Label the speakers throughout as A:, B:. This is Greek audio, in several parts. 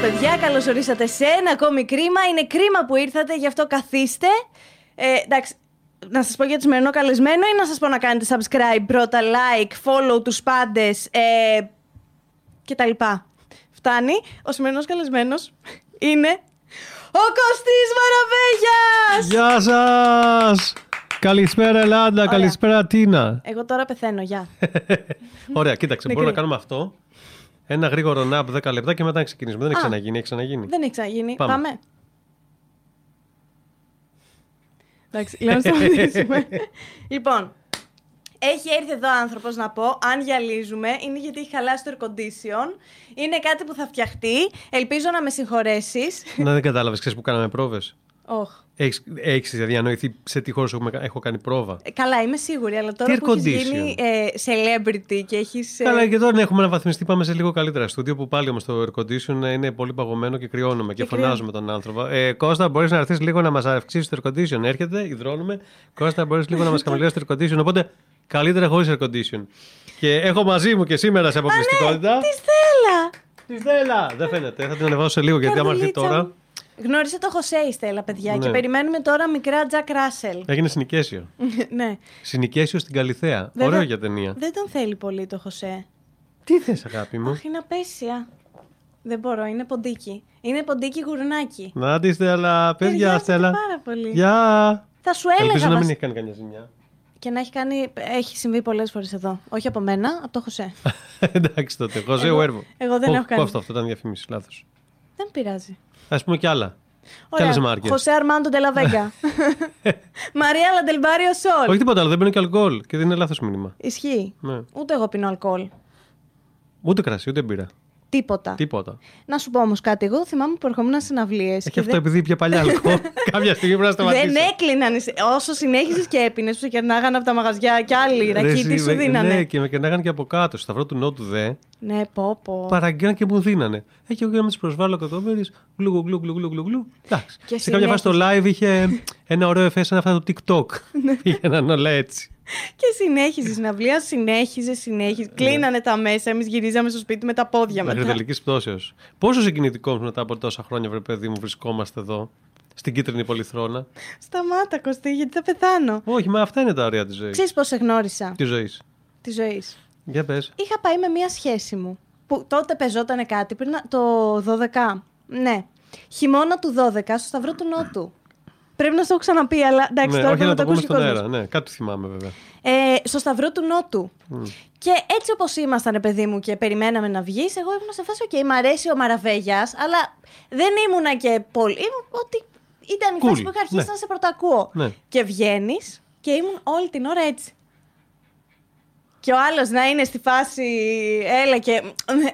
A: παιδιά, καλώς ορίσατε σε ένα ακόμη κρίμα. Είναι κρίμα που ήρθατε, γι' αυτό καθίστε. Ε, εντάξει, να σας πω για το σημερινό καλεσμένο ή να σας πω να κάνετε subscribe, πρώτα like, follow τους πάντες ε, και τα λοιπά. Φτάνει. Ο σημερινός καλεσμένος είναι ο Κωστής Βαραβέγιας!
B: Γεια σας! Καλησπέρα Ελλάδα, καλησπέρα Αθήνα.
A: Εγώ τώρα πεθαίνω, γεια.
B: Ωραία, κοίταξε,
A: Ναι,
B: μπορούμε να
A: κύριε.
B: κάνουμε αυτό. Ένα γρήγορο nap 10 λεπτά και μετά να ξεκινήσουμε. Δεν έχει
A: Α.
B: ξαναγίνει, έχει ξαναγίνει.
A: Δεν έχει ξαναγίνει.
B: Πάμε.
A: Πάμε. Εντάξει, λέω να σταματήσουμε. λοιπόν, έχει έρθει εδώ άνθρωπος να πω, αν γυαλίζουμε, είναι γιατί έχει χαλάσει το air condition. Είναι κάτι που θα φτιαχτεί. Ελπίζω να με συγχωρέσεις.
B: Να δεν κατάλαβες, ξέρεις που κάναμε πρόβες.
A: Οχ.
B: Έχει διανοηθεί δηλαδή, σε τι χώρες έχω κάνει πρόβα.
A: Ε, Καλά, είμαι σίγουρη, αλλά τώρα
B: Τι air
A: που έχεις
B: condition.
A: γίνει ε, celebrity και ε, έχει.
B: Καλά, και τώρα ναι, έχουμε αναβαθμιστεί. Πάμε σε λίγο καλύτερα στούντιο που πάλι όμως το air condition ε, είναι πολύ παγωμένο και κρυώνουμε και,
A: Και
B: φωνάζουμε τον άνθρωπο. Ε, Κώστα, μπορείς να έρθεις λίγο να μας αυξήσεις το air condition. Έρχεται, υδρώνουμε. Κώστα, μπορείς λίγο να μας χαμηλώσεις το air condition. Οπότε καλύτερα χωρίς air condition. Και έχω μαζί μου και σήμερα σε αποκλειστικότητα.
A: Τι Στέλλα!
B: Τη Στέλλα! Δεν φαίνεται, θα την ανεβάσω σε λίγο γιατί άμα έρθει
A: Καρδουλίτσα
B: τώρα.
A: μου. Γνώρισε το Χωσέ η Στέλλα, παιδιά, και
B: Ναι.
A: περιμένουμε τώρα μικρά Τζακ Ράσελ.
B: Έγινε συνοικέσιο.
A: ναι.
B: Συνοικέσιο στην Καλιθέα.
A: Δεν
B: Ωραίο
A: θα-
B: για ταινία.
A: Δεν τον θέλει πολύ το Χωσέ.
B: Τι θες, αγάπη μου.
A: Αχ, είναι απέσια. Δεν μπορώ, είναι ποντίκι. Είναι ποντίκι γουρνάκι.
B: Να τη Στέλλα, πε γεια
A: Ταιριάζεται
B: Στέλλα.
A: πάρα πολύ.
B: Γεια!
A: Θα σου
B: Ελπίζω
A: έλεγα
B: να μην
A: βασι-
B: έχει κάνει καμιά ζημιά.
A: και να έχει κάνει. Έχει συμβεί πολλές φορές εδώ. Όχι από μένα, από το Χωσέ.
B: Εντάξει τότε. Χωζέ
A: Εγώ-
B: Werbo.
A: εγώ δεν
B: Κο-
A: έχω κάνει.
B: Κόφτω αυτό, ήταν διαφήμιση, λάθος.
A: Δεν πειράζει.
B: Ας πούμε κι άλλα. Τέλος
A: Ωραία.
B: μάρκες.
A: Χωσέ Αρμάντο Ντελαβέγκα. Μαρία Λαντελμπάριο Σόλ.
B: Όχι τίποτα άλλο, δεν παίρνω και αλκοόλ και δεν είναι λάθος μήνυμα.
A: Ισχύει.
B: Ναι.
A: Ούτε εγώ πίνω αλκοόλ.
B: Ούτε κρασί, ούτε μπύρα.
A: Τίποτα.
B: Τίποτα.
A: Να σου πω όμως κάτι. Εγώ θυμάμαι που ερχόμουν σε συναυλίες.
B: Έχει αυτό επειδή πια παλιά αλκοόλ. Κάποια στιγμή πρέπει να σταματήσεις.
A: Δεν έκλειναν. οι- Όσο συνέχιζες και έπινες, που σε κερνάγανε από τα μαγαζιά και άλλοι ρακίτι σου δίνανε.
B: Ναι, και με κερνάγανε και από κάτω. Σταυρό του Νότου δε.
A: Ναι, πω πω.
B: Παραγγέλναν και μου δίνανε. Ε, και εγώ για να τις προσβάλλω εκατομμύρες. Γκλου, γκλου, γλου, γλου, γλου, γλου. Εντάξει.
A: Και
B: Σε κάποια φάση το live είχε ένα ωραίο εφές σαν αυτά του TikTok.
A: Ναι.
B: Πήγαιναν όλα έτσι.
A: Και συνέχιζες η συναυλία, συνέχιζες, συνέχιζες.
B: Ναι.
A: Κλείνανε τα μέσα, εμείς γυρίζαμε στο σπίτι με τα πόδια
B: Μέχρι
A: μετά.
B: τελικής πτώσεως. Πόσο συγκινητικός μετά από τόσα χρόνια, βρε παιδί μου, βρισκόμαστε εδώ, στην κίτρινη πολυθρόνα.
A: Σταμάτα, Κωστή, γιατί θα πεθάνω.
B: Όχι, μα αυτά είναι τα ωραία της ζωής.
A: Ξέρεις πώς σε γνώρισα
B: Της ζωής.
A: της ζωής.
B: Για πες.
A: Είχα πάει με μία σχέση μου. Που τότε πεζότανε κάτι πριν να- το 12. Ναι. Χειμώνα του 12 στο Σταυρό του Νότου. Πρέπει να σου το έχω ξαναπεί, αλλά εντάξει,
B: Ναι,
A: τώρα
B: όχι
A: πρέπει
B: να το πούμε
A: ακούσει ο
B: στον
A: κόσμος.
B: αέρα. Ναι, κάτι θυμάμαι βέβαια.
A: Ε, στο Σταυρό του Νότου.
B: Mm.
A: Και έτσι όπως ήμασταν, παιδί μου, και περιμέναμε να βγεις, εγώ ήμουν σε φάση, OK, μ' αρέσει ο Μαραβέγιας, αλλά δεν ήμουνα και πολύ. Ήμουν ότι ήταν η
B: Cool,
A: φάση που είχα αρχίσει να
B: ναι.
A: σε πρωτακούω.
B: Ναι.
A: Και βγαίνεις και ήμουν όλη την ώρα έτσι. Και ο άλλος να είναι στη φάση, έλα και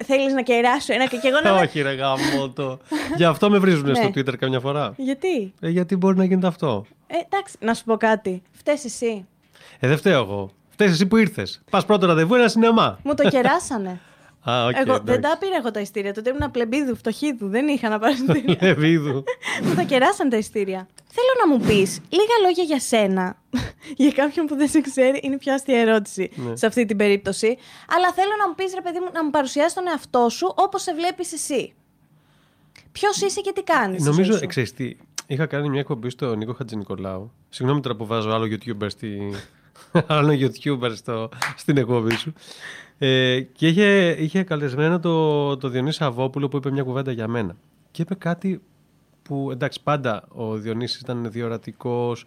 A: θέλεις να κεράσω ένα και και εγώ να. είμαι,
B: όχι, ρε γαμότο. Γι' αυτό με βρίζουν στο
A: Ναι.
B: Twitter καμιά φορά.
A: Γιατί,
B: Ε, γιατί μπορεί να γίνεται αυτό.
A: ε, εντάξει, να σου πω κάτι. Φταίει εσύ.
B: Ε, δεν φταίω εγώ. Φταίει εσύ που ήρθες. Πας πρώτο ραντεβού, ένα σινεμά.
A: Μου το κεράσανε.
B: Α, οκ.
A: εγώ δεν
B: εντάξει.
A: τα πήρα εγώ τα ειστήρια. Τότε ήμουν πλεμπίδου, φτωχίδου. Δεν είχα να πάρω ειστήρια.
B: Λεβίδου.
A: Μου τα κεράσαν τα ειστήρια. Θέλω να μου πεις λίγα λόγια για σένα. για κάποιον που δεν σε ξέρει, είναι η πιο αστεία ερώτηση
B: Ναι.
A: σε αυτή την περίπτωση. Αλλά θέλω να μου πεις, ρε παιδί μου, να μου παρουσιάσεις τον εαυτό σου όπως σε βλέπεις εσύ. Ποιος είσαι και τι κάνεις.
B: Νομίζω, ξέρεις τι, είχα κάνει μια εκπομπή στον Νίκο Χατζηνικολάου. Συγγνώμη τώρα που βάζω άλλο YouTuber, στη... άλλο YouTuber στο... στην εκπομπή σου. Ε, και είχε, είχε καλεσμένο το, το Διονύη Σαββόπουλο που είπε μια κουβέντα για μένα. Και είπε κάτι που εντάξει πάντα ο Διονύσης ήταν διορατικός.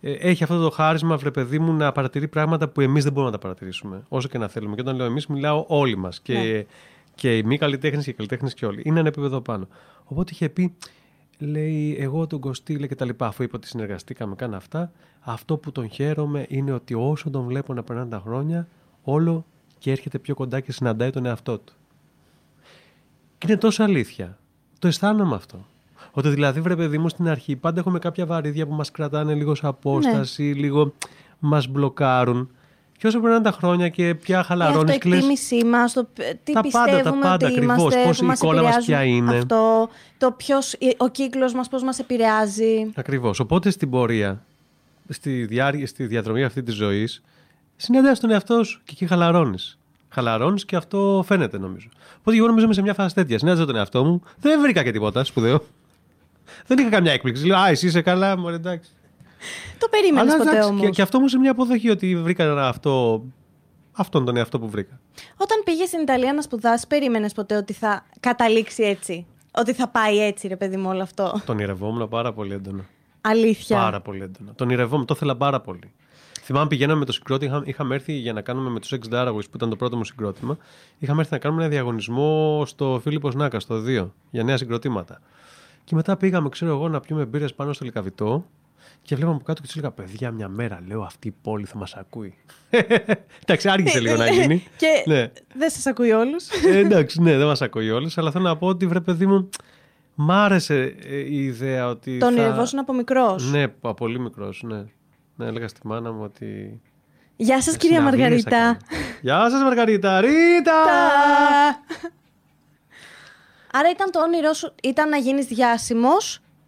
B: Ε, Έχει αυτό το χάρισμα, βρε παιδί μου, να παρατηρεί πράγματα που εμείς δεν μπορούμε να τα παρατηρήσουμε. Όσο και να θέλουμε. Και όταν λέω εμείς μιλάω όλοι μας. Και,
A: Ναι.
B: και οι μη καλλιτέχνες και οι καλλιτέχνες και όλοι. Είναι ένα επίπεδο πάνω. Οπότε είχε πει, λέει, εγώ τον Κωστή λέει, και τα λοιπά, αφού είπα ότι συνεργαστήκαμε, κάνα αυτά. Αυτό που τον χαίρομαι είναι ότι όσο τον βλέπω να περνάνε τα χρόνια, όλο και έρχεται πιο κοντά και συναντάει τον εαυτό του. Και είναι τόσο αλήθεια. Το αισθάνομαι αυτό. Ότι δηλαδή, βρε παιδί μου, στην αρχή πάντα έχουμε κάποια βαρύδια που μας κρατάνε λίγος σε απόσταση, λίγο μας μπλοκάρουν. Και όσο περνάνε τα χρόνια και πια
A: Η
B: χαλαρώνεις, κλείνεις.
A: αυτοεκτίμησή μας, το π- τι
B: Τα πάντα, τα
A: πιστεύουμε
B: πάντα
A: ότι
B: ακριβώς,
A: είμαστε,
B: πώς
A: που
B: η
A: μας
B: εικόνα μας
A: επηρεάζουν
B: ποια είναι.
A: Αυτό, το ποιος, ο κύκλος μας, πώς μας επηρεάζει.
B: Ακριβώς. Οπότε στην πορεία, στη, διάρκεια, στη διαδρομή αυτή της ζωής, συναντά τον εαυτό σου και εκεί χαλαρώνεις. Χαλαρώνεις και αυτό φαίνεται νομίζω. Οπότε εγώ νομίζω είμαι σε μια φάση τέτοια. Συνέζω τον εαυτό μου. Δεν βρήκα και τίποτα σπουδαίο. Δεν είχα καμιά έκπληξη. Λέω, Α, εσύ είσαι καλά, μωρέ, εντάξει.
A: Το περίμενες ποτέ όμως.
B: και, και αυτό όμω είναι μια αποδοχή ότι βρήκα ένα αυτό. Αυτόν τον εαυτό που βρήκα.
A: Όταν πήγες στην Ιταλία να σπουδάσεις, περίμενες ποτέ ότι θα καταλήξει έτσι. Ότι θα πάει έτσι, ρε παιδί μου, όλο αυτό.
B: Τον ηρευόμουν πάρα πολύ έντονα.
A: Αλήθεια.
B: Πάρα πολύ έντονα. Τον ηρευόμουν, το ήθελα πάρα πολύ. Θυμάμαι πηγαίναμε με το συγκρότημα, είχα- είχαμε έρθει για να κάνουμε με τους Ex Daraways που ήταν το πρώτο μου συγκρότημα. Είχαμε έρθει να κάνουμε ένα διαγωνισμό στο Φίλιππος Νάκας, στο 2, για νέα συγκροτήματα. Και μετά πήγαμε, ξέρω εγώ, να πιούμε μπύρες πάνω στο λικαβιτό και βλέπαμε από κάτω και τους έλεγα: Παιδιά, μια μέρα λέω αυτή η πόλη θα μας ακούει. Εντάξει, άργησε λίγο να γίνει.
A: και
B: Ναι.
A: δεν σας ακούει όλους.
B: Ε, εντάξει, ναι, δεν μας ακούει όλους, αλλά θέλω να πω ότι βρε παιδί μου, μ' άρεσε ε, η ιδέα ότι.
A: Τον
B: θα-
A: ηρευόσουν από μικρός.
B: Ναι, από πολύ μικρός, ναι. Ναι, έλεγα στη μάνα μου ότι.
A: Γεια σας, κυρία
B: συναυλίες θα
A: Μαργαρίτα.
B: κάνω. Γεια σας, Μαργαρίτα! Ρίτα!
A: Τα. Άρα ήταν το όνειρό σου ήταν να γίνεις διάσημος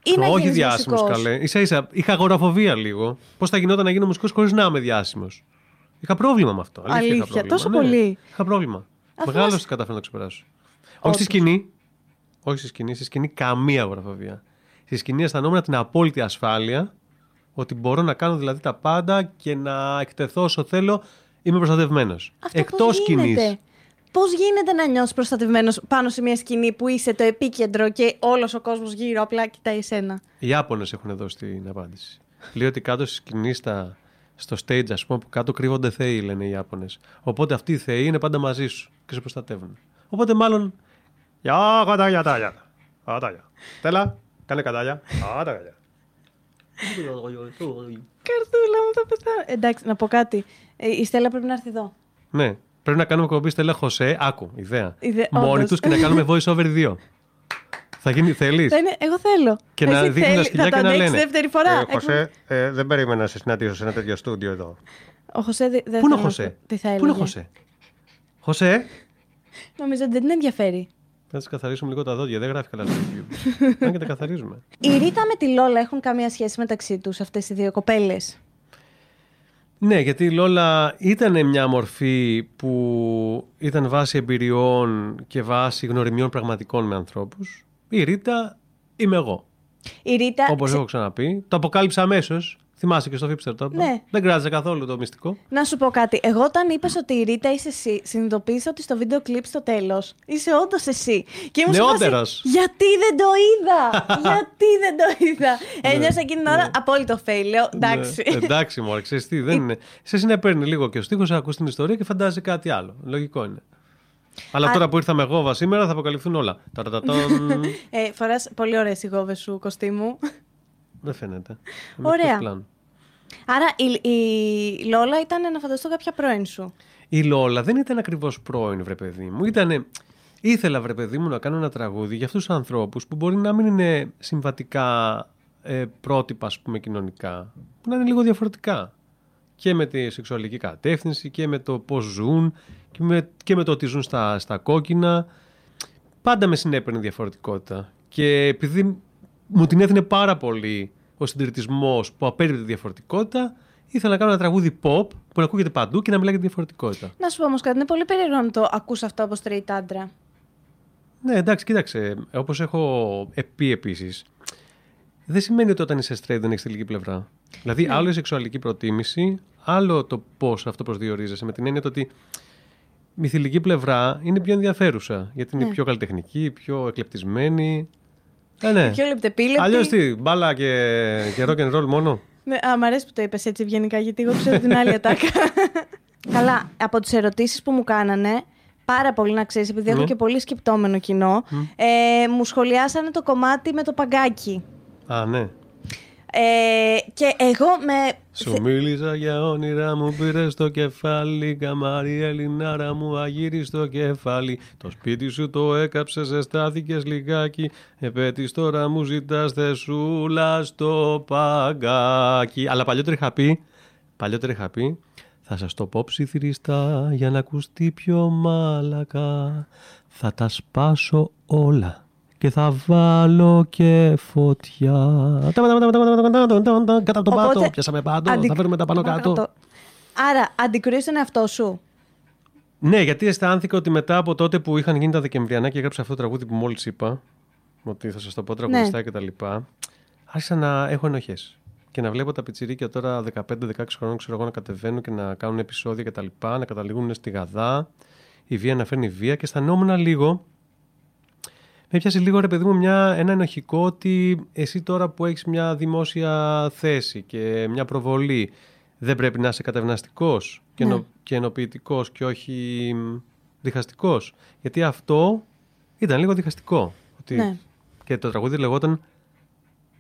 A: ή να
B: Όχι
A: γίνεις
B: διάσημος,
A: διάσημο
B: καλέ. σα ίσα είχα αγοραφοβία λίγο. Πώς θα γινόταν να γίνω μουσικός χωρίς να είμαι διάσημος. Είχα πρόβλημα με αυτό. Αλήθεια, είχα
A: Αλήθεια,
B: πρόβλημα,
A: τόσο
B: ναι.
A: πολύ.
B: Είχα πρόβλημα.
A: Αφού
B: Μεγάλος
A: μας-
B: κατάφερα να το ξεπεράσω. Όχι
A: Όντως.
B: στη σκηνή. Όχι στη σκηνή. Στη σκηνή καμία αγοραφοβία. Στη σκηνή αισθανόμουν την απόλυτη ασφάλεια ότι μπορώ να κάνω δηλαδή τα πάντα και να εκτεθώ όσο θέλω. Είμαι προστατευμένος. Εκτό σκηνής.
A: Πώς γίνεται να νιώσεις προστατευμένος πάνω σε μια σκηνή που είσαι το επίκεντρο και όλος ο κόσμος γύρω απλά κοιτάει εσένα.
B: Οι Ιάπωνες έχουν δώσει την απάντηση. Λέει ότι κάτω στη σκηνή, στα, στο stage, ας πούμε, που κάτω κρύβονται θεοί, λένε οι Ιάπωνες. Οπότε αυτοί οι θεοί είναι πάντα μαζί σου και σε προστατεύουν. Οπότε μάλλον. Γεια, κατάγια, τάγια. Κατάγια. Τέλα, κάνε κατάγια. Κατάγια.
A: Καρδούλα μου, θα πεθάνω. Εντάξει, να πω κάτι. Ε, η Στέλλα πρέπει να έρθει εδώ.
B: ναι, πρέπει να κάνουμε κομπή Στέλλα Χωσέ. Άκου, ιδέα.
A: Ιδε-
B: Μόνοι
A: όντως.
B: τους και να κάνουμε voice over 2. Θα γίνει, θέλεις.
A: Θα είναι, εγώ θέλω.
B: Και να
A: Εσύ
B: δείχνουν τα
A: θέλει-
B: σκυλιά
A: θα
B: και
A: το
B: να
A: αντέξεις
B: λένε.
A: δεύτερη φορά.
C: Ε, Χωσέ, ε, δεν περίμενα να σε συναντήσω σε ένα τέτοιο στούντιο εδώ.
A: Ο Χωσέ δε- δεν
B: Πού είναι
A: θέλω να
B: ο
A: σου-
B: Χωσέ.
A: Τι θα
B: Πού
A: έλεγε.
B: είναι ο Χωσέ. Χωσέ,
A: Νομίζω ότι δεν την ενδιαφέρει.
B: Θα τι καθαρίσουμε λίγο τα δόντια. Δεν γράφει καλά στο YouTube. Αν και τα καθαρίζουμε.
A: Η Ρίτα με τη Λόλα έχουν καμία σχέση μεταξύ τους αυτές οι δύο κοπέλες.
B: Ναι, γιατί η Λόλα ήταν μια μορφή που ήταν βάση εμπειριών και βάση γνωριμιών πραγματικών με ανθρώπους. Η Ρίτα είμαι εγώ.
A: Η Ρίτα.
B: Όπως
A: ξε-
B: έχω ξαναπεί. Το αποκάλυψα αμέσως. Θυμάσαι και στο Φίπστερ το είπα.
A: Ναι.
B: Δεν κράτησε καθόλου το μυστικό.
A: Να σου πω κάτι. Εγώ όταν είπες ότι η Ρίτα είσαι εσύ, συνειδητοποίησα ότι στο βίντεο κλειπ στο τέλος είσαι όντως εσύ. Και ήμουν σε φάση,
B: Νεότερος.
A: Γιατί δεν το είδα! Γιατί δεν το είδα! Ένιωσα εκείνη την ώρα απόλυτο fail. Λέω εντάξει. Ε,
B: Ναι. Εντάξει, μου ξέρεις τι, δεν είναι. Σε συνεπέρνει λίγο και ο στίχος, ακούς την ιστορία και φαντάζει κάτι άλλο. Λογικό είναι. Αλλά
A: Α-
B: τώρα που ήρθαμε εγώ σήμερα θα αποκαλυφθούν όλα. Ταρατατόν.
A: ε, Φοράς πολύ ωραίες οι γόβες σου, Κωστή μου.
B: Δεν φαίνεται. Δεν
A: Ωραία.
B: έχει πλάνο.
A: Άρα η, η Λόλα ήταν να φανταστώ κάποια πρώην σου.
B: Η Λόλα δεν ήταν ακριβώς πρώην, βρε παιδί μου. Ήτανε... Ήθελα, βρε παιδί μου, να κάνω ένα τραγούδι για αυτούς τους ανθρώπους που μπορεί να μην είναι συμβατικά ε, πρότυπα, ας πούμε, κοινωνικά. Που να είναι λίγο διαφορετικά. Και με τη σεξουαλική κατεύθυνση και με το πώς ζουν και με, και με το ότι ζουν στα, στα κόκκινα. Πάντα με συνέπαιρνε διαφορετικότητα. Και επειδή μου την έδινε πάρα πολύ ο συντηρητισμός που απέρριπτε τη διαφορετικότητα, ήθελα να κάνω ένα τραγούδι pop που να ακούγεται παντού και να μιλάει για τη διαφορετικότητα.
A: Να σου πω όμως κάτι, είναι πολύ περίεργο να το ακούς αυτό από straight άντρα.
B: Ναι, εντάξει, κοίταξε. Όπως έχω πει επίσης, δεν σημαίνει ότι όταν είσαι straight δεν έχεις τελική πλευρά. Δηλαδή, άλλο η σεξουαλική προτίμηση, άλλο το πώς αυτό προσδιορίζεσαι. Με την έννοια το ότι η θηλυκή πλευρά είναι πιο ενδιαφέρουσα. Γιατί είναι πιο καλλιτεχνική, πιο εκλεπτισμένη. Ε, ναι.
A: Πιο λεπτεπίλεπτη.
B: Αλλιώς τι, μπάλα και, και rock and roll μόνο.
A: Ναι, α, μ' αρέσει που το είπες έτσι ευγενικά, γιατί εγώ ξέρω την άλλη ατάκα. Καλά, από τις ερωτήσεις που μου κάνανε, πάρα πολύ να ξέρεις, επειδή έχω
B: Ναι.
A: και πολύ σκεπτόμενο κοινό, ε, μου σχολιάσανε το κομμάτι με το παγκάκι.
B: Α, ναι.
A: Ε, και εγώ με.
B: Σου μίλησα για όνειρα μου, πήρες το κεφάλι. Καμαρί, Ελληνάρα μου, αγύριστο κεφάλι. Το σπίτι σου το έκαψες, ζεστάθηκε λιγάκι. Επέτει τώρα μου ζητάς θεσούλα στο παγκάκι. Αλλά παλιότερα είχα πει, παλιότερα είχα πει, θα σας το πω ψιθυριστά για να ακουστεί πιο μάλακα. Θα τα σπάσω όλα και θα βάλω και φωτιά. Κατά από τον πάτο,
A: Οπότε,
B: πιάσαμε πάντο,
A: αντι-
B: θα φέρουμε τα πάνω κάτω.
A: Άρα, αντικρούει τον εαυτό σου.
B: Ναι, γιατί αισθάνθηκα ότι μετά από τότε που είχαν γίνει τα Δεκεμβριανά και έγραψα αυτό το τραγούδι που μόλις είπα, ότι θα σας το πω τραγουδιστά και τα λοιπά, άρχισα να έχω ενοχές. Και να βλέπω τα πιτσιρίκια τώρα 15-16 χρόνων, ξέρω εγώ, να κατεβαίνουν και να κάνουν επεισόδια κτλ. Να καταλήγουν στη γαδά. Η βία να φέρνει βία. Και αισθανόμουν λίγο. Με πιάσει λίγο ρε παιδί μου μια, ένα ενοχικό ότι εσύ τώρα που έχεις μια δημόσια θέση και μια προβολή δεν πρέπει να είσαι κατευναστικός και,
A: Ναι.
B: ενο, και ενοποιητικός και όχι μ, διχαστικός. Γιατί αυτό ήταν λίγο διχαστικό. Ότι
A: Ναι.
B: Και το τραγούδι λεγόταν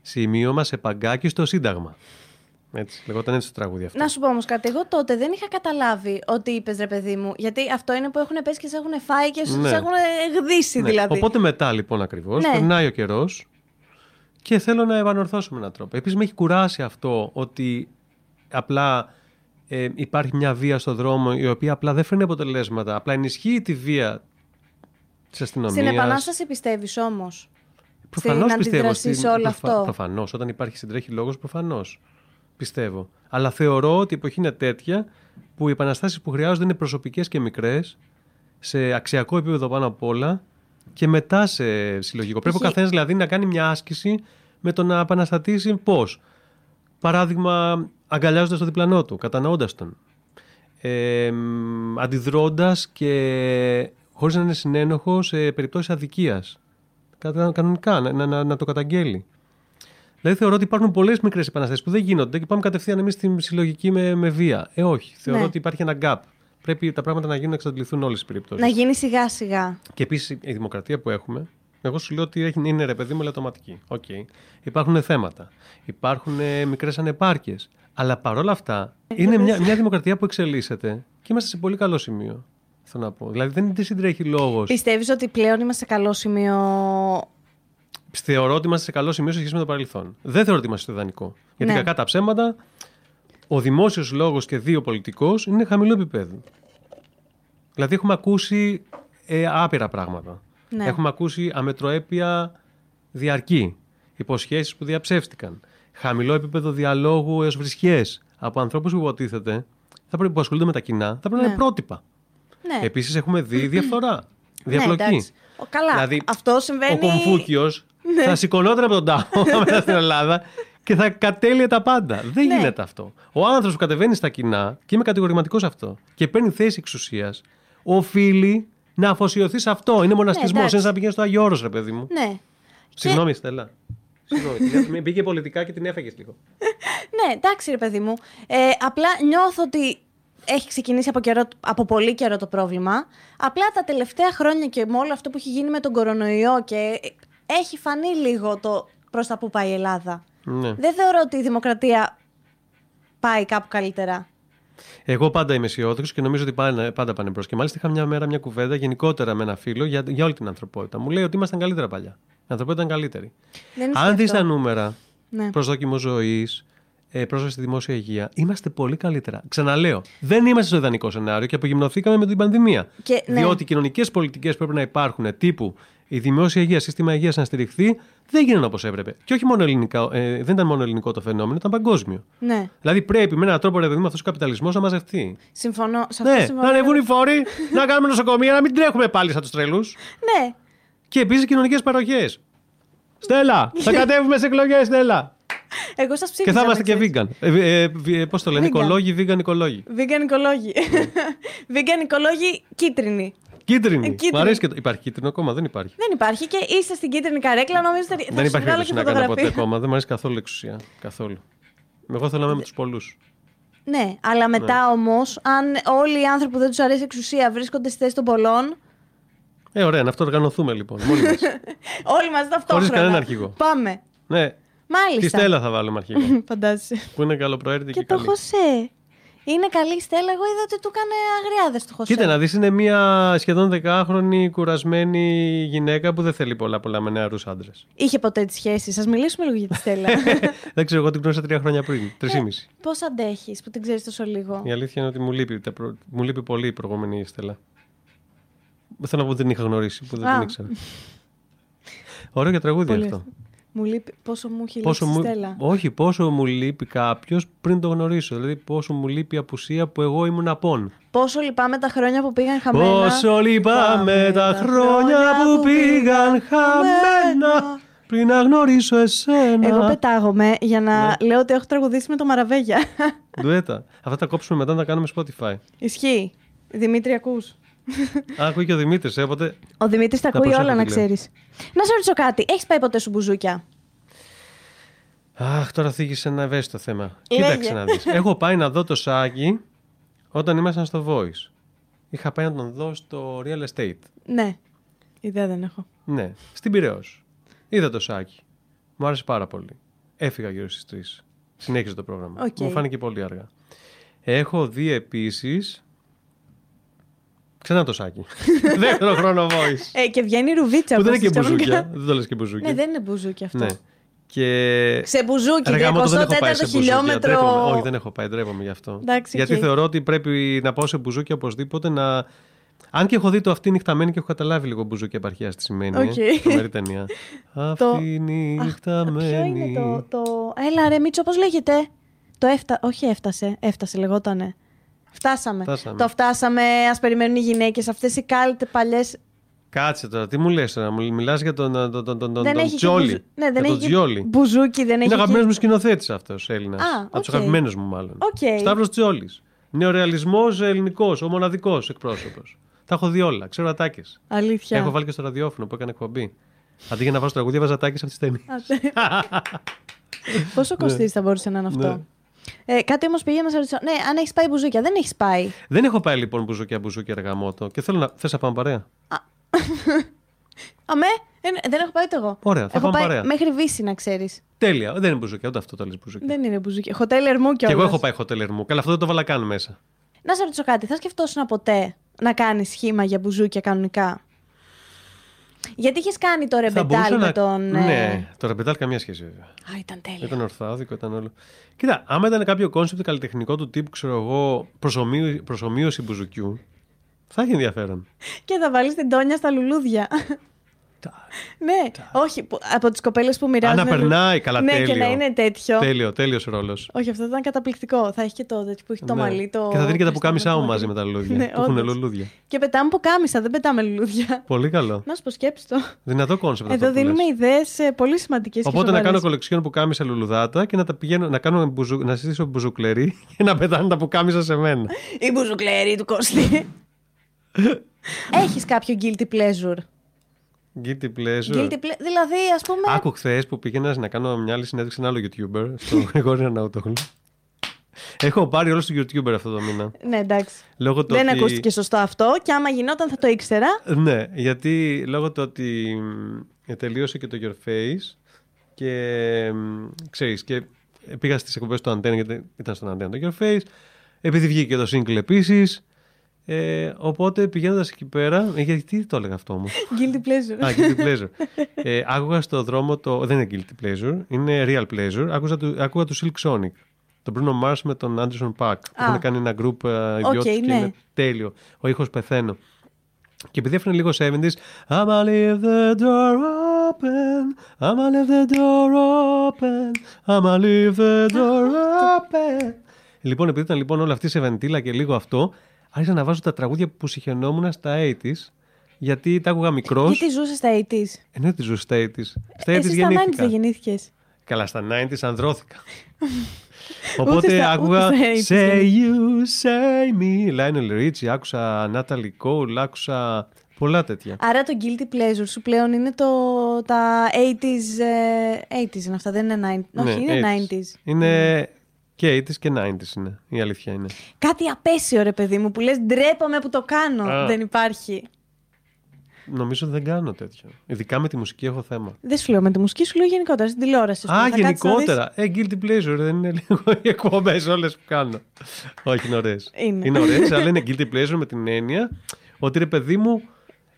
B: «Σημείωμα σε παγκάκι στο Σύνταγμα». Έτσι, λεγόταν έτσι το τραγούδι αυτό.
A: Να σου πω όμως κάτι. Εγώ τότε δεν είχα καταλάβει ότι είπες ρε παιδί μου. Γιατί αυτό είναι που έχουν πέσει και σε έχουν φάει και σε
B: Ναι.
A: έχουν γδίσει
B: Ναι.
A: δηλαδή.
B: Οπότε μετά λοιπόν ακριβώς,
A: Ναι.
B: περνάει ο καιρός και θέλω να επανορθώσω με έναν τρόπο. Επίσης με έχει κουράσει αυτό ότι απλά ε, υπάρχει μια βία στον δρόμο η οποία απλά δεν φέρνει αποτελέσματα. Απλά ενισχύει τη βία της αστυνομίας.
A: Στην επανάσταση πιστεύεις όμως. στην αντίδραση σε όλο αυτό.
B: Προφανώς. Όταν υπάρχει συντρέχει λόγος, προφανώς. Πιστεύω. Αλλά θεωρώ ότι η εποχή είναι τέτοια που οι επαναστάσεις που χρειάζονται είναι προσωπικές και μικρές, σε αξιακό επίπεδο πάνω απ' όλα και μετά σε συλλογικό. Πρέπει ο
A: Π.χ.
B: καθένας δηλαδή να κάνει μια άσκηση με το να επαναστατήσει πώς. Παράδειγμα, αγκαλιάζοντας τον διπλανό του, κατανοώντας τον. Ε, μ, αντιδρώντας και χωρίς να είναι συνένοχος σε περιπτώσεις αδικίας. Κατα- Κανονικά, να, να- να, να το καταγγέλει. Δηλαδή θεωρώ ότι υπάρχουν πολλές μικρές επαναστάσεις που δεν γίνονται και πάμε κατευθείαν εμείς στην συλλογική με, με βία. Ε, όχι. Θεωρώ
A: Ναι.
B: ότι υπάρχει ένα gap. Πρέπει τα πράγματα να γίνουν να εξαντληθούν όλες τις περιπτώσεις.
A: Να γίνει σιγά σιγά.
B: Και επίσης η δημοκρατία που έχουμε, εγώ σου λέω ότι έχει- είναι ρε παιδί μου ελαττωματική. Οκ. Υπάρχουν θέματα. Υπάρχουν μικρές ανεπάρκειες. Αλλά παρόλα αυτά είναι μια, μια δημοκρατία που εξελίσσεται και είμαστε σε πολύ καλό σημείο. Θέλω να πω. Δηλαδή δεν τη συντρέχει λόγος.
A: Πιστεύεις ότι πλέον είμαστε σε καλό σημείο.
B: Θεωρώ ότι είμαστε σε καλό σημείο σε σχέση με το παρελθόν. Δεν θεωρώ ότι είμαστε στο ιδανικό. Γιατί
A: Ναι.
B: κακά τα ψέματα, ο δημόσιος λόγος και δύο πολιτικός είναι χαμηλό επίπεδο. Δηλαδή έχουμε ακούσει ε, άπειρα πράγματα.
A: Ναι.
B: Έχουμε ακούσει αμετροέπεια διαρκή. Υποσχέσεις που διαψεύστηκαν. Χαμηλό επίπεδο διαλόγου έως βρισχέ από ανθρώπους που υποτίθεται θα πρέπει, που ασχολούνται με τα κοινά, θα πρέπει να
A: Ναι.
B: είναι πρότυπα.
A: Ναι.
B: Επίσης έχουμε δει διαφθορά. Διαπλοκή.
A: Ναι, εντάξει. Ο- Καλά.
B: Δηλαδή,
A: αυτό συμβαίνει. Ναι.
B: Ο Κομφούκιος θα σηκωνόταν από τον τάφο μετά στην Ελλάδα και θα κατέλειε τα πάντα. Δεν
A: Ναι.
B: γίνεται αυτό. Ο άνθρωπος που κατεβαίνει στα κοινά, και είμαι κατηγορηματικός σε αυτό, και παίρνει θέση εξουσίας, οφείλει να αφοσιωθεί σε αυτό. Είναι
A: Ναι,
B: μοναστισμό.
A: εντάξει.
B: είναι σαν να πηγαίνεις στο Άγιο Όρος, ρε παιδί μου.
A: Ναι.
B: Συγγνώμη, Στέλλα. Συγγνώμη. Την- Μπήκε πολιτικά και την έφαγες λίγο.
A: Ναι, εντάξει ρε παιδί μου. Ε, απλά νιώθω ότι έχει ξεκινήσει από, καιρό, από πολύ καιρό το πρόβλημα. Απλά τα τελευταία χρόνια και με όλο αυτό που έχει γίνει με τον κορονοϊό και ε, έχει φανεί λίγο το προς τα που πάει η Ελλάδα.
B: Ναι.
A: Δεν θεωρώ ότι η δημοκρατία πάει κάπου καλύτερα.
B: Εγώ πάντα είμαι αισιόδοξος και νομίζω ότι πάνε- πάντα πάνε μπρο. Και μάλιστα είχα μια μέρα μια κουβέντα γενικότερα με ένα φίλο για, για όλη την ανθρωπότητα. Μου λέει ότι ήμασταν καλύτερα παλιά. Η ανθρωπότητα ήταν καλύτερη.
A: Δεν είναι
B: Αν δεις
A: σκεφτό.
B: τα νούμερα,
A: Ναι.
B: προσδόκιμο ζωής, πρόσβαση στη δημόσια υγεία, είμαστε πολύ καλύτερα. Ξαναλέω, δεν είμαστε στο ιδανικό σενάριο και απογυμνοθήκαμε με την πανδημία.
A: Και- ναι.
B: Διότι οι κοινωνικές πολιτικές που πρέπει να υπάρχουν τύπου η δημόσια υγεία, σύστημα υγείας να στηριχθεί, δεν γίνανε όπως έπρεπε. Και όχι μόνο ελληνικά, ε, δεν ήταν μόνο ελληνικό το φαινόμενο, ήταν παγκόσμιο.
A: ναι.
B: Δηλαδή πρέπει με έναν τρόπο ρε παιδί μου αυτός ο καπιταλισμός να μαζευτεί.
A: Συμφωνώ. Σε αυτό
B: Ναι, να
A: συμφωνώ.
B: ανεβούν οι φόροι, να κάνουμε νοσοκομεία, να μην τρέχουμε πάλι σαν τους τρελούς.
A: Ναι.
B: Και επίσης κοινωνικές παροχές. Στέλλα, θα κατέβουμε σε εκλογές, Στέλλα.
A: Εγώ σας
B: Και
A: ψήφισα.
B: θα είμαστε και
A: ξέρεις.
B: vegan. Ε, Πώς το λένε,
A: Vegan.
B: οικολόγοι, vegan οικολόγοι.
A: Vegan οικολόγοι.
B: Ναι.
A: Vegan οικολόγοι Ε, κίτρινοι.
B: Κίτρινη.
A: κίτρινη.
B: Μ' αρέσει και το. Υπάρχει κίτρινο κόμμα, δεν υπάρχει.
A: Δεν υπάρχει και είστε στην κίτρινη καρέκλα. Νομίζω θα, θα
B: δεν
A: σου
B: υπάρχει
A: βγάλω
B: περίπτωση
A: και
B: να κάνω ποτέ
A: φωτογραφία.
B: κόμμα. Δεν μου αρέσει καθόλου η εξουσία. Καθόλου. Εγώ θέλω να είμαι με τους πολλούς.
A: Ναι, αλλά μετά όμως, αν όλοι οι άνθρωποι που δεν τους αρέσει η εξουσία βρίσκονται στη θέση των πολλών,
B: Ε, ωραία, να αυτοοργανωθούμε λοιπόν. Μόνοι μας.
A: όλοι μαζί ταυτόχρονα.
B: κανένα αρχηγό.
A: Πάμε.
B: ναι. Τη
A: Μάλιστα.
B: Στέλλα θα βάλουμε αρχικά.
A: Φαντάζεσαι.
B: που είναι καλοπροαίρετη και,
A: Και το
B: καλή.
A: Χωσέ. Είναι καλή η Στέλλα. Εγώ είδα ότι του έκανε αγριάδες του Χωσέ.
B: Κοίτα, να δεις είναι μια σχεδόν δεκάχρονη κουρασμένη γυναίκα που δεν θέλει πολλά πολλά με νεαρούς άντρες.
A: Είχε ποτέ τη σχέση. Σας μιλήσουμε λίγο για τη Στέλλα.
B: δεν ξέρω, εγώ την γνώρισα τρία χρόνια
A: Ε.
B: πριν, τρισήμιση.
A: Πώς αντέχεις που την ξέρεις τόσο λίγο.
B: Η αλήθεια είναι ότι μου λείπει, τα προ- μου λείπει πολύ η προηγούμενη η Στέλλα. Θέλω να πω ότι την είχα γνωρίσει, που δεν
A: Α.
B: την ήξερα. Ωραίο για τραγούδι
A: Πολύ
B: αυτό.
A: Μου λείπει. Πόσο μου έχει
B: Πόσο
A: λείψει η
B: μου...
A: Στέλλα.
B: Όχι, πόσο μου λείπει κάποιος πριν το γνωρίσω. Δηλαδή, πόσο μου λείπει η απουσία που εγώ ήμουν απόν.
A: Πόσο λυπάμαι τα χρόνια που πήγαν χαμένα.
B: Πόσο λυπάμαι τα χρόνια που πήγαν χαμένα πριν να γνωρίσω εσένα.
A: Εγώ πετάγομαι για να λέω ότι έχω τραγουδήσει με το Μαραβέγια.
B: Ντουέτα. Αυτά τα κόψουμε μετά να τα κάνουμε Spotify.
A: Ισχύει. Δημήτρη, ακούς.
B: Α, Ακούει και ο Δημήτρης, ε, οπότε.
A: Ο Δημήτρης τα
B: Να
A: ακούει όλα,
B: προσέχω
A: να
B: τι λέω.
A: ξέρεις. Να σε ρωτήσω κάτι. Έχεις πάει ποτέ σου μπουζούκια.
B: Αχ, τώρα θίγεις ένα ευαίσθητο θέμα.
A: Λέγε.
B: Κοίταξε να δεις. Έχω πάει να δω το Σάκη όταν ήμασταν στο Voice. Είχα πάει να τον δω στο Real Estate.
A: Ναι. Ιδέα δεν έχω.
B: Ναι, στην Πυραιός. Είδα το Σάκη. Μου άρεσε πάρα πολύ. Έφυγα γύρω στις 3. Συνέχιζε το πρόγραμμα.
A: Οκ.
B: Μου φάνηκε πολύ αργά. Έχω δει επίσης... Ξανά το Σάκη. Δεύτερο χρόνο voice.
A: Ε, και βγαίνει ρουβίτσα.
B: που δεν είναι
A: όπως
B: και
A: τους
B: μπουζούκια.
A: κανονικά.
B: δεν το λες και μπουζούκια.
A: Ναι, δεν είναι μπουζούκια αυτό.
B: Ναι. Και...
A: Σε μπουζούκι,
B: Ρε γάμο το, δεν έχω πάει
A: 24ο
B: σε μπουζούκια.
A: χιλιόμετρο.
B: Ντρέπομαι. Όχι, δεν έχω πάει, ντρέπομαι γι' αυτό.
A: Εντάξει,
B: Γιατί
A: οκ.
B: θεωρώ ότι πρέπει να πάω σε μπουζούκια οπωσδήποτε να. Αν και έχω δει το αυτή νυχταμένη και έχω καταλάβει λίγο μπουζούκια επαρχία τι σημαίνει.
A: Οκ.
B: Okay. Τρομερή ταινία. αυτή
A: Ποιο
B: νυχταμένη.
A: είναι το, το... Έλα ρε Μίτσο, πώς λέγεται. Το έφτα... Όχι έφτασε, έφτασε λεγότανε. Φτάσαμε.
B: Φτάσαμε.
A: Το φτάσαμε, ας περιμένουν οι γυναίκες, αυτές οι κάλτε παλιές...
B: Κάτσε τώρα, τι μου λες τώρα. Μου μιλάς για τον, τον, τον, τον, τον,
A: δεν
B: τον
A: έχει και
B: Τζιόλι.
A: μπουζου- Ναι, δεν
B: για τον
A: έχει και
B: Τζιόλι.
A: μπουζούκι, δεν
B: Είναι
A: έχει
B: αγαπημένος
A: και...
B: μου σκηνοθέτης αυτός Έλληνας.
A: Α,
B: Από τους
A: οκ.
B: αγαπημένους μου μάλλον.
A: Οκ.
B: Σταύρος Τζιόλη. Νεορεαλισμός ελληνικός, ο μοναδικός εκπρόσωπος. Τα έχω δει όλα, ξέρω ατάκες.
A: Αλήθεια.
B: Έχω βάλει και στο ραδιόφωνο που έκανε εκπομπή. Αντί για να βάζω τραγούδια, βάζα τάκες από τι ταινίε.
A: Α, τε- Πόσο κοστίζει θα μπορούσε να είναι
B: Ναι.
A: αυτό. Ε, κάτι όμως πήγε να σε ρωτήσω. Ναι, αν έχεις πάει μπουζούκια, δεν έχεις πάει.
B: Δεν έχω πάει λοιπόν μπουζούκια μπουζούκια εργαμότο και θέλω να. Θες να πάμε παρέα.
A: Αμέ, ε, ναι, δεν έχω πάει ούτε εγώ.
B: Ωραία, θα
A: έχω
B: πάμε
A: πάει
B: παρέα.
A: μέχρι βύση, να ξέρεις.
B: Τέλεια. Δεν είναι μπουζούκια, ούτε αυτό το λες μπουζούκια.
A: Δεν είναι μπουζούκια. Χοτέλ Ερμού
B: και
A: κιόλα.
B: εγώ έχω πάει hotel μου. Καλά, αυτό δεν το βάλα καν μέσα.
A: Να σε ρωτήσω κάτι, θα σκεφτόσουν ποτέ να κάνεις σχήμα για μπουζούκια κανονικά. Γιατί είχες κάνει το ρεμπετάλ με τον. ε,
B: Ναι, το ρεμπετάλ καμία σχέση βέβαια.
A: Α, ήταν τέλειο.
B: Ήταν ορθάδικο, ήταν όλο. Κοίτα, άμα ήταν κάποιο κόνσεπτ καλλιτεχνικό του τύπου, ξέρω εγώ, προσωμείω- προσωμείωση μπουζουκιού, θα έχει ενδιαφέρον.
A: Και θα βάλεις την τόνια στα λουλούδια. ναι, όχι, που- από τις κοπέλες που μοιράζουν.
B: Αν να περνάει, καλά,
A: Ναι,
B: τέλειο.
A: και να είναι τέτοιο.
B: Τέλειο, τέλειος ρόλος.
A: Όχι, αυτό ήταν καταπληκτικό. Θα έχει και το τέτοιο που έχει το
B: Ναι.
A: μαλλί. Το...
B: Και θα δίνει και τα
A: το
B: πουκάμισά μου
A: στόμα, το
B: μαζί με
A: μαλλί.
B: τα λουλούδια.
A: Ναι,
B: που έχουν
A: όντως.
B: λουλούδια.
A: Και πετάμε πουκάμισα, δεν πετάμε λουλούδια.
B: Πολύ καλό.
A: Να σου πω σκέψη το.
B: Δυνατό κόνσεπτ. αυτό
A: Εδώ
B: που λες.
A: δίνουμε ιδέε πολύ σημαντικές.
B: Οπότε να κάνω κολεξιόν που κάμισα λουλουδάτα και να τα πηγαίνω, να, κάνω μπουζου, να συστήσω μπουζουκλερί και να πετάνε τα που κάμισα σε μένα.
A: Η μπουζουκλέρη του Κώστη. Έχεις κάποιο guilty pleasure.
B: Guilty pleasure.
A: Guilty ple- Δηλαδή, ας πούμε.
B: Άκου χθες που πήγαινα να κάνω μια άλλη συνέντευξη σε ένα άλλο YouTuber, στον Γρηγόρη Αναούτογλου. Έχω πάρει όλο τους YouTuber αυτό το μήνα.
A: Ναι, εντάξει.
B: Λόγω του
A: Δεν
B: ότι...
A: ακούστηκε σωστό αυτό και άμα γινόταν θα το ήξερα.
B: Ναι, γιατί λόγω του ότι μ, τελείωσε και το Your Face και μ, ξέρεις και πήγα στις εκπομπές του Antenna γιατί ήταν στον Antenna το Your Face επειδή βγήκε και το single επίσης ε, οπότε πηγαίνοντας εκεί πέρα ε, γιατί το έλεγα αυτό μου
A: Guilty pleasure.
B: Α, guilty pleasure. ε, άκουγα στο δρόμο το. Δεν είναι guilty pleasure, είναι real pleasure. Άκουσα του, άκουγα του Silk Sonic. Τον Bruno Mars με τον Anderson Paak.
A: Α.
B: Έχουν κάνει ένα group ε, ιδιώτες
A: Οκ,
B: και
A: ναι.
B: είναι τέλειο. Ο ήχος πεθαίνω. Και επειδή έφερε λίγο 70s, I'ma leave the door open, I'ma leave the door open, I'ma leave the door open. Λοιπόν, επειδή ήταν λοιπόν όλα αυτή σε βεντίλα και λίγο αυτό, άρχισα να βάζω τα τραγούδια που συχαινόμουν στα 80s, γιατί τα άκουγα μικρός.
A: Γιατί ζούσες στα 80s.
B: Ενώ Ε, ναι, τη ζω στα 80s. Στα 80s
A: Εσύ στα 90s
B: γεννήθηκα.
A: δεν γεννήθηκες.
B: Καλά, στα 90s ανδρώθηκα.
A: Ούτε
B: Οπότε
A: στα-
B: άκουγα
A: ούτε στα 80s
B: Say
A: γεννήθηκα.
B: you, say me. Lionel Richie, άκουσα Natalie Cole, άκουσα πολλά τέτοια.
A: Άρα το guilty pleasure σου πλέον είναι το, τα 80s, ε, 80s είναι αυτά, δεν είναι 90s. Όχι, είναι Ναι.
B: 80s.
A: 90s.
B: Ναι, Είναι και 80s και 90s είναι. Η αλήθεια είναι.
A: Κάτι απέσιο ρε παιδί μου που λες ντρέπομαι που το κάνω.
B: Α.
A: Δεν υπάρχει.
B: Νομίζω δεν κάνω τέτοιο. Ειδικά με τη μουσική έχω θέμα.
A: Δεν σου λέω με τη μουσική, σου λέω γενικότερα στην τηλεόραση. ας
B: Α,
A: πούμε. Θα κάτσεις να δεις-
B: γενικότερα. Ε, guilty pleasure δεν είναι λίγο οι εκπομπές όλες που κάνω. Όχι, είναι ωραίες.
A: Είναι.
B: ωραίες, αλλά είναι guilty pleasure με την έννοια ότι ρε παιδί μου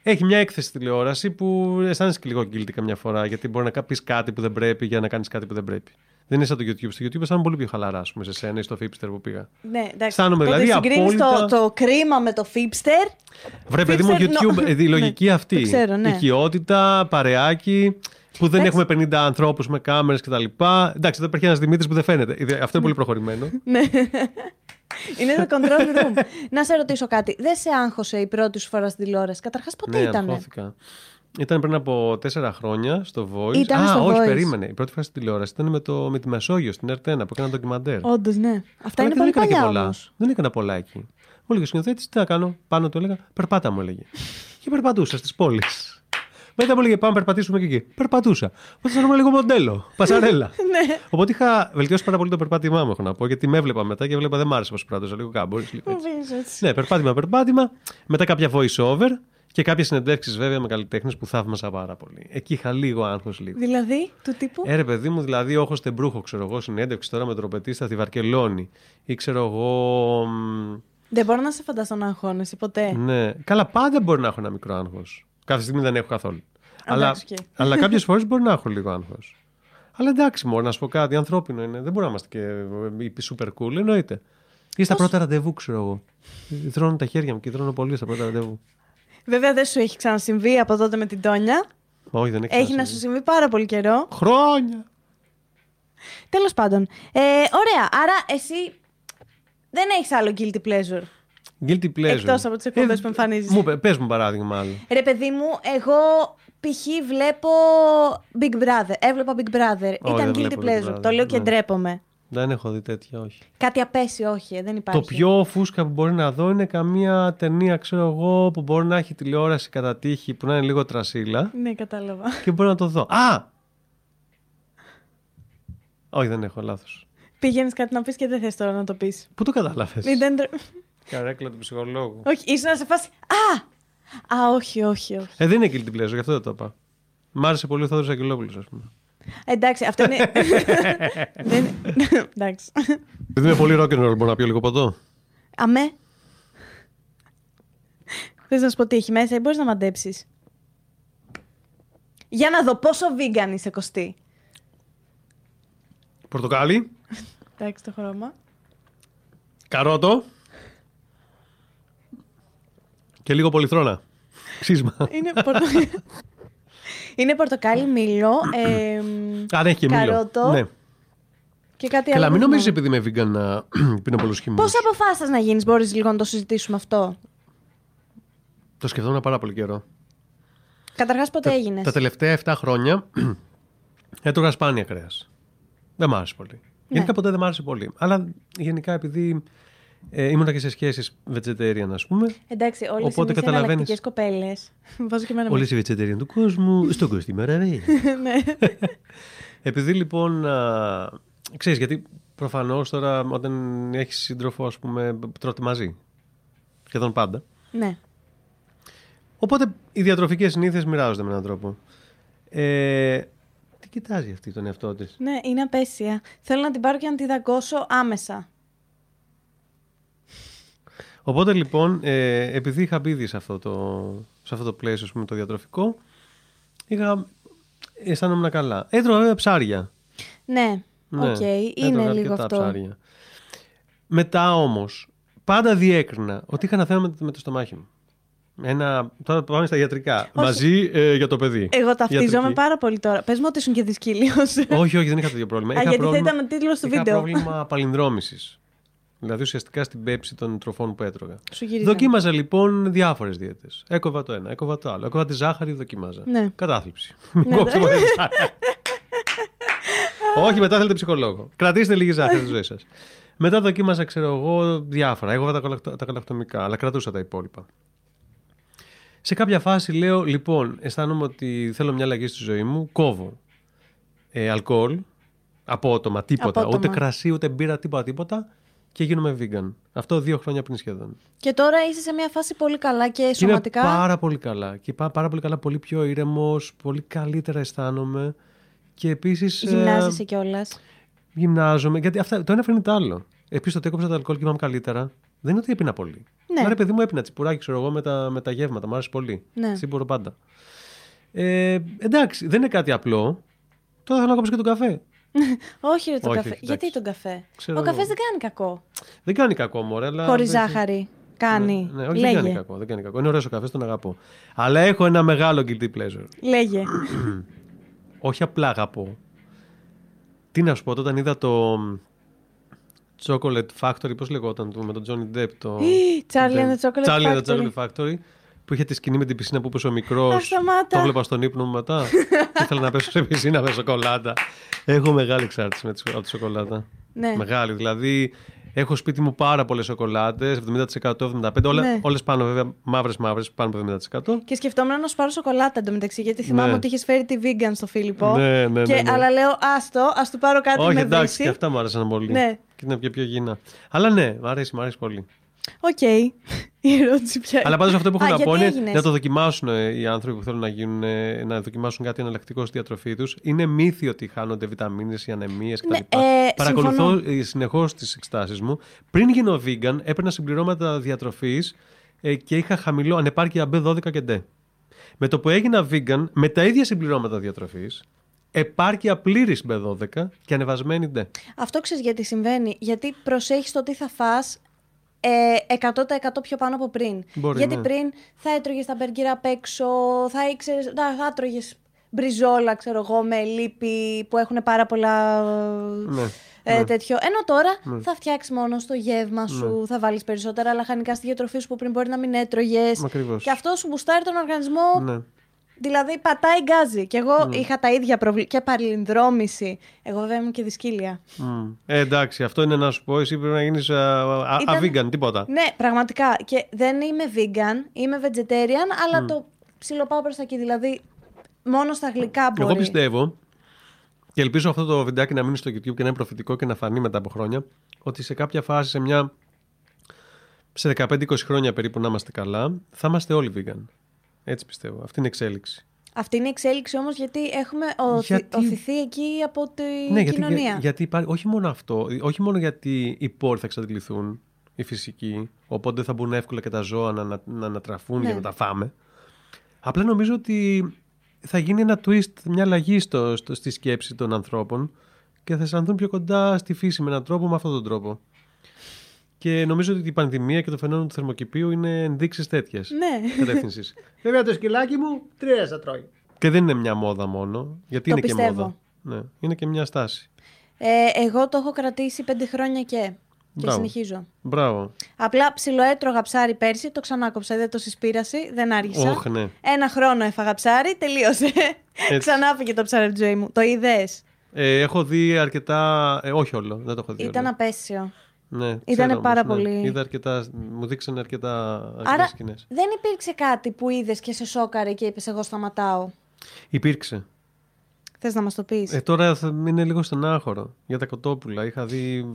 B: έχει μια έκθεση τηλεόραση που αισθάνεσαι και λίγο guilty καμιά φορά γιατί μπορεί να πεις κάτι που δεν πρέπει για να κάνεις κάτι που δεν πρέπει. Δεν είναι σαν το YouTube. Στο YouTube αισθάνομαι πολύ πιο χαλαρά, ας πούμε, σε σένα ή στο Fipster που πήγα.
A: Ναι, εντάξει.
B: Αισθάνομαι,
A: Πότε
B: δηλαδή,
A: συγκρίνεις
B: απόλυτα-
A: το, το κρίμα με το Fipster.
B: Βρε, παιδί μου,
A: Fipster,
B: YouTube,
A: no.
B: ε, η λογική
A: Ναι,
B: αυτή.
A: το ξέρω, ναι.
B: Οικειότητα, παρεάκι. Που δεν
A: Εντάξει.
B: έχουμε 50 ανθρώπους με κάμερες κτλ. Εντάξει, εδώ υπάρχει ένας Δημήτρης που δεν φαίνεται. Ε, Αυτό είναι πολύ προχωρημένο.
A: Είναι το control room. να σε ρωτήσω κάτι. Δεν σε άγχωσε η πρώτη σου φορά στην τηλεόραση. Καταρχάς, ποτέ
B: ναι,
A: ήταν.
B: αγχώθηκα. Ήταν πριν από τέσσερα χρόνια στο Voice.
A: Ήταν
B: Α,
A: στο
B: όχι,
A: Voice.
B: περίμενε. Η πρώτη φορά στην τηλεόραση ήταν με, το, με τη Μεσόγειο στην ΕΡΤ1 που έκανα ντοκιμαντέρ.
A: Όντως, ναι. Αυτά
B: Αλλά
A: είναι
B: και δεν
A: πολύ
B: έκανα και
A: παλιά
B: πολλά.
A: όμως.
B: Δεν έκανα πολλά εκεί. Μου έλεγε ο σκηνοθέτης, τι να κάνω. Πάνω του έλεγα, περπάτα μου έλεγε. Και περπατούσα στις πόλεις. Μετά μου έλεγε, πάμε περπατήσουμε και εκεί. Περπατούσα. Οπότε ήταν λίγο μοντέλο. Πασαρέλα.
A: Ναι.
B: Οπότε είχα βελτιώσει πάρα πολύ το περπάτημά μου, έχω να πω, γιατί με έβλεπα μετά και βλέπα δεν μ' άρεσε πώς περπατούσα. Λίγο κάμπο.
A: Μου πεις έτσι.
B: Ναι, περπάτημα, περπάτημα. Μετά κάποια voice over και κάποιες συνεντεύξεις βέβαια με καλλιτέχνες που θαύμασα πάρα πολύ. Εκεί είχα λίγο άγχος λίγο.
A: Δηλαδή, του τύπου.
B: Ε, ρε παιδί μου, δηλαδή, όχο τεμπρούχο, ξέρω εγώ, συνέντευξη τώρα με τον τροπετίστα στη Βαρκελόνη. Ή ξέρω εγώ. μ,
A: Δεν μπορώ να σε φανταστώ να αγχώνεσαι ποτέ.
B: Ναι. Καλά, πάντα μπορεί να έχω ένα μικρό άγχος. Κάθε στιγμή δεν έχω καθόλου. Αλλά,
A: Εντάξει, οκ.
B: αλλά κάποιες φορές μπορεί να έχω λίγο άγχος. Αλλά εντάξει, μόνο να σου πω κάτι, ανθρώπινο είναι. Δεν μπορούμε να είμαστε και ε, super cool, εννοείται. Ή στα πρώτα ραντεβού, ξέρω εγώ. Τρώνω τα χέρια μου και τρώνω πολύ στα πρώτα ραντεβού.
A: Βέβαια, δεν σου έχει ξανασυμβεί από τότε με την Τόνια.
B: Μα όχι, δεν έχει.
A: Έχει να
B: ξανασυμβεί.
A: σου συμβεί πάρα πολύ καιρό.
B: Χρόνια!
A: Τέλος πάντων. Ε, ωραία. Άρα, εσύ δεν έχεις άλλο guilty pleasure.
B: Guilty pleasure. Ε,
A: Εκτός από τις εκπομπές που εμφανίζεσαι.
B: Μου, πε- πες μου παράδειγμα άλλο.
A: Ρε παιδί μου, εγώ π.χ. βλέπω Big Brother. Έβλεπα Big Brother.
B: Όχι,
A: Ήταν
B: δεν
A: guilty
B: βλέπω Big
A: pleasure.
B: Brother,
A: Το λέω και
B: ναι.
A: ντρέπομαι.
B: Δεν έχω δει τέτοια, όχι.
A: Κάτι απέσει, όχι, ε, δεν υπάρχει.
B: Το πιο φούσκα που μπορεί να δω είναι καμία ταινία, ξέρω εγώ, που μπορεί να έχει τηλεόραση κατά τύχη, που να είναι λίγο τρασίλα
A: Ναι, κατάλαβα.
B: και μπορώ να το δω. Α! Όχι, δεν έχω, λάθος.
A: Πήγαινε κάτι να πεις και δεν θες τώρα να το πεις.
B: Πού το κατάλαβες.
A: Δεν... ντρε-
B: Καρέκλα του ψυχολόγου.
A: όχι, ήσουν να σε φάσει. Α! Α, όχι, όχι, όχι.
B: Ε, δεν είναι guilty pleasure, γι' αυτό δεν το είπα. Μ' άρεσε πολύ ο Θόδωρος Αγγελόπουλος, ας πούμε.
A: Εντάξει, αυτό είναι. δεν... Εντάξει.
B: Επειδή είμαι πολύ rock and roll, μπορώ να πιω λίγο ποτό.
A: Αμέ. Θες να σου πω τι έχει μέσα ή μπορείς να μαντέψεις. Για να δω πόσο vegan είσαι, Κωστή.
B: Πορτοκάλι,
A: Εντάξει, το χρώμα.
B: καρότο και λίγο πολυθρόνα. Ξύσμα.
A: Είναι, πορτο... είναι πορτοκάλι, μήλο εμ,
B: Α, δεν έχει και μήλο.
A: Καρότο.
B: Ναι.
A: και κάτι άλλο.
B: Καλά, μην
A: δεν
B: νομίζεις
A: θυμάμαι.
B: επειδή είμαι vegan να πίνω πολλούς χυμούς.
A: Πώς αποφάσισες να γίνεις, μπορείς λίγο να το συζητήσουμε αυτό.
B: Το σκεφτόμουν πάρα πολύ καιρό.
A: Καταρχάς πότε έγινες.
B: Τα τελευταία 7 χρόνια έτρωγα σπάνια κρέας. Δεν μ' άρεσε
A: Ναι.
B: πολύ. Γενικά ποτέ δεν μ' άρεσε πολύ. Αλλά γενικά επειδή ε, ήμουν και σε σχέσεις vegetarian, ας πούμε.
A: Εντάξει, όλες
B: Οπότε
A: Οπότε εμείς
B: καταλαβαίνεις.
A: εναλλακτικές κοπέλες. Βάζω και εμένα
B: Όλες οι vegetarian του κόσμου, στον κόσμο,
A: μέσα. ναι.
B: Επειδή λοιπόν. Α, ξέρεις, γιατί προφανώς τώρα όταν έχεις σύντροφο, ας πούμε, τρώτε μαζί. Σχεδόν πάντα.
A: ναι.
B: Οπότε οι διατροφικές συνήθειες μοιράζονται με έναν τρόπο. Ε, τι κοιτάζει αυτή τον εαυτό της.
A: Ναι, είναι απέσια. Θέλω να την πάρω και να τη δαγκώσω άμεσα.
B: Οπότε λοιπόν, ε, επειδή είχα μπει ήδη σε αυτό το, σε αυτό το πλαίσιο, ας πούμε, το διατροφικό, είχα, αισθάνομαι καλά. Έτρωγα βέβαια ψάρια.
A: Ναι,
B: Ναι,
A: οκ,
B: έτρωγα
A: είναι λίγο
B: αρκετά
A: αυτό.
B: Ψάρια. Μετά όμως, πάντα διέκρινα ότι είχα ένα θέμα με το- με το στομάχι μου. Ένα, τώρα πάμε στα ιατρικά. Μαζί ε, για το παιδί.
A: Εγώ ταυτίζομαι
B: Ιατρική.
A: πάρα πολύ τώρα. Πες μου ότι ήσουν και δυσκύλιος.
B: Όχι, όχι, δεν είχα τέτοιο πρόβλημα.
A: Α,
B: είχα
A: γιατί θα
B: πρόβλημα...
A: ήταν ο τίτλος του
B: είχα
A: βίντεο.
B: πρόβλημα παλινδρόμηση. Δηλαδή ουσιαστικά στην πέψη των τροφών που έτρωγα.
A: Σου γύριζα.
B: Δοκίμαζα λοιπόν διάφορες δίαιτες. Έκοβα το ένα, έκοβα το άλλο. Έκοβα τη ζάχαρη, δοκίμαζα.
A: Ναι.
B: Κατάθλιψη. Μην κόψτε ποτέ τη ζάχαρη. Όχι, μετά θέλετε ψυχολόγο. Κρατήστε λίγη ζάχαρη στη ζωή σας. Μετά δοκίμαζα, ξέρω εγώ, διάφορα. Έκοβα τα, κολακτο- τα καλακτομικά, αλλά κρατούσα τα υπόλοιπα. Σε κάποια φάση λέω, λοιπόν, αισθάνομαι ότι θέλω μια αλλαγή στη ζωή μου. Κόβω ε, αλκοόλ, απότομα, τίποτα.
A: Απότομα.
B: Ούτε κρασί, ούτε μπύρα, τίποτα, τίποτα. Και γίνομαι vegan. Αυτό δύο χρόνια πριν σχεδόν.
A: Και τώρα είσαι σε μια φάση πολύ καλά και
B: Και είμαι
A: σωματικά.
B: πάρα πολύ καλά. Και πά, πάρα πολύ καλά, πολύ πιο ήρεμος, πολύ καλύτερα αισθάνομαι. Και επίσης. Ε,
A: Γυμνάζεσαι κιόλας.
B: γυμνάζομαι. Γιατί αυτά, το ένα φέρνει το άλλο. Επίσης, το έκοψα το αλκοόλ και είμαι καλύτερα. Δεν είναι ότι έπινα πολύ.
A: Ναι.
B: Άρα, παιδί μου, έπινα τσιπουράκι, ξέρω εγώ, με τα, με τα γεύματα. Μ' άρεσε πολύ.
A: Ναι.
B: Τσίπουρο πάντα. Ε, εντάξει, δεν είναι κάτι απλό. Τώρα θέλω να κόψω και τον καφέ.
A: Όχι, ρε, τον
B: Όχι,
A: καφέ.
B: όχι,
A: Γιατί
B: εντάξει.
A: τον καφέ.
B: Ξέρω
A: Ο
B: εγώ.
A: καφές δεν κάνει κακό.
B: Δεν κάνει κακό, μωρέ, αλλά.
A: Χωρίς
B: δεν-
A: ζάχαρη. Κάνει.
B: Ναι, ναι, όχι, δεν
A: Λέγε.
B: κάνει κακό. Δεν κάνει κακό. Είναι ωραίος ο καφές, τον αγαπώ. Αλλά έχω ένα μεγάλο guilty pleasure.
A: Λέγε.
B: όχι απλά αγαπώ. Τι να σου πω, όταν είδα το Chocolate Factory, πώς λεγόταν το, με τον Johnny Depp. Το...
A: Ή, Charlie and the Chocolate
B: Charlie and the
A: Factory.
B: Chocolate Factory, που είχε τη σκηνή με την πισίνα που πέσε ο μικρός.
A: Α, σταμάτα.
B: Το βλέπα στον ύπνο μου μετά. Και Ήθελα να πέσω σε πισίνα με σοκολάτα. Έχω μεγάλη εξάρτηση με τη, από τη σοκολάτα.
A: Ναι.
B: Μεγάλη. Δηλαδή, έχω σπίτι μου πάρα πολλές σοκολάτες, 70%, 75%. Όλα,
A: Ναι.
B: Όλες πάνω βέβαια, μαύρε-μαύρε, πάνω από 70%.
A: Και σκεφτόμουν να σου πάρω σοκολάτα εντωμεταξύ, γιατί θυμάμαι
B: Ναι.
A: ότι είχες φέρει τη vegan στο Φίλιππο.
B: Ναι, ναι,
A: και,
B: ναι, ναι.
A: Αλλά λέω, άστο, ας του πάρω κάτι
B: Όχι,
A: με
B: εντάξει,
A: δύση.
B: και αυτά μου άρεσαν πολύ.
A: Ναι.
B: Και ήταν πιο, πιο γήινα. Αλλά ναι, μου αρέσει, μου αρέσει πολύ.
A: Οκ. Η ερώτηση πια.
B: Αλλά πάντως αυτό που
A: Ε,
B: έχω
A: Α,
B: να
A: γιατί
B: πω είναι
A: έγινες?
B: να το δοκιμάσουν ε, οι άνθρωποι που θέλουν να, γίνουν, ε, να δοκιμάσουν κάτι εναλλακτικό στη διατροφή τους. Είναι μύθι ότι χάνονται βιταμίνες ή ανεμίες κτλ.
A: Ναι, ε,
B: Παρακολουθώ
A: συμφωνώ.
B: συνεχώς τις εξτάσει μου. Πριν γίνω vegan, έπαιρνα συμπληρώματα διατροφής ε, και είχα χαμηλό ανεπάρκεια B12 και D. Με το που έγινα vegan, με τα ίδια συμπληρώματα διατροφής, επάρκεια πλήρης B12 και ανεβασμένη D.
A: Αυτό ξέρεις γιατί συμβαίνει. Γιατί προσέχεις το τι θα φας ε, 100% πιο πάνω από πριν.
B: Μπορεί,
A: γιατί
B: ναι.
A: πριν θα έτρωγες τα μπεργκέρα απ' έξω, θα ήξερες. Θα έτρωγες μπριζόλα, ξέρω εγώ, με λίπη που έχουν πάρα πολλά. ε,
B: Ναι,
A: ε,
B: ναι.
A: τέτοιο. Ενώ τώρα θα φτιάξεις μόνο το γεύμα σου, θα βάλεις περισσότερα λαχανικά στη διατροφή σου που πριν μπορεί να μην έτρωγες.
B: Μα ακριβώς.
A: Και αυτό σου μπουστάρει τον οργανισμό
B: ναι.
A: Δηλαδή πατάει γκάζι. Και εγώ είχα τα ίδια προβλήματα. Και παλινδρόμηση. Εγώ βέβαια ήμουν και δυσκύλια.
B: Μμμ. Ε, εντάξει, αυτό είναι να σου πω. Εσύ πρέπει να ε, γίνει
A: Ήταν-
B: αβίγκαν, τίποτα.
A: Ναι, πραγματικά. Και δεν είμαι vegan, είμαι vegetarian, αλλά το ψιλοπάω προς τα εκεί. Δηλαδή, μόνο στα γλυκά μπορεί.
B: Εγώ πιστεύω και ελπίζω αυτό το βιντεάκι να μείνει στο YouTube και να είναι προφητικό και να φανεί μετά από χρόνια ότι σε κάποια φάση, σε μια. σε 15-20 χρόνια περίπου να είμαστε καλά, θα είμαστε όλοι vegan. Έτσι πιστεύω. Αυτή είναι η εξέλιξη.
A: Αυτή είναι η εξέλιξη όμως, γιατί έχουμε οθη...
B: Γιατί- Ναι,
A: οθηθεί εκεί από τη
B: γιατί,
A: κοινωνία.
B: για- γιατί υπάρχει, όχι μόνο αυτό, όχι μόνο γιατί οι πόροι θα εξαντληθούν, οι φυσικοί, οπότε θα μπουν εύκολα και τα ζώα να, να, να ανατραφούν
A: Ναι.
B: και να τα φάμε. Απλά νομίζω ότι θα γίνει ένα twist, μια αλλαγή στο, στο, στη σκέψη των ανθρώπων και θα αισθανθούν πιο κοντά στη φύση με έναν τρόπο, με αυτόν τον τρόπο. Και νομίζω ότι η πανδημία και το φαινόμενο του θερμοκηπίου είναι ενδείξεις τέτοιες
A: Ναι.
B: κατεύθυνσης.
C: Βέβαια το σκυλάκι μου τρία θα τρώει.
B: και δεν είναι μια μόδα μόνο, γιατί
A: Το
B: είναι και
A: πιστεύω.
B: μόδα. Ναι, είναι και μια στάση.
A: Ε, εγώ το έχω κρατήσει πέντε χρόνια και. Και
B: Μπράβο.
A: συνεχίζω.
B: Μπράβο.
A: Απλά ψιλοέτρωγα ψάρι πέρσι, το ξανάκοψα, δεν το συσπήρασε, δεν άργησα.
B: Όχ, ναι.
A: Ένα χρόνο έφαγα ψάρι, τελείωσε. Ξανά πήγε το ψάρι από τη ζωή μου. Το είδες.
B: Ε, έχω δει αρκετά. Ε, όχι όλο, δεν το έχω δει.
A: Ήταν
B: όλο.
A: απέσιο.
B: Ναι,
A: ήτανε
B: ξέρω
A: πάρα
B: όμως, ναι.
A: πολύ-
B: Είδα αρκετά, μου δείξανε αρκετά αρκετές
A: Άρα
B: σκηνές.
A: δεν υπήρξε κάτι που είδες και σε σόκαρε και είπες: Εγώ σταματάω.
B: Υπήρξε.
A: Θες να μας το πεις.
B: Ε, τώρα θα είναι λίγο στενάχωρο για τα κοτόπουλα. Είχα δει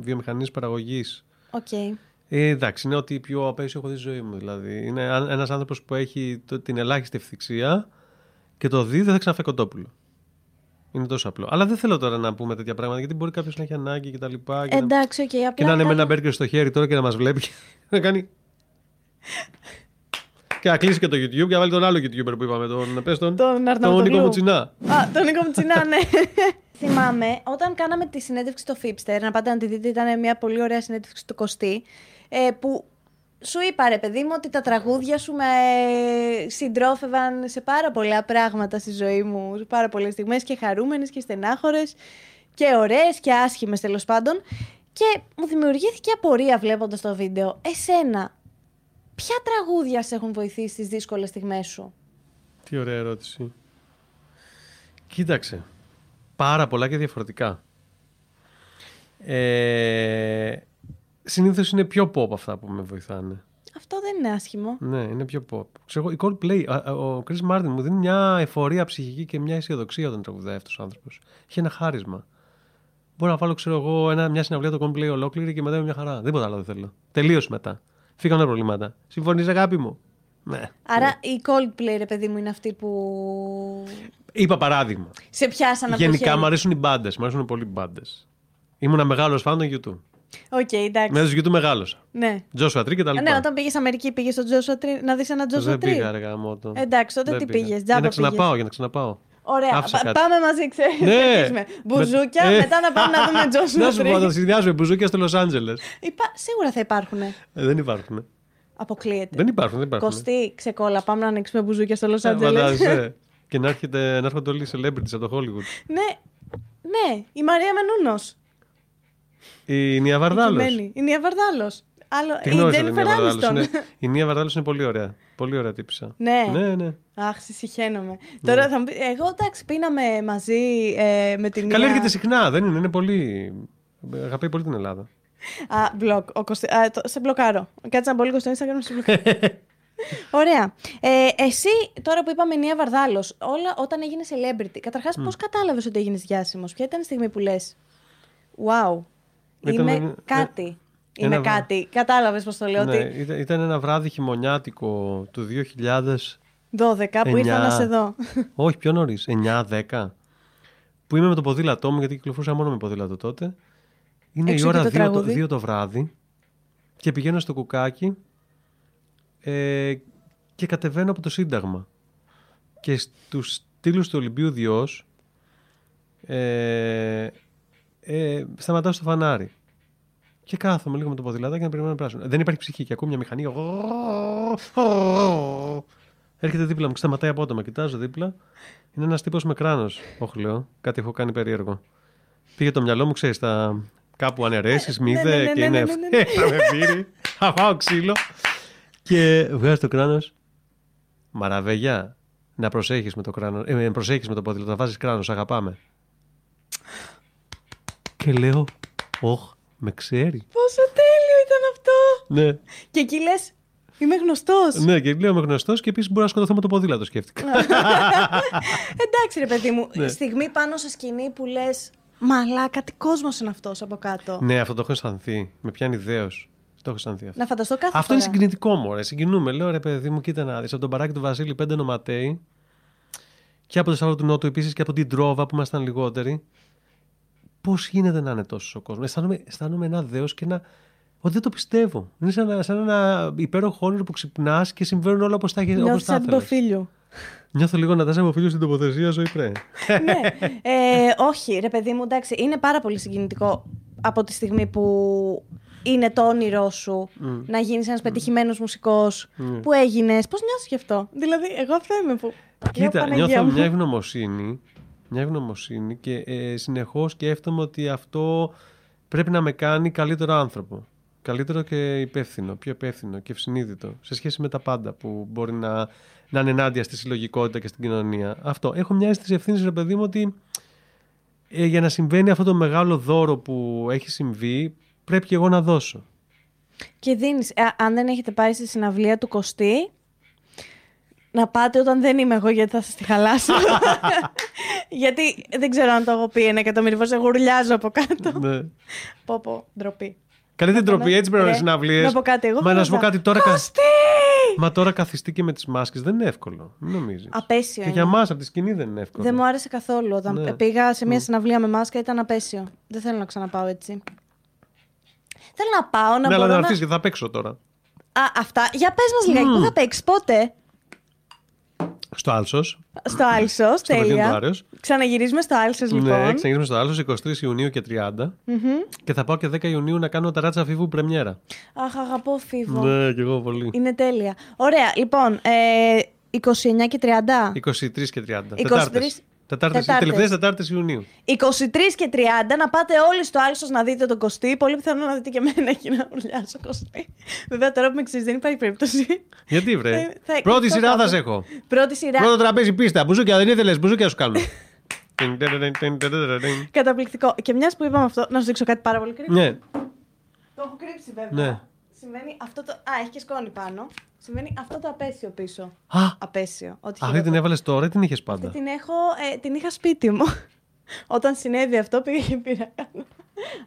B: βιομηχανίες παραγωγής.
A: Οκ.
B: Ε, εντάξει, είναι ότι πιο απέσιο έχω δει στη ζωή μου. Δηλαδή. Είναι ένας άνθρωπος που έχει το- την ελάχιστη ευθυξία και το δει δεν θα ξαναφάει κοτόπουλο. Είναι τόσο απλό. Αλλά δεν θέλω τώρα να πούμε τέτοια πράγματα γιατί μπορεί κάποιος να έχει ανάγκη και τα λοιπά. και να-
A: Εντάξει, οκ. απλά
B: Και να είναι με
A: κάνω-
B: ένα μπέργκερ στο χέρι τώρα και να μας βλέπει και να κάνει. και να κλείσει και το YouTube και να βάλει τον άλλο YouTuber που είπαμε, τον πες τον.
A: Τον Αρναούτογλου.
B: Νίκο Μουτσινά.
A: Α, τον Νίκο Μουτσινά, ναι. Θυμάμαι, όταν κάναμε τη συνέντευξη στο Fipster, να πάτε να τη δείτε, ήταν μια πολύ ωραία συνέντευξη του Κωστή, ε, που σου είπα ρε παιδί μου ότι τα τραγούδια σου με ε, συντρόφευαν σε πάρα πολλά πράγματα στη ζωή μου, σε πάρα πολλές στιγμές και χαρούμενες και στενάχωρες και ωραίες και άσχημες τέλος πάντων και μου δημιουργήθηκε απορία βλέποντας το βίντεο. Εσένα, ποια τραγούδια σε έχουν βοηθήσει στις δύσκολες στιγμές σου?
B: Τι ωραία ερώτηση. Κοίταξε. Πάρα πολλά και διαφορετικά. Ε, Συνήθως είναι πιο pop αυτά που με βοηθάνε.
A: Αυτό δεν είναι άσχημο.
B: Ναι, είναι πιο pop. Ξέρω, εγώ, η Coldplay, α, α, ο Chris Martin μου δίνει μια εφορία ψυχική και μια αισιοδοξία όταν τραγουδάει αυτός ο άνθρωπος. Έχει ένα χάρισμα. Μπορώ να βάλω, ξέρω εγώ, ένα, μια συναυλία του Coldplay ολόκληρη και μετά είμαι μια χαρά. Τίποτα άλλο δεν θέλω. Τελείωσε μετά. Φύγαμε τα προβλήματα. Συμφωνείς αγάπη μου. Ναι.
A: Άρα η Coldplay, ρε παιδί μου, είναι αυτή που
B: Είπα παράδειγμα.
A: σε πιάσαν από το
B: Γενικά
A: χέρι.
B: μου αρέσουν οι μπάντες. Μου αρέσουν πολύ οι μπάντες. Ήμουνα μεγάλος φαν των YouTube.
A: Οκ, εντάξει.
B: Με του YouTube μεγάλωσα.
A: Ναι.
B: Τζόσου Ατρί και τα λοιπά.
A: Ναι, όταν πήγες Αμερική, πήγες στο Joshua Tree να δεις ένα Joshua
B: Δεν πήγα,
A: Tree.
B: ρε γαμότο.
A: Εντάξει, τότε
B: Δεν
A: τι
B: πήγα.
A: πήγες,
B: Για
A: τζάμπα
B: να
A: πήγες.
B: ξαναπάω, για να ξαναπάω.
A: Ωραία.
B: Άφησα
A: πα-
B: κάτι.
A: Πάμε μαζί, ξέρεις.
B: Ναι.
A: Μπουζούκια,
B: Ε,
A: μετά να πάμε να δούμε
B: Να
A: Joshua
B: σου πω, θα
A: Tree.
B: συνδυάζουμε μπουζούκια στο Λο Άντζελε.
A: Υπά- Σίγουρα θα υπάρχουν.
B: Δεν υπάρχουν. ε.
A: Αποκλείεται.
B: Δεν υπάρχουν, δεν υπάρχουν.
A: Κωστή, ξεκόλα. Πάμε να ανοίξουμε μπουζούκια στο Los
B: Ε,
A: Angeles.
B: φαντάζεσαι. και να, έρχεται, να έρχονται όλοι οι celebrities από το Hollywood.
A: Ναι, ναι, η Μαρία Μενούνος.
B: Η Νία Βαρδάλο.
A: Κειμένη. Η Νία Βαρδάλος. Άλλο, ε,
B: Τη
A: η
B: γνώρισα την Νία
A: Jennifer
B: Βαρδάλο.
A: Aniston.
B: ναι. Η Νία Βαρδάλος είναι πολύ ωραία. Πολύ ωραία τύπησα.
A: Ναι.
B: ναι. ναι.
A: Αχ, συσυχαίνομαι. Τώρα θα μου πεις, εγώ εντάξει, πίναμε μαζί ε, με την.
B: Καλά
A: Νία-
B: έρχεται συχνά, δεν είναι. Είναι πολύ. Αγαπάει πολύ την Ελλάδα.
A: Α, μπλοκ. Ο Κωστη... Α, το... Σε μπλοκάρω. Κάτσε να μπω λίγο στο Instagram να σε μπλοκάρω. Ωραία. Ε, εσύ, τώρα που είπαμε Νία Βαρδάλος, όλα όταν έγινε celebrity, καταρχάς, πώς
B: Mm.
A: πώς κατάλαβες ότι έγινες διάσημος, Ποια ήταν η στιγμή που λες. Wow.
B: Ήταν
A: είμαι
B: ένα- ε,
A: κάτι.
B: ένα
A: Είμαι
B: βα-
A: κάτι. Κατάλαβες πώς το λέω.
B: Ναι,
A: Ότι
B: ήταν, ήταν ένα βράδυ χειμωνιάτικο του 2000.
A: 12 που ήρθα να
B: εννιά.
A: σε δω.
B: Όχι, πιο νωρίς. 9-10. Που είμαι με το ποδήλατό μου, γιατί κυκλοφορούσα μόνο με ποδήλατο τότε. Είναι
A: Έξω
B: η
A: και
B: ώρα
A: το
B: 2 το,
A: τραγούδι.
B: δύο το βράδυ και πηγαίνω στο κουκάκι ε, και κατεβαίνω από το Σύνταγμα. Και στους στήλους του Ολυμπίου Διός ε, ε, σταματάω στο φανάρι. Και κάθομαι λίγο με το ποδηλάτο και να περιμένω πράσινο. Δεν υπάρχει ψυχή και ακούω μια μηχανή. Έρχεται δίπλα μου, και σταματάει απότομα. Κοιτάζω δίπλα. Είναι ένας τύπος με κράνος. Όχι, λέω. Κάτι έχω κάνει περίεργο. Πήγε το μυαλό μου, ξέρεις, τα... κάπου αναιρέσεις, μη
A: ναι, ναι, ναι,
B: είδε και
A: ναι,
B: είναι.
A: ναι, ναι, ναι.
B: «Ε, Θα με πήρει. Θα πάω ξύλο. Και βγάζει το κράνος. Μαραβεγιά. Να προσέχεις με το κράνο. Ε, να προσέχεις με το ποδήλατο. Να βάζεις κράνος. Αγαπάμε. Και λέω, Ωχ, με ξέρει.
A: Πόσο τέλειο ήταν αυτό!
B: Ναι.
A: Και εκεί λες, είμαι γνωστός.
B: Ναι, και λέω είμαι γνωστός και επίσης μπορώ να σκοτωθώ με το ποδήλατο, σκέφτηκα.
A: Εντάξει, ρε παιδί μου,
B: Ναι.
A: στιγμή πάνω σε σκηνή που λες. Μαλάκα, τι κόσμος είναι αυτός από κάτω.
B: ναι, αυτό το έχω αισθανθεί. Με πιάνει ιδέως. Το έχω αισθανθεί αυτό.
A: Να φανταστώ κάθε
B: αυτό
A: φορά.
B: είναι συγκινητικό μου, ρε. Συγκινούμε. Λέω, ρε παιδί μου, κοίτα να δεις. Από τον παράκι του Βασίλη, πέντε νοματέοι. Και από το Σταύρο του Νότου επίσης και από την Τρόβα που ήμασταν λιγότεροι. Πώς γίνεται να είναι τόσος ο κόσμος. Αισθάνομαι, αισθάνομαι ένα δέος και ένα. Ότι δεν το πιστεύω. Είναι σαν, ένα- σαν ένα υπέροχο όνειρο που ξυπνάς και συμβαίνουν όλα όπως τα έχεις.
A: Νιώθεις σαν την Ποφίλιο.
B: Νιώθω λίγο να τάσαι από φίλου στην τοποθεσία ζωή πρέ.
A: ναι. Ε, όχι, ρε παιδί μου, εντάξει, είναι πάρα πολύ συγκινητικό από τη στιγμή που είναι το όνειρό σου
B: Mm.
A: να γίνεις ένας πετυχημένος μουσικός που έγινες. Πώς νιώθεις γι' αυτό. Δηλαδή, εγώ αυτό είμαι που... Λέω,
B: Κοίτα,
A: Παναγία
B: νιώθω
A: μου.
B: μια ευγνωμοσύνη, μια ευγνωμοσύνη και ε, συνεχώς σκέφτομαι ότι αυτό πρέπει να με κάνει καλύτερο άνθρωπο. Καλύτερο και υπεύθυνο, πιο υπεύθυνο και ευσυνείδητο σε σχέση με τα πάντα που μπορεί να, να είναι ενάντια στη συλλογικότητα και στην κοινωνία. Αυτό. Έχω μια αίσθηση ευθύνης, ρε παιδί μου, ότι ε, για να συμβαίνει αυτό το μεγάλο δώρο που έχει συμβεί, πρέπει και εγώ να δώσω.
A: Και δίνεις, ε, αν δεν έχετε πάει στη συναυλία του Κωστή, να πάτε όταν δεν είμαι εγώ γιατί θα σας τη χαλάσω. γιατί δεν ξέρω αν το έχω πει ένα εκατομμυριβώς, εγώ γουρλιάζω από κάτω.
B: ναι.
A: πω πω, ντροπή.
B: Καλή την τροπή,
A: Ναι.
B: έτσι πρέπει να είναι
A: Ρε,
B: συναυλίε.
A: Να πω κάτι εγώ.
B: Μα να σου πω
A: φωνάζα.
B: κάτι τώρα. κα-
A: Κωστή!
B: Μα τώρα καθιστεί και με τις μάσκες δεν είναι εύκολο. Μην νομίζεις.
A: Απέσιο
B: Και
A: είναι.
B: για εμά από τη σκηνή δεν είναι εύκολο.
A: Δεν μου άρεσε καθόλου. Όταν
B: Ναι.
A: πήγα σε μια συναυλία με μάσκα ήταν απέσιο. Δεν θέλω να ξαναπάω έτσι. Θέλω να πάω να
B: ναι, αλλά
A: μπορώ
B: να
A: να...
B: ρωτήσει και θα παίξω τώρα.
A: Α, αυτά. Για πες μας λιγάκι. Πού θα παίξεις, πότε.
B: Στο Άλσος.
A: Στο Άλσος,
B: Βαγγέλη
A: τέλεια.
B: του Άρεως.
A: Ξαναγυρίζουμε στο Άλσος, λοιπόν.
B: Ναι, ξαναγυρίζουμε στο Άλσος 23 Ιουνίου και 30. Και θα πάω και 10 Ιουνίου να κάνω ταράτσα φίβου πρεμιέρα.
A: Αχ, αγαπώ φίβο.
B: Ναι, και εγώ πολύ.
A: Είναι τέλεια. Ωραία, λοιπόν, ε, 29 και 30.
B: Ε- 23 και 30.
A: 23
B: Τετάρτες. Τετάρτες.
A: Τετάρτες.
B: Τελευταίες Τετάρτες Ιουνίου.
A: 23 και 30 να πάτε όλοι στο Άλσος να δείτε τον Κωστή. Πολύ πιθανό να δείτε και εμένα εκεί να ουρλιάσω Κωστή. Βέβαια τώρα που με ξέρεις δεν υπάρχει περίπτωση.
B: Γιατί βρε.
A: Ε, θα
B: Πρώτη
A: εκπληκτώ
B: σειρά θα
A: κάπου.
B: σε έχω.
A: Πρώτη σειρά.
B: Πρώτο τραπέζι πίστα. Μπουζούκια δεν ήθελες. Μπουζούκια σου κάνω.
A: Καταπληκτικό. Και μιας που είπαμε αυτό, να σου δείξω κάτι πάρα πολύ κρύβο.
B: Ναι,
A: Το έχω κρύψει βέβαια.
B: ναι.
A: Συμβαίνει αυτό το. Α, έχει και σκόνη πάνω. Συμβαίνει αυτό το απέσιο πίσω.
B: Α,
A: Απέσιο. Ό,τι
B: αυτή την
A: χειρότερο.
B: έβαλες τώρα ή την είχες πάντα.
A: Την έχω, ε, την είχα σπίτι μου. Όταν συνέβη αυτό, πήγα και πήρα άλλο.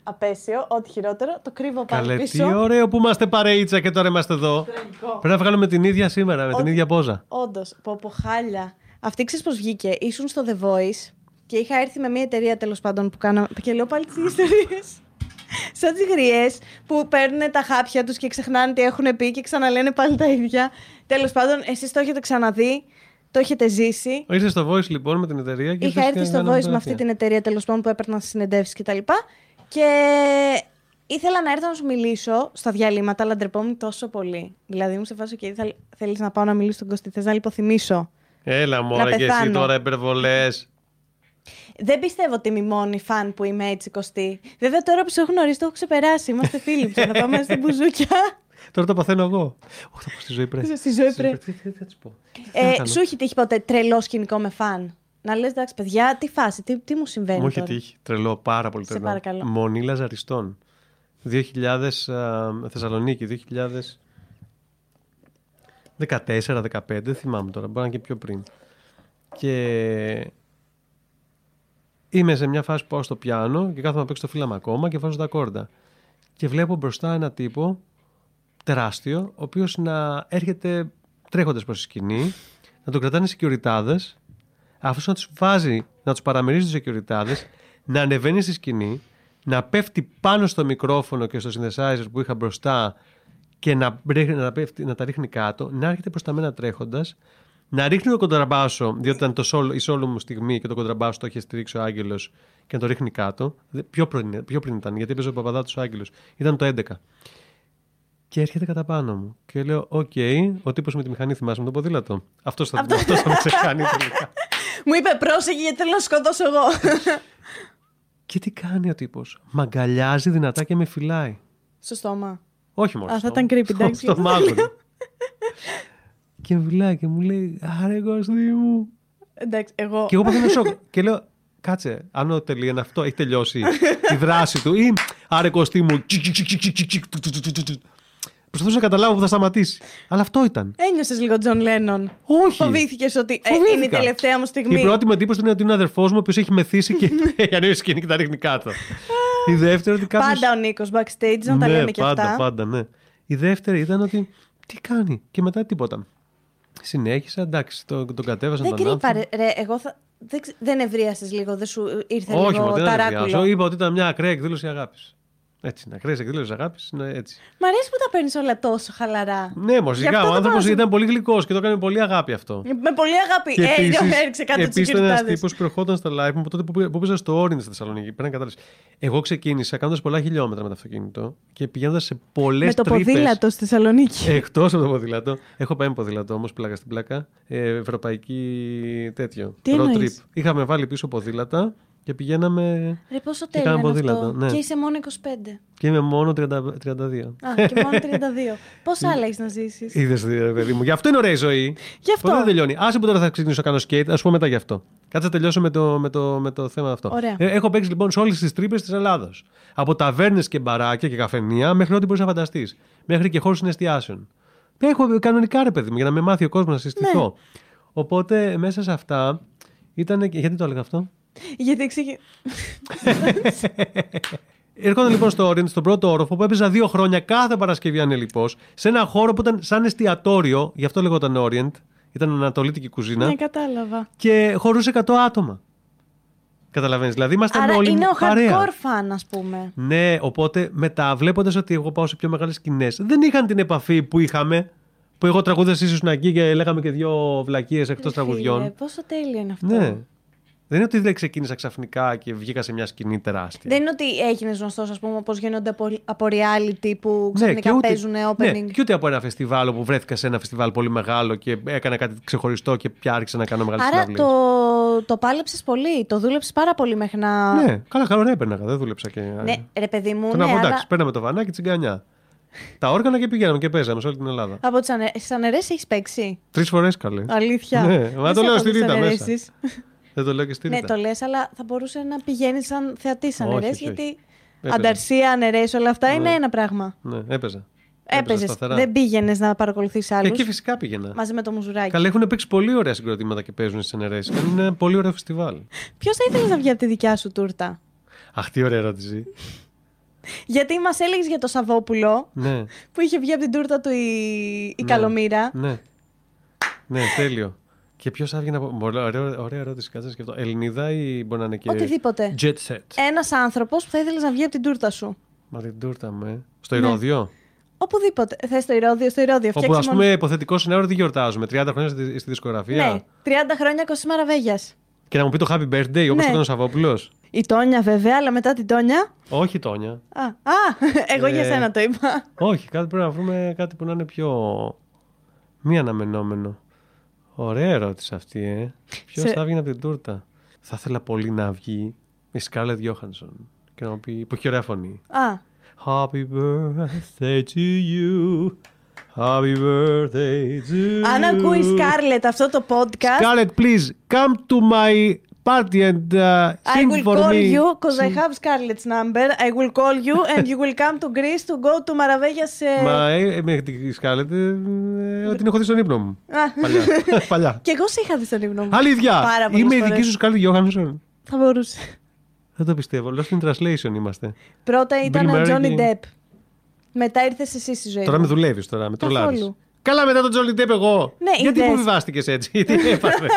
A: Απέσιο, ό,τι χειρότερο, το κρύβω πάλι
B: Καλέ, τι
A: πίσω.
B: ωραίο που είμαστε παρείτσα και τώρα είμαστε εδώ. Πρέπει να βγάλουμε την ίδια σήμερα, με την
A: Ό,τι-
B: ίδια πόζα.
A: Όντως, πω πω χάλια. Αυτή ξέρεις πώς βγήκε. Ήσουν στο The Voice και είχα έρθει με μια εταιρεία τέλος πάντων που κάναμε. Και λέω πάλι τις ιστορίες. Σαν τι γριέ που παίρνουν τα χάπια τους και ξεχνάνε τι έχουν πει και ξαναλένε πάλι τα ίδια. Τέλος πάντων, εσείς το έχετε ξαναδεί, το έχετε ζήσει.
B: Ήρθες στο Voice λοιπόν με την εταιρεία και
A: Είχα
B: ήρθες
A: έρθει
B: και
A: στο
B: κάναμε
A: Voice με αυτή
B: φωτογραφία.
A: την εταιρεία τέλος πάντων που έπαιρνα συνεντεύξει κτλ. Και, τα λοιπά. και ήθελα να έρθω να σου μιλήσω στα διαλύματα, αλλά ντρεπόμουν τόσο πολύ. Δηλαδή μου σε φάση και θέλεις να πάω να μιλήσω στον Κωστή, θες να λιποθυμίσω.
B: Έλα μωρέ
A: Να
B: και εσύ
A: πεθάνω.
B: τώρα υπερβολές.
A: Δεν πιστεύω ότι είμαι η μόνη φαν που είμαι έτσι κοστή. Βέβαια τώρα που σε έχω γνωρίσει το έχω ξεπεράσει. Είμαστε φίλοι πια. Θα πάμε στην μπουζούκια.
B: Τώρα το παθαίνω εγώ. Όχι, θα πω στη ζωή πρέπει.
A: Στη ζωή πρέ.
B: Τι τι θα της πω. Τι θα
A: Ε,
B: κάνω.
A: σου έχει τύχει ποτέ τρελό σκηνικό με φαν. Να λες εντάξει, παιδιά, τι φάση, τι, τι μου συμβαίνει.
B: Μου είχε
A: τώρα.
B: τύχει. Τρελό, πάρα πολύ
A: Σε
B: τρελό.
A: παρακαλώ.
B: Μονή Λαζαριστών. 2000 α, Θεσσαλονίκη, 2014-15, θυμάμαι τώρα, μπορεί να είναι και πιο πριν. Και είμαι σε μια φάση που πάω στο πιάνο και κάθομαι να παίξω το φύλαμα ακόμα και βάζω τα κόρτα. Και βλέπω μπροστά ένα τύπο τεράστιο, ο οποίος να έρχεται τρέχοντας προς τη σκηνή, να τον κρατάνε securityάδες αυτό να τους βάζει, να τους παραμερίζει τους securityάδε, να ανεβαίνει στη σκηνή, να πέφτει πάνω στο μικρόφωνο και στο synthesizer που είχα μπροστά και να, ρίχνει- να, πέφτει, να τα ρίχνει κάτω, να έρχεται προ τα μένα τρέχοντας, να ρίχνει το κοντραμπάσο, διότι ήταν το solo- η solo μου στιγμή και το κοντραμπάσο το είχε στηρίξει ο Άγγελος και να το ρίχνει κάτω. Δε- Πιο πριν, πιο πριν ήταν, γιατί έπαιζε ο Παπαδάτο ο Άγγελος. Ήταν το 11. Και έρχεται κατά πάνω μου. Και λέω: Οκ, ο τύπος με τη μηχανή θυμάσαι με το ποδήλατο. Αυτός θα, αυτός θα με ξεχάνει τελικά.
A: Μου είπε πρόσεχε γιατί θέλω να σκοτώσω εγώ.
B: Και τι κάνει ο τύπος. Μ' αγκαλιάζει δυνατά και με φυλάει.
A: Στο στόμα.
B: Όχι μόνο.
A: Α,
B: στο-
A: θα ήταν creepy,
B: στο-
A: εντάξει.
B: Στο μάγουλο. και με φυλάει και μου λέει Άρε Κωστή μου.
A: Εντάξει, εγώ.
B: και εγώ παθαίνω σοκ. και λέω Κάτσε, αν ο τελείω είναι αυτό, έχει τελειώσει η δράση του. Ή Άρε Κωστή μου. τσικ, τσικ, τσικ, τσικ, τσικ, τσικ, τσικ, τσικ, τσικ. Προσπαθούσα να καταλάβω που θα σταματήσει. Αλλά αυτό ήταν.
A: Ένιωσες λίγο Τζον Λένον.
B: Όχι.
A: Φοβήθηκες ότι ε,
B: Φοβήθηκα.
A: είναι η τελευταία μου στιγμή.
B: Η πρώτη μου εντύπωση ήταν ότι είναι ο αδερφός μου, ο οποίος έχει μεθύσει και έχει ανοίξει σκηνή και τα ρίχνει κάτω. η δεύτερη ότι κάποιος.
A: Πάντα ο Νίκος backstage, να τα
B: ναι,
A: λέμε και
B: πάντα,
A: αυτά.
B: πάντα, ναι. Η δεύτερη ήταν ότι τι κάνει και μετά τίποτα. Συνέχισα, εντάξει, το, τον κατέβασαν
A: Δεν
B: τον
A: κρύπα,
B: άνθρωπο.
A: ρε, ρε, Εγώ θα... δεν, ξε- δεν ευρίασες λίγο, δεν σου ήρθε
B: Όχι,
A: λίγο
B: μα δεν
A: ταράκουλο.
B: αδικιάζω. Είπα ότι ήταν μια ακραία εκδήλωση αγάπης. Έτσι, είναι ακραίε εκδήλωση αγάπη. Ναι, έτσι.
A: Μ' αρέσει που τα παίρνεις όλα τόσο χαλαρά.
B: Ναι,
A: Γι' αυτό
B: μοσικά.
A: το
B: Ο άνθρωπος
A: βάζω.
B: ήταν πολύ γλυκός και το έκανε με πολύ αγάπη αυτό.
A: Με πολύ αγάπη. Ε,
B: επίσης-
A: δεν έριξε κάτω τι
B: επίσης ήταν ένας
A: κυρτάδε.
B: τύπος που ερχόταν στα live μου από τότε που, πήγα- που πήγα στο Όριν στη Θεσσαλονίκη. Πρέπει να κατάλαβε. Εγώ ξεκίνησα κάνοντας πολλά χιλιόμετρα με το αυτοκίνητο και πηγαίνοντας σε πολλές
A: Με το ποδήλατο στη Θεσσαλονίκη.
B: Εκτός από το ποδήλατο. Έχω πάει με ποδήλατο όμως, πλάκα στην πλάκα. Ε, ευρωπαϊκή τέτοιο.
A: Τι
B: road
A: εννοείς?
B: trip. Είχαμε βάλει πίσω ποδήλατα και πηγαίναμε.
A: Ρε, πόσο
B: Και
A: τέλειο είναι
B: κάνω ποδήλατο,
A: αυτό.
B: ναι.
A: Και είσαι μόνο 25.
B: Και είμαι μόνο 30, 32.
A: Α, και μόνο 32. Πόσα άλλα έχεις να
B: Ε,
A: ζήσεις.
B: Είδες, παιδί μου. Γι' αυτό είναι ωραία η ζωή.
A: Γι' αυτό.
B: Ποτέ δεν τελειώνει. Άσε που τώρα θα ξεκινήσω να κάνω skate, ας πούμε μετά γι' αυτό. Κάτσε να τελειώσω με το, με το, με το θέμα αυτό.
A: Ωραία.
B: Ε, έχω παίξει λοιπόν σε όλες τις τρύπες της Ελλάδος. Από ταβέρνες και μπαράκια και καφενεία μέχρι ό,τι μπορείς να φανταστείς. Μέχρι και χώρους συναισθιάσεων. Έχω κανονικά ρε παιδί μου για να με μάθει ο κόσμος να συστηθώ.
A: Ναι.
B: Οπότε μέσα σε αυτά ήταν. και- Γιατί το έλεγα αυτό.
A: Γιατί εξήγη.
B: Ερχόταν λοιπόν στο Orient, στον πρώτο όροφο που έπαιζα δύο χρόνια κάθε Παρασκευή ανελειπώ, σε ένα χώρο που ήταν σαν εστιατόριο, γι' αυτό λεγόταν Orient, ήταν ανατολίτικη κουζίνα,
A: Ναι, κατάλαβα.
B: και χωρούσε 100 άτομα. Καταλαβαίνεις. Δηλαδή ήμασταν
A: Άρα
B: όλοι
A: είναι ο
B: παρέα.
A: hardcore fan, ας πούμε.
B: Ναι, οπότε μετά βλέποντας ότι εγώ πάω σε πιο μεγάλες σκηνές, δεν είχαν την επαφή που είχαμε, που εγώ τραγούδα ήσουν εκεί και λέγαμε και δύο βλακίες εκτός
A: Ρε φίλε,
B: τραγουδιών.
A: Πόσο τέλειο είναι αυτό.
B: Ναι. Δεν είναι ότι δεν ξεκίνησα ξαφνικά και βγήκα σε μια σκηνή τεράστια.
A: Δεν είναι ότι έγινες γνωστός, ας πούμε, όπω γίνονται από, από reality που
B: Ναι,
A: ξαφνικά παίζουν
B: ναι,
A: opening.
B: και ούτε από ένα φεστιβάλ όπου βρέθηκα σε ένα φεστιβάλ πολύ μεγάλο και έκανα κάτι ξεχωριστό και πια άρχισα να κάνω μεγάλη
A: Άρα
B: συναυλία.
A: το, το πάλεψες πολύ, το δούλεψες πάρα πολύ μέχρι να.
B: Ναι, καλά, καλά, ωραία, έπαιρνα. Δεν δούλεψα και.
A: Ναι, ρε παιδί μου,
B: Τον
A: ναι,
B: αγώ, εντάξει,
A: αλλά
B: παίρναμε το βανάκι, τσιγκανιά. Τα όργανα και πηγαίναμε και παίζαμε σε όλη την Ελλάδα.
A: από τις ανε... αναιρέσεις έχεις παίξει.
B: Τρεις φορές καλές.
A: Αλήθεια.
B: Ναι,
A: Δεν
B: μα το
A: σε
B: λέω
A: έχω
B: στη
A: δει
B: Ρίτα μέσα.
A: αναιρέσεις.
B: Δεν το λέω και στη
A: Ναι,
B: Ρίτα.
A: το λες, αλλά θα μπορούσε να πηγαίνει σαν θεατή αναιρέσει,
B: όχι, όχι.
A: γιατί
B: Έπαιζα.
A: ανταρσία, αναιρέσει, όλα αυτά είναι
B: Ναι.
A: ένα πράγμα.
B: Ναι, έπαιζα.
A: Έπαιζε.
B: σταθερά.
A: Δεν πήγαινες να παρακολουθείς άλλους.
B: Εκεί φυσικά πήγαινα.
A: Μαζί με το μουζουράκι.
B: Καλά, έχουν παίξει πολύ ωραία συγκροτήματα και παίζουν στι εναιρέσει. Κάνουν ένα πολύ ωραίο φεστιβάλ.
A: Ποιος θα ήθελε να βγει από τη δικιά σου τούρτα.
B: Αχ, τι ωραία ερώτηση.
A: Γιατί μας έλεγες για το Σαββόπουλο
B: ναι.
A: που είχε βγει από την τούρτα του η, η Καλομήρα.
B: Ναι. ναι, τέλειο. Και ποιος έβγαινε από. Μωρέ, Ωραία, ωραία ερώτηση, κάτσε να σκεφτώ. Ελληνίδα ή μπορεί να είναι και.
A: Οτιδήποτε.
B: Jet set.
A: Ένας άνθρωπος που θα ήθελες να βγει από την τούρτα σου.
B: Μα την τούρτα μου, ε. Στο
A: Ναι.
B: Ηρώδιο.
A: Οπουδήποτε. Θες το ηρόδιο, στο ηρόδιο.
B: Όπου α
A: Φτιάξε μόνο-
B: πούμε υποθετικό σενάριο τι γιορτάζουμε. 30 χρόνια στη, στη δισκογραφία.
A: Ναι, 30 χρόνια Κοσμάρα Βέγιας.
B: Και να μου πει το happy birthday όπως
A: Ναι.
B: ήταν ο Σαββόπουλος.
A: Η Τόνια βέβαια, αλλά μετά την Τόνια.
B: Όχι, Τόνια.
A: Α, α εγώ για
B: Ε.
A: σένα το είπα.
B: Όχι, κάτι πρέπει να βρούμε κάτι που να είναι πιο. Μη αναμενόμενο. Ωραία ερώτηση αυτή, ε. Ποιος
A: Σε-
B: θα βγει από την τούρτα. Θα ήθελα πολύ να βγει η Σκάρλετ Γιώχανσον και να μου πει που έχει ωραία φωνή.
A: Α,
B: Happy birthday to you. Happy birthday to you.
A: αν ακούει Σκάρλετ αυτό το podcast,
B: Scarlett, please come to my party and uh,
A: I
B: sing
A: will
B: for
A: call
B: me.
A: you because I have Scarlett's number. I will call you and you will come to Greece to go to Maravegia's. ε,
B: Μα ε, ε, με τη Scarlett ε, ε, την έχω δει στον ύπνο μου.
A: Α.
B: Παλιά. Παλιά.
A: Και εγώ σε είχα δει στον ύπνο μου.
B: Αλήθεια.
A: Πάρα πολλές
B: Είμαι η δική
A: φορές.
B: σου Scarlett Johansson.
A: Θα μπορούσε.
B: Δεν το πιστεύω. Lost in translation είμαστε.
A: Πρώτα ήταν ο
B: Bill Murray
A: Johnny
B: και-
A: Depp. Μετά ήρθες εσύ στη ζωή.
B: Τώρα
A: μου.
B: με δουλεύεις τώρα, με τρολάρεις.
A: Καθόλου.
B: Καλά μετά τον Τζόλι Ντέπ εγώ.
A: Ναι,
B: Γιατί
A: είδες.
B: υποβιβάστηκε έτσι, τι έπαθες.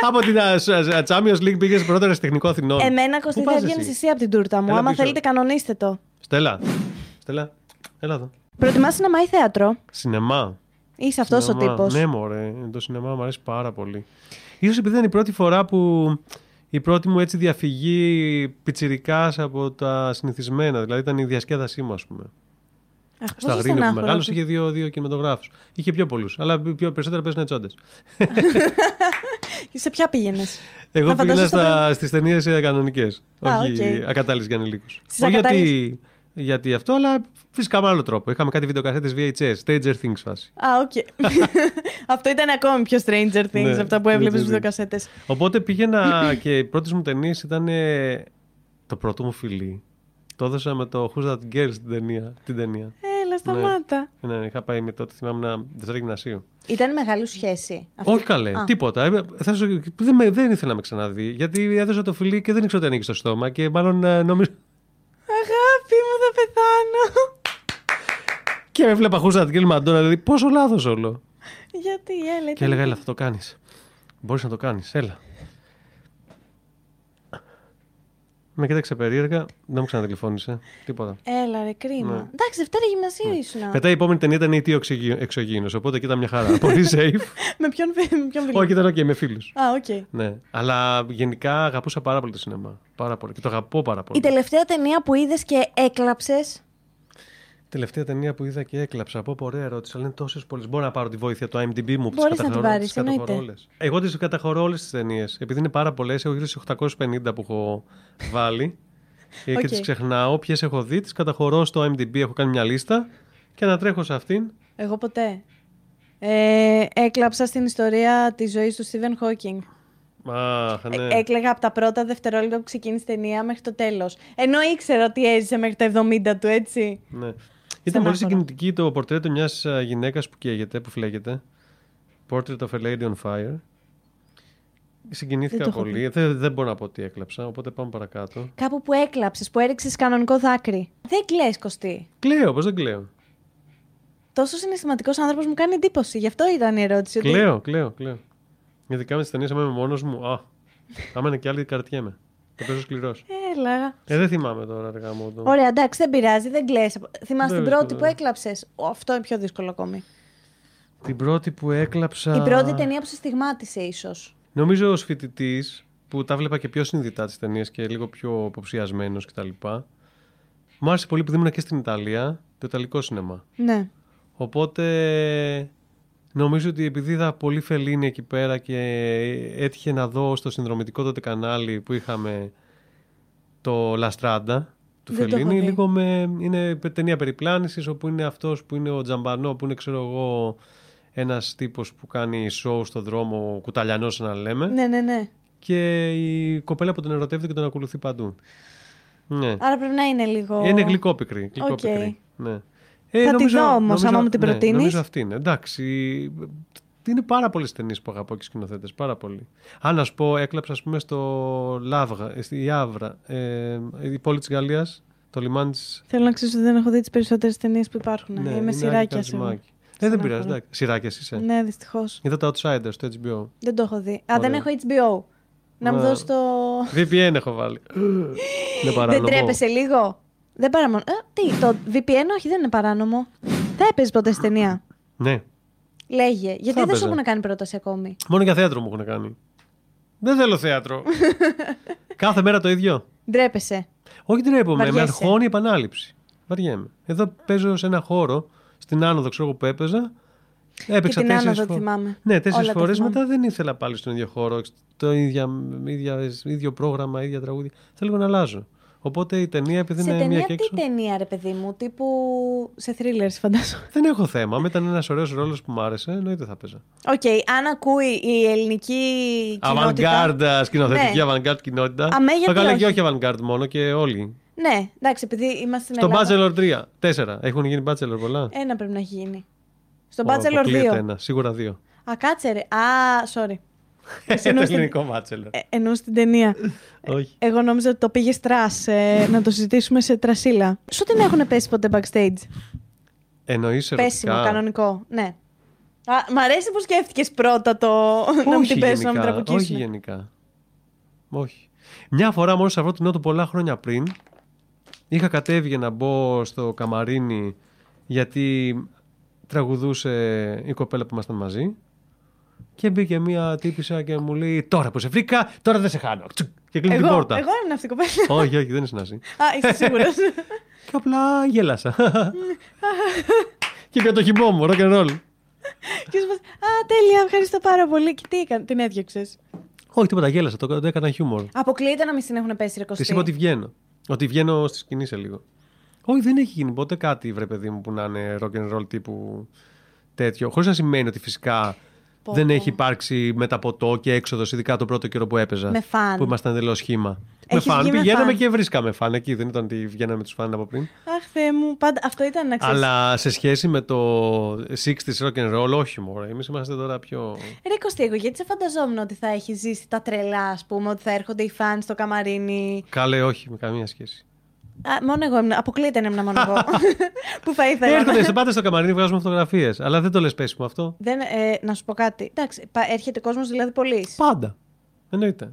B: Από την α, σ- α, Champions League πήγες πρώτα στο τεχνικό Αθηνών.
A: Ε, Εμένα,
B: Πού
A: Κωστή,
B: πας
A: θα βγαίνει
B: εσύ?
A: εσύ από την τούρτα μου.
B: Έλα
A: Άμα
B: πίσω.
A: θέλετε, κανονίστε το.
B: Στέλλα. Στέλλα, έλα εδώ.
A: Προτιμάς σινεμά ή θέατρο.
B: Σινεμά.
A: Είσαι αυτός ο
B: Σινεμά.
A: τύπος.
B: Ναι, μωρέ. Το σινεμά μου αρέσει πάρα πολύ. Ίσως επειδή ήταν η πρώτη φορά που η πρώτη μου έτσι διαφυγή πιτσιρικάς από τα συνηθισμένα. Δηλαδή ήταν η διασκέδασή μου, ας πούμε.
A: Αχ,
B: Στα
A: πόσο
B: Αγρίνιο που
A: στενάχωρα.
B: μεγάλο είχε δύο, δύο κινηματογράφους. Είχε πιο πολλούς, αλλά πιο, περισσότερα παίζανε τσόντε.
A: Σε ποια πήγαινες.
B: Εγώ
A: Να
B: πήγαινα
A: φανταστείς
B: στα, στις ταινίες κανονικές.
A: Α,
B: Όχι
A: οκ.
B: ακατάλληλες για ανηλίκου.
A: Στις
B: Όχι γιατί,
A: ακατάλληλες.
B: γιατί αυτό, αλλά φυσικά με άλλο τρόπο. Είχαμε κάτι βιντεοκασέτε VHS, Stranger Things φάση.
A: Α, οκ. Αυτό ήταν ακόμη πιο Stranger Things,
B: Ναι,
A: αυτά που
B: Stranger
A: έβλεπες
B: Things.
A: στι βιντεοκασέτες.
B: Οπότε πήγαινα και οι πρώτε μου ταινίε ήταν ε, το πρώτο μου φιλί. Το έδωσα με το Who's That Girl στην ταινία. Την ταινία.
A: Έλα, σταμάτα.
B: Ναι, είχα πάει με τότε, θυμάμαι, ένα δευτέρα γυμνασίου.
A: Ήταν μεγάλη σου σχέση. αυτή.
B: Όχι καλέ,
A: Α.
B: τίποτα. Ε, θα σου- δεν, με- δεν ήθελα να με ξαναδεί. Γιατί έδωσα το φιλί και δεν ήξερα ότι ανοίγει το στόμα και μάλλον ε, νομίζω.
A: Αγάπη μου, θα πεθάνω.
B: Και έβλεπα χούσα την Μαντόνα, δηλαδή πόσο λάθος όλο.
A: Γιατί, έλα.
B: Και
A: ήταν-
B: έλεγα, έλα, θα το κάνεις. Μπορείς να το κάνεις, έλα. Με κοίταξε περίεργα, δεν μου ξανατηλεφώνησε. Τίποτα.
A: Έλα, ρε,
B: Ναι.
A: κρίμα. Εντάξει, Δευτέρα γυμνασίου ήσουν.
B: Μετά η επόμενη ταινία ήταν η Τι Εξωγήινος, οπότε εκεί ήταν μια χαρά. Πολύ safe.
A: Με ποιον βιλί.
B: Όχι, ήταν και με φίλους.
A: Α, οκ.
B: Ναι. Αλλά γενικά αγαπούσα πάρα πολύ το σινεμά. Πάρα πολύ. Και το αγαπώ πάρα πολύ.
A: Η τελευταία ταινία που είδες και έκλαψες.
B: Τελευταία ταινία που είδα και έκλαψα. Πω, πω, ωραία ερώτηση, αλλά είναι τόσες πολλές. Μπορώ να πάρω τη βοήθεια του IMDb μου που
A: Μπορείς
B: τι
A: να την
B: καταχωρώ,
A: πάρεις,
B: τις καταχωρώ
A: εννοείται.
B: όλες. Εγώ τις καταχωρώ όλες τις ταινίες. Επειδή είναι πάρα πολλές, έχω γύρω στις 850 που έχω βάλει. ε, και
A: Οκ.
B: τι ξεχνάω. Ποιες έχω δει, τις καταχωρώ στο IMDb. Έχω κάνει μια λίστα και ανατρέχω σε αυτήν.
A: Εγώ ποτέ. Ε, έκλαψα στην ιστορία της ζωής του Στίβεν Χόκινγκ.
B: Αχ, ναι.
A: Ε, έκλαιγα από τα πρώτα δευτερόλεπτα που ξεκίνησε η ταινία μέχρι το τέλος. Ενώ ήξερα ότι έζησε μέχρι τα 70 του, έτσι.
B: ναι. Ήταν
A: στενάχωρα.
B: πολύ συγκινητική το πορτρέτο μιας γυναίκας που καίγεται, που φλέγεται. Portrait of a Lady on Fire. Συγκινήθηκα
A: Δεν το έχω
B: πολύ. Δεν, δεν μπορώ να πω ότι έκλαψα, οπότε πάμε παρακάτω.
A: Κάπου που έκλαψες, που έριξες κανονικό δάκρυ. Δεν κλαίεις, Κωστή.
B: Κλαίω, πώς δεν κλαίω.
A: Τόσο συναισθηματικός άνθρωπος μου κάνει εντύπωση. Γι' αυτό ήταν η ερώτηση. ότι-
B: Κλαίω, κλαίω, κλαίω. Ειδικά με τι ταινίε, άμα είμαι μόνος μου. Α, άμα είναι και άλλοι, καρτιέμαι. Θα παίζω σκληρός.
A: Έλα.
B: Ε, δεν θυμάμαι τώρα, αργά μου. Το...
A: Ωραία, εντάξει, δεν πειράζει, δεν κλαίει. Θυμάσαι
B: Δεν
A: την πρώτη
B: βέβαια.
A: που έκλαψες. Αυτό είναι πιο δύσκολο ακόμη.
B: Την πρώτη που έκλαψα.
A: Η πρώτη ταινία που σε στιγμάτισε, ίσως.
B: Νομίζω ως φοιτητής, που τα βλέπα και πιο συνειδητά τις ταινίες και λίγο πιο υποψιασμένος κτλ. Μου άρεσε πολύ που ήμουν και στην Ιταλία, το Ιταλικό σινεμά.
A: Ναι.
B: Οπότε νομίζω ότι επειδή είδα πολύ φελίνη εκεί πέρα και έτυχε να δω στο συνδρομητικό τότε κανάλι που είχαμε το La Strada του
A: Δεν το έχω
B: Φελίνη,
A: δει.
B: λίγο με, είναι ταινία περιπλάνησης όπου είναι αυτός που είναι ο Τζαμπανό που είναι ξέρω εγώ ένας τύπος που κάνει show στο δρόμο, ο κουταλιανός να λέμε
A: Ναι, ναι, ναι.
B: και η κοπέλα που τον ερωτεύεται και τον ακολουθεί παντού. Ναι.
A: Άρα πρέπει να είναι λίγο.
B: Είναι γλυκόπικρη. γλυκόπικρη. Ναι. Ε,
A: Θα τη δω όμως, άμα μου την
B: ναι,
A: προτείνεις.
B: νομίζω αυτή είναι. Εντάξει. Είναι πάρα πολλέ ταινίε που αγαπώ και σκηνοθέτες. Πάρα πολύ. Αν να σου πω, έκλαψα ας πούμε στο Λάβγα, ε, στη Ιάβρα, ε, η πόλη της Γαλλίας, το λιμάνι της.
A: Θέλω να ξέρω ότι δεν έχω δει τις περισσότερες ταινίε που
B: Ναι,
A: υπάρχουν. Ναι, Είμαι σειράκια σου.
B: Ε, δεν
A: Στενάχωρα.
B: πειράζει. εντάξει. Σειράκιας είσαι.
A: Ναι, δυστυχώς.
B: Είδα τα Outsiders στο HBO.
A: Δεν το έχω δει. Α,
B: Ωραία.
A: δεν έχω HBO. Να μου
B: Ναι.
A: δώσει το.
B: VPN έχω βάλει. είναι
A: Δεν
B: παράνομο.
A: τρέπεσαι λίγο. Δεν παράνομο. Ε, τι, το VPN, όχι, δεν είναι παράνομο. Θα έπαιζε ποτέ στη ταινία.
B: Ναι.
A: Λέγε. Γιατί δεν
B: έπαιζα.
A: σου έχουν κάνει πρόταση ακόμη.
B: Μόνο για θέατρο μου έχουν κάνει. Δεν θέλω θέατρο. Κάθε μέρα το ίδιο.
A: Ντρέπεσαι.
B: Όχι τρέπομαι, με
A: Βαριέσαι.
B: αγχώνει η επανάληψη. Βαριέμαι. Εδώ παίζω σε ένα χώρο, στην άνοδο ξέρω εγώ που έπαιζα Έπαιξα
A: την
B: τέσσερις
A: άνοδο τη θυμάμαι.
B: Ναι, τέσσερις
A: Όλα τα
B: φορές.
A: θυμάμαι.
B: Μετά δεν ήθελα πάλι στον ίδιο χώρο, το ίδια, ίδια, ίδιο πρόγραμμα, ίδια τραγούδια. Θέλω να αλλάζω. Οπότε η ταινία, επειδή
A: Σε
B: είναι μία
A: ταινία,
B: και
A: τι
B: έξω.
A: ταινία, ρε παιδί μου, τύπου. σε thrillers, φαντάζομαι.
B: Δεν έχω θέμα. Άμα ήταν ένας ωραίος ρόλος που μου άρεσε, εννοείται θα παίζα.
A: Οκ, αν ακούει η ελληνική κοινότητα.
B: Αβανγκάρντα, σκηνοθετική
A: Ναι.
B: αβανγκάρντ κοινότητα.
A: Αμέ, γιατί
B: θα έκανα και
A: όχι.
B: όχι αβανγκάρντ μόνο και όλοι.
A: Ναι, εντάξει, επειδή είμαστε στην
B: Στο
A: Ελλάδα.
B: Bachelor 3. Τέσσερα. Έχουν γίνει Bachelor πολλά.
A: Ένα πρέπει να έχει γίνει. Ε, Στο
B: Ω,
A: Bachelor
B: αποκλείεται
A: 2.
B: Ένα. Σίγουρα δύο.
A: Α, κάτσε ρε. Α, sorry.
B: το
A: εννοούσες-
B: ελληνικό Bachelor.
A: Ε, εννοούσε την ταινία.
B: Όχι.
A: Εγώ νόμιζα ότι το πήγε τρας, ε, να το συζητήσουμε σε τρασίλα. Σου την έχουν πέσει ποτέ backstage.
B: Εννοείς
A: Πέσιμο, κανονικό. Ναι. Α, μ' αρέσει που σκέφτηκες πρώτα το να μου την πέσει, να μου
B: Όχι
A: τραποκίσει.
B: γενικά. Όχι. Μια φορά μόνο σε αυτό το νότο πολλά χρόνια πριν είχα κατέβει για να μπω στο καμαρίνι γιατί τραγουδούσε η κοπέλα που ήμασταν μαζί και μπήκε μία τύπησα και μου λέει τώρα που σε βρήκα τώρα δεν σε χάνω Τσουκ, και κλείνει την
A: Εγώ,
B: πόρτα.
A: εγώ ήμουν αυτή η κοπέλα.
B: όχι, όχι, δεν είναι συνάση.
A: Α, είσαι σίγουρος.
B: Και απλά γέλασα. και πια το χυμό μου, rock and roll.
A: Α, τέλεια, ευχαριστώ πάρα πολύ. Και τι έκανε, την έδιωξες.
B: Όχι, τίποτα, γέλασα, το, το έκανα χιούμορ.
A: Αποκλείεται να μην την έχουν πέσει ρε
B: Τη
A: Κωστή.
B: είπα ότι βγαίνω. Ότι βγαίνω στη σκηνή σε λίγο. Όχι, δεν έχει γίνει ποτέ κάτι, βρε παιδί μου, που να είναι rock and roll τύπου τέτοιο. Χωρίς να σημαίνει ότι φυσικά
A: Πω,
B: δεν
A: πω.
B: έχει υπάρξει μεταποτό και έξοδος, ειδικά το πρώτο καιρό που έπαιζα.
A: Με φαν.
B: Που ήμασταν εντελώς σχήμα.
A: Έχεις
B: με
A: βγει
B: φαν.
A: με
B: Πηγαίναμε
A: φαν.
B: και βρίσκαμε φαν εκεί. Δεν ήταν ότι βγαίναμε τους φαν από πριν.
A: Αχ, Θεέ μου, πάντα αυτό ήταν να ξέρεις.
B: Αλλά σε σχέση με το 60s rock and roll, όχι μωρέ. Εμείς είμαστε τώρα πιο.
A: Ρε Κωστή, εγώ γιατί σε φανταζόμουν ότι θα έχει ζήσει τα τρελά, ας πούμε, ότι θα έρχονται οι φαν στο καμαρίνι.
B: Καλέ, όχι, με καμία σχέση.
A: Α, μόνο εγώ ήμουν. Αποκλείται να ήμουν μόνο εγώ. που θα ήθελα.
B: Έρχονται, σε πάτε στο καμαρίνι, βγάζουμε φωτογραφίες. Αλλά δεν το λες πέσιμο αυτό.
A: Δεν, ε, να σου πω κάτι. Εντάξει, πα- έρχεται κόσμος δηλαδή πολύ.
B: Πάντα. Εννοείται.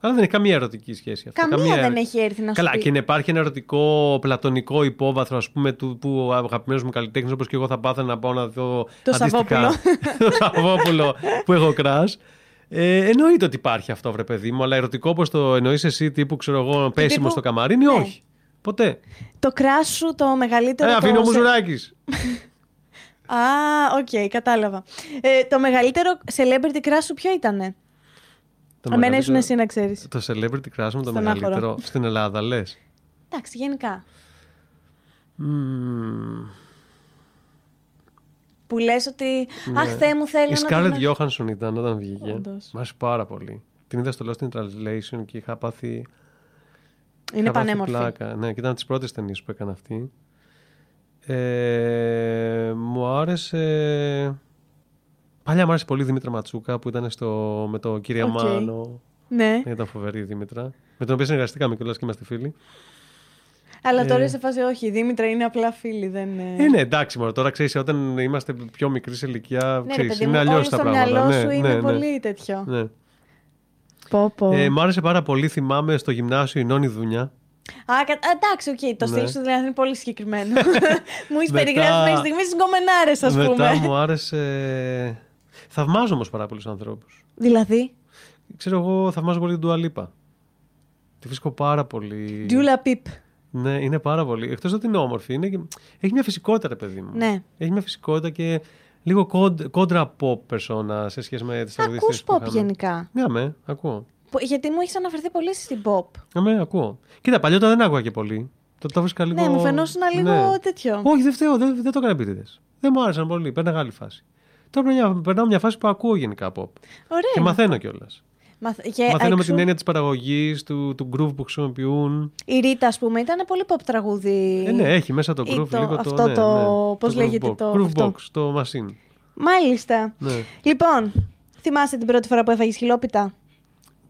B: Αλλά δεν έχει καμία ερωτική σχέση αυτό.
A: Καμία δεν έχει έρθει να σου
B: Καλά,
A: πει.
B: και να υπάρχει ένα ερωτικό πλατωνικό υπόβαθρο, ας πούμε, του, που αγαπημένος μου καλλιτέχνης, όπως και εγώ θα πάθαινα να πάω να δω.
A: Το
B: αντίστοιχα- το Σαββόπουλο που έχω κρά. Ε, εννοείται ότι υπάρχει αυτό, βρε παιδί μου, αλλά ερωτικό όπως το εννοείς εσύ, τύπου ξέρω εγώ, πέσιμο
A: τύπου-
B: στο καμαρίνι,
A: Ναι.
B: όχι. Ποτέ.
A: Το κράσου σου το μεγαλύτερο.
B: Ε,
A: το
B: αφήνω μου
A: σε-
B: ζουράκι.
A: Α, οκ, κατάλαβα. Ε, το μεγαλύτερο celebrity crush σου ποιο ήτανε. Εμένα ήσουν εσύ να ξέρεις.
B: Το celebrity crush μου το
A: Στον
B: μεγαλύτερο
A: Άχωρο.
B: στην Ελλάδα, λες.
A: Εντάξει, γενικά. Που λες ότι. Αχ, Θεέ μου, θέλω
B: Ναι. Η
A: να. τον-
B: Scarlett Johansson ήταν όταν βγήκε.
A: Όντως.
B: Μ' άρεσε πάρα πολύ. Την είδα στο Lost in Translation και είχα πάθει.
A: Είναι
B: είχα πάθει
A: πανέμορφη.
B: Πλάκα. Ναι, και ήταν τις πρώτες ταινίες που έκανε αυτή. Ε, μου άρεσε. Παλιά μου άρεσε πολύ η Δήμητρα Ματσούκα που ήταν στο, με το κυρία
A: Οκ.
B: Μάνο.
A: Ναι.
B: Ναι, ήταν φοβερή η Δήμητρα. Με την οποία συνεργαστήκαμε κιόλας και είμαστε φίλοι.
A: Αλλά τώρα
B: Ε.
A: είσαι σε φάση, όχι, η Δήμητρα είναι απλά φίλη, δεν. ε,
B: Ε, ναι, εντάξει, μόνο τώρα ξέρεις, όταν είμαστε πιο μικροί σε ηλικία,
A: Ναι, ρε
B: ξέρεις,
A: παιδί
B: είναι
A: μου,
B: αλλιώς
A: όλο
B: τα
A: στο
B: πράγματα.
A: μυαλό
B: Ναι,
A: σου
B: ναι,
A: είναι
B: ναι.
A: πολύ τέτοιο.
B: Ναι.
A: Πω, πω.
B: Ε, μ' άρεσε πάρα πολύ, θυμάμαι στο γυμνάσιο η Νόνη Δουνιά.
A: Α, κα... α, εντάξει, οκ, το
B: Ναι.
A: στυλ σου δηλαδή είναι πολύ συγκεκριμένο. Μου έχει
B: Μετά-
A: περιγράψει μέχρι στιγμής τις γκομενάρες, ας
B: Μετά
A: πούμε.
B: μου άρεσε. Θαυμάζω όμως πάρα πολλούς ανθρώπους.
A: Δηλαδή,
B: Ξέρω εγώ, θαυμάζω πολύ την Τουαλίπα. Τη βρίσκω πάρα πολύ.
A: Ντιούλα Πιπ.
B: Ναι, είναι πάρα πολύ. Εκτός ότι είναι όμορφη, είναι... και- έχει μια φυσικότητα, ρε παιδί μου.
A: Ναι.
B: Έχει μια φυσικότητα και λίγο κοντ... κόντρα pop περσόνα σε σχέση με τις τραγουδίε
A: Ακού pop γενικά.
B: Ναι, αμέ, ακούω.
A: Που- Γιατί μου έχεις αναφερθεί πολύ στην pop.
B: Αμέ, ακούω. Κοίτα, παλιότερα δεν άκουγα και πολύ. Το, το βρίσκα λίγο.
A: Ναι, μου φαινόσουν λίγο
B: Λοιπόν, Ναι.
A: τέτοιο.
B: Όχι, δεν φταίω, δεν, δεν το έκανα επίτηδες. Δεν μου άρεσαν πολύ, πέρναγα άλλη φάση. Τώρα περνάω μια, περνάω μια φάση που ακούω γενικά pop. Και
A: Ωραία.
B: μαθαίνω κιόλας.
A: Μαθ- και
B: μαθαίνω με
A: Ναι. Ε, εξού-
B: την έννοια της παραγωγής, του, του groove που χρησιμοποιούν.
A: Η Ρίτα, ας πούμε, ήταν πολύ pop τραγούδι.
B: Ε, ναι, έχει μέσα το
A: ή
B: groove,
A: το-
B: λίγο το.
A: αυτό
B: ναι,
A: το-
B: ναι,
A: πώς
B: groove
A: λέγεται
B: box,
A: το-
B: Groove
A: αυτό.
B: box, το machine.
A: Μάλιστα.
B: Ναι.
A: Λοιπόν, θυμάσαι την πρώτη φορά που έφαγες χιλόπιτα.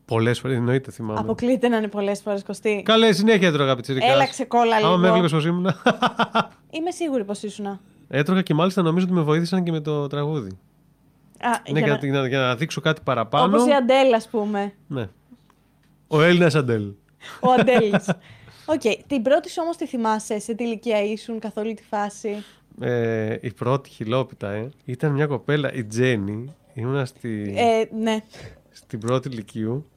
B: Πολλές φορές, εννοείται, θυμάμαι.
A: Αποκλείται να είναι πολλές φορές κοστί.
B: Καλέ, συνέχεια έτρωγα πιτσυρικά.
A: Έλα, ξεκόλα λίγο.
B: Άμα με έβλεπες πώ ήμουν.
A: Είμαι σίγουρη πως ήσουν. Α,
B: έτρωγα και μάλιστα νομίζω ότι με βοήθησαν και με το τραγούδι. Ναι,
A: Ε, για
B: για,
A: να-
B: να... για να δείξω κάτι παραπάνω.
A: Όπως η Αντέλ, ας πούμε.
B: Ναι. Ο Έλληνας Αντέλ.
A: Ο Αντέλης. Οκ. Την πρώτη σου όμως τη θυμάσαι, σε τι ηλικία ήσουν, καθ' όλη τη φάση.
B: Ε, η πρώτη χιλόπιτα, ε, ήταν μια κοπέλα, η Τζέννη. Ήμουνα στη,
A: Ε, ναι.
B: στην πρώτη Λυκείου.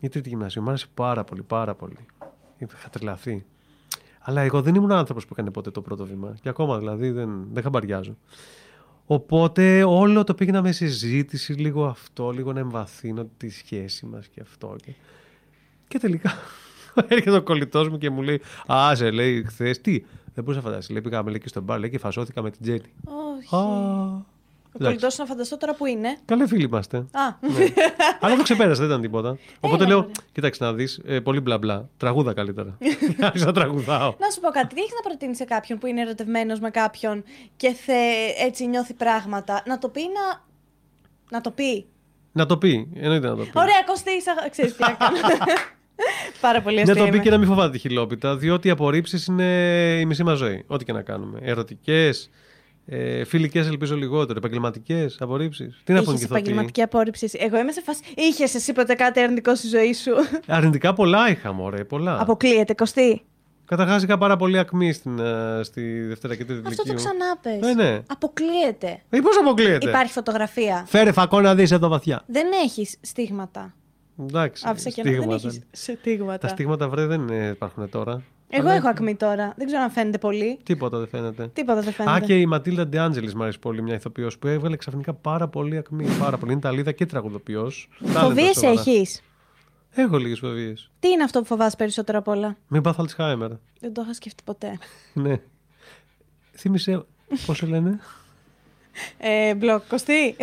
B: Ή τρίτη γυμνασίου. Μ' άρεσε πάρα πολύ, πάρα πολύ. Είχα τρελαθεί. Αλλά εγώ δεν ήμουν άνθρωπος που έκανε ποτέ το πρώτο βήμα. Και ακόμα δηλαδή δεν, δεν χαμπαριάζω. Οπότε όλο το πήγαινα με συζήτηση, λίγο αυτό, λίγο να εμβαθύνω τη σχέση μας και αυτό. Και, και τελικά έρχεται ο κολλητός μου και μου λέει «Άσε», λέει, χθες τι, δεν μπορούσα να φανταστεί. Λέει, πήγαμε λέει, και στον μπαρ λέει, και φασώθηκα με την Τζέννη.
A: Όχι.
B: Α,
A: Ο
B: εντάξει. Ναι.
A: κολλητό να φανταστώ τώρα που είναι.
B: Καλέ φίλοι είμαστε.
A: Α,
B: Αλλά το ξεπέρασα, δεν ήταν τίποτα. Οπότε
A: Έλα,
B: λέω,
A: μωρέ.
B: κοίταξε να δεις, πολύ μπλα μπλα. Τραγούδα καλύτερα. Άρχισα να τραγουδάω.
A: να σου πω κάτι. Τι έχεις να προτείνεις σε κάποιον που είναι ερωτευμένος με κάποιον και θε, έτσι νιώθει πράγματα. Να το πει να. Να το πει.
B: Να το πει, εννοείται να το πει.
A: Ωραία, Κωστή, είσαι- ξέρεις τι να κάνω. Πάρα πολύ
B: Να
A: αστείο.
B: Ναι, το πει
A: είμαι.
B: και να μην φοβάται τη χιλόπιτα, διότι οι απορρίψεις είναι η μισή μας ζωή. Ό,τι και να κάνουμε. Ερωτικές, ε, φιλικές, ελπίζω λιγότερο. Επαγγελματικές απορρίψεις. Τι να πούνε
A: Είχες
B: και θα
A: επαγγελματική απόρριψη. Εγώ είμαι σε φάση. Είχες εσύ ποτέ κάτι αρνητικό στη ζωή σου.
B: Αρνητικά πολλά είχα, μωρέ, πολλά.
A: Αποκλείεται, Κωστή.
B: Καταρχά είχα πάρα πολύ ακμή στην, ε, στη Δευτέρα και Τρίτη
A: Αυτό το
B: Λυκείου.
A: ξανά πες.
B: Ε, ναι.
A: Αποκλείεται.
B: Ε, Πώς αποκλείεται.
A: Υπάρχει φωτογραφία.
B: Φέρε φακό να δεις εδώ βαθιά.
A: Δεν έχεις στίγματα.
B: Εντάξει.
A: Άφησα και να δεν
B: στίγματα.
A: έχεις στίγματα.
B: Τα στίγματα βρε δεν ε, υπάρχουν τώρα.
A: Εγώ
B: Αλλά
A: έχω ακμή τώρα. Δεν ξέρω αν φαίνεται πολύ.
B: Τίποτα δεν φαίνεται.
A: Τίποτα δεν φαίνεται.
B: Α, και η Ματίλτα Ντεάντζελη μου αρέσει πολύ, μια ηθοποιός που έβγαλε ξαφνικά πάρα πολύ ακμή. Πάρα πολύ. Είναι Ιταλίδα και τραγουδοποιός.
A: Φοβίε έχεις.
B: Έχω λίγες φοβίες.
A: Τι είναι αυτό που φοβάσαι περισσότερο απ' όλα.
B: Μην πάθω Αλτσχάιμερ.
A: Δεν το είχα σκεφτεί ποτέ.
B: Ναι. Θύμησε. Πώς σε λένε.
A: Ε, μπλοκ, Κωστή.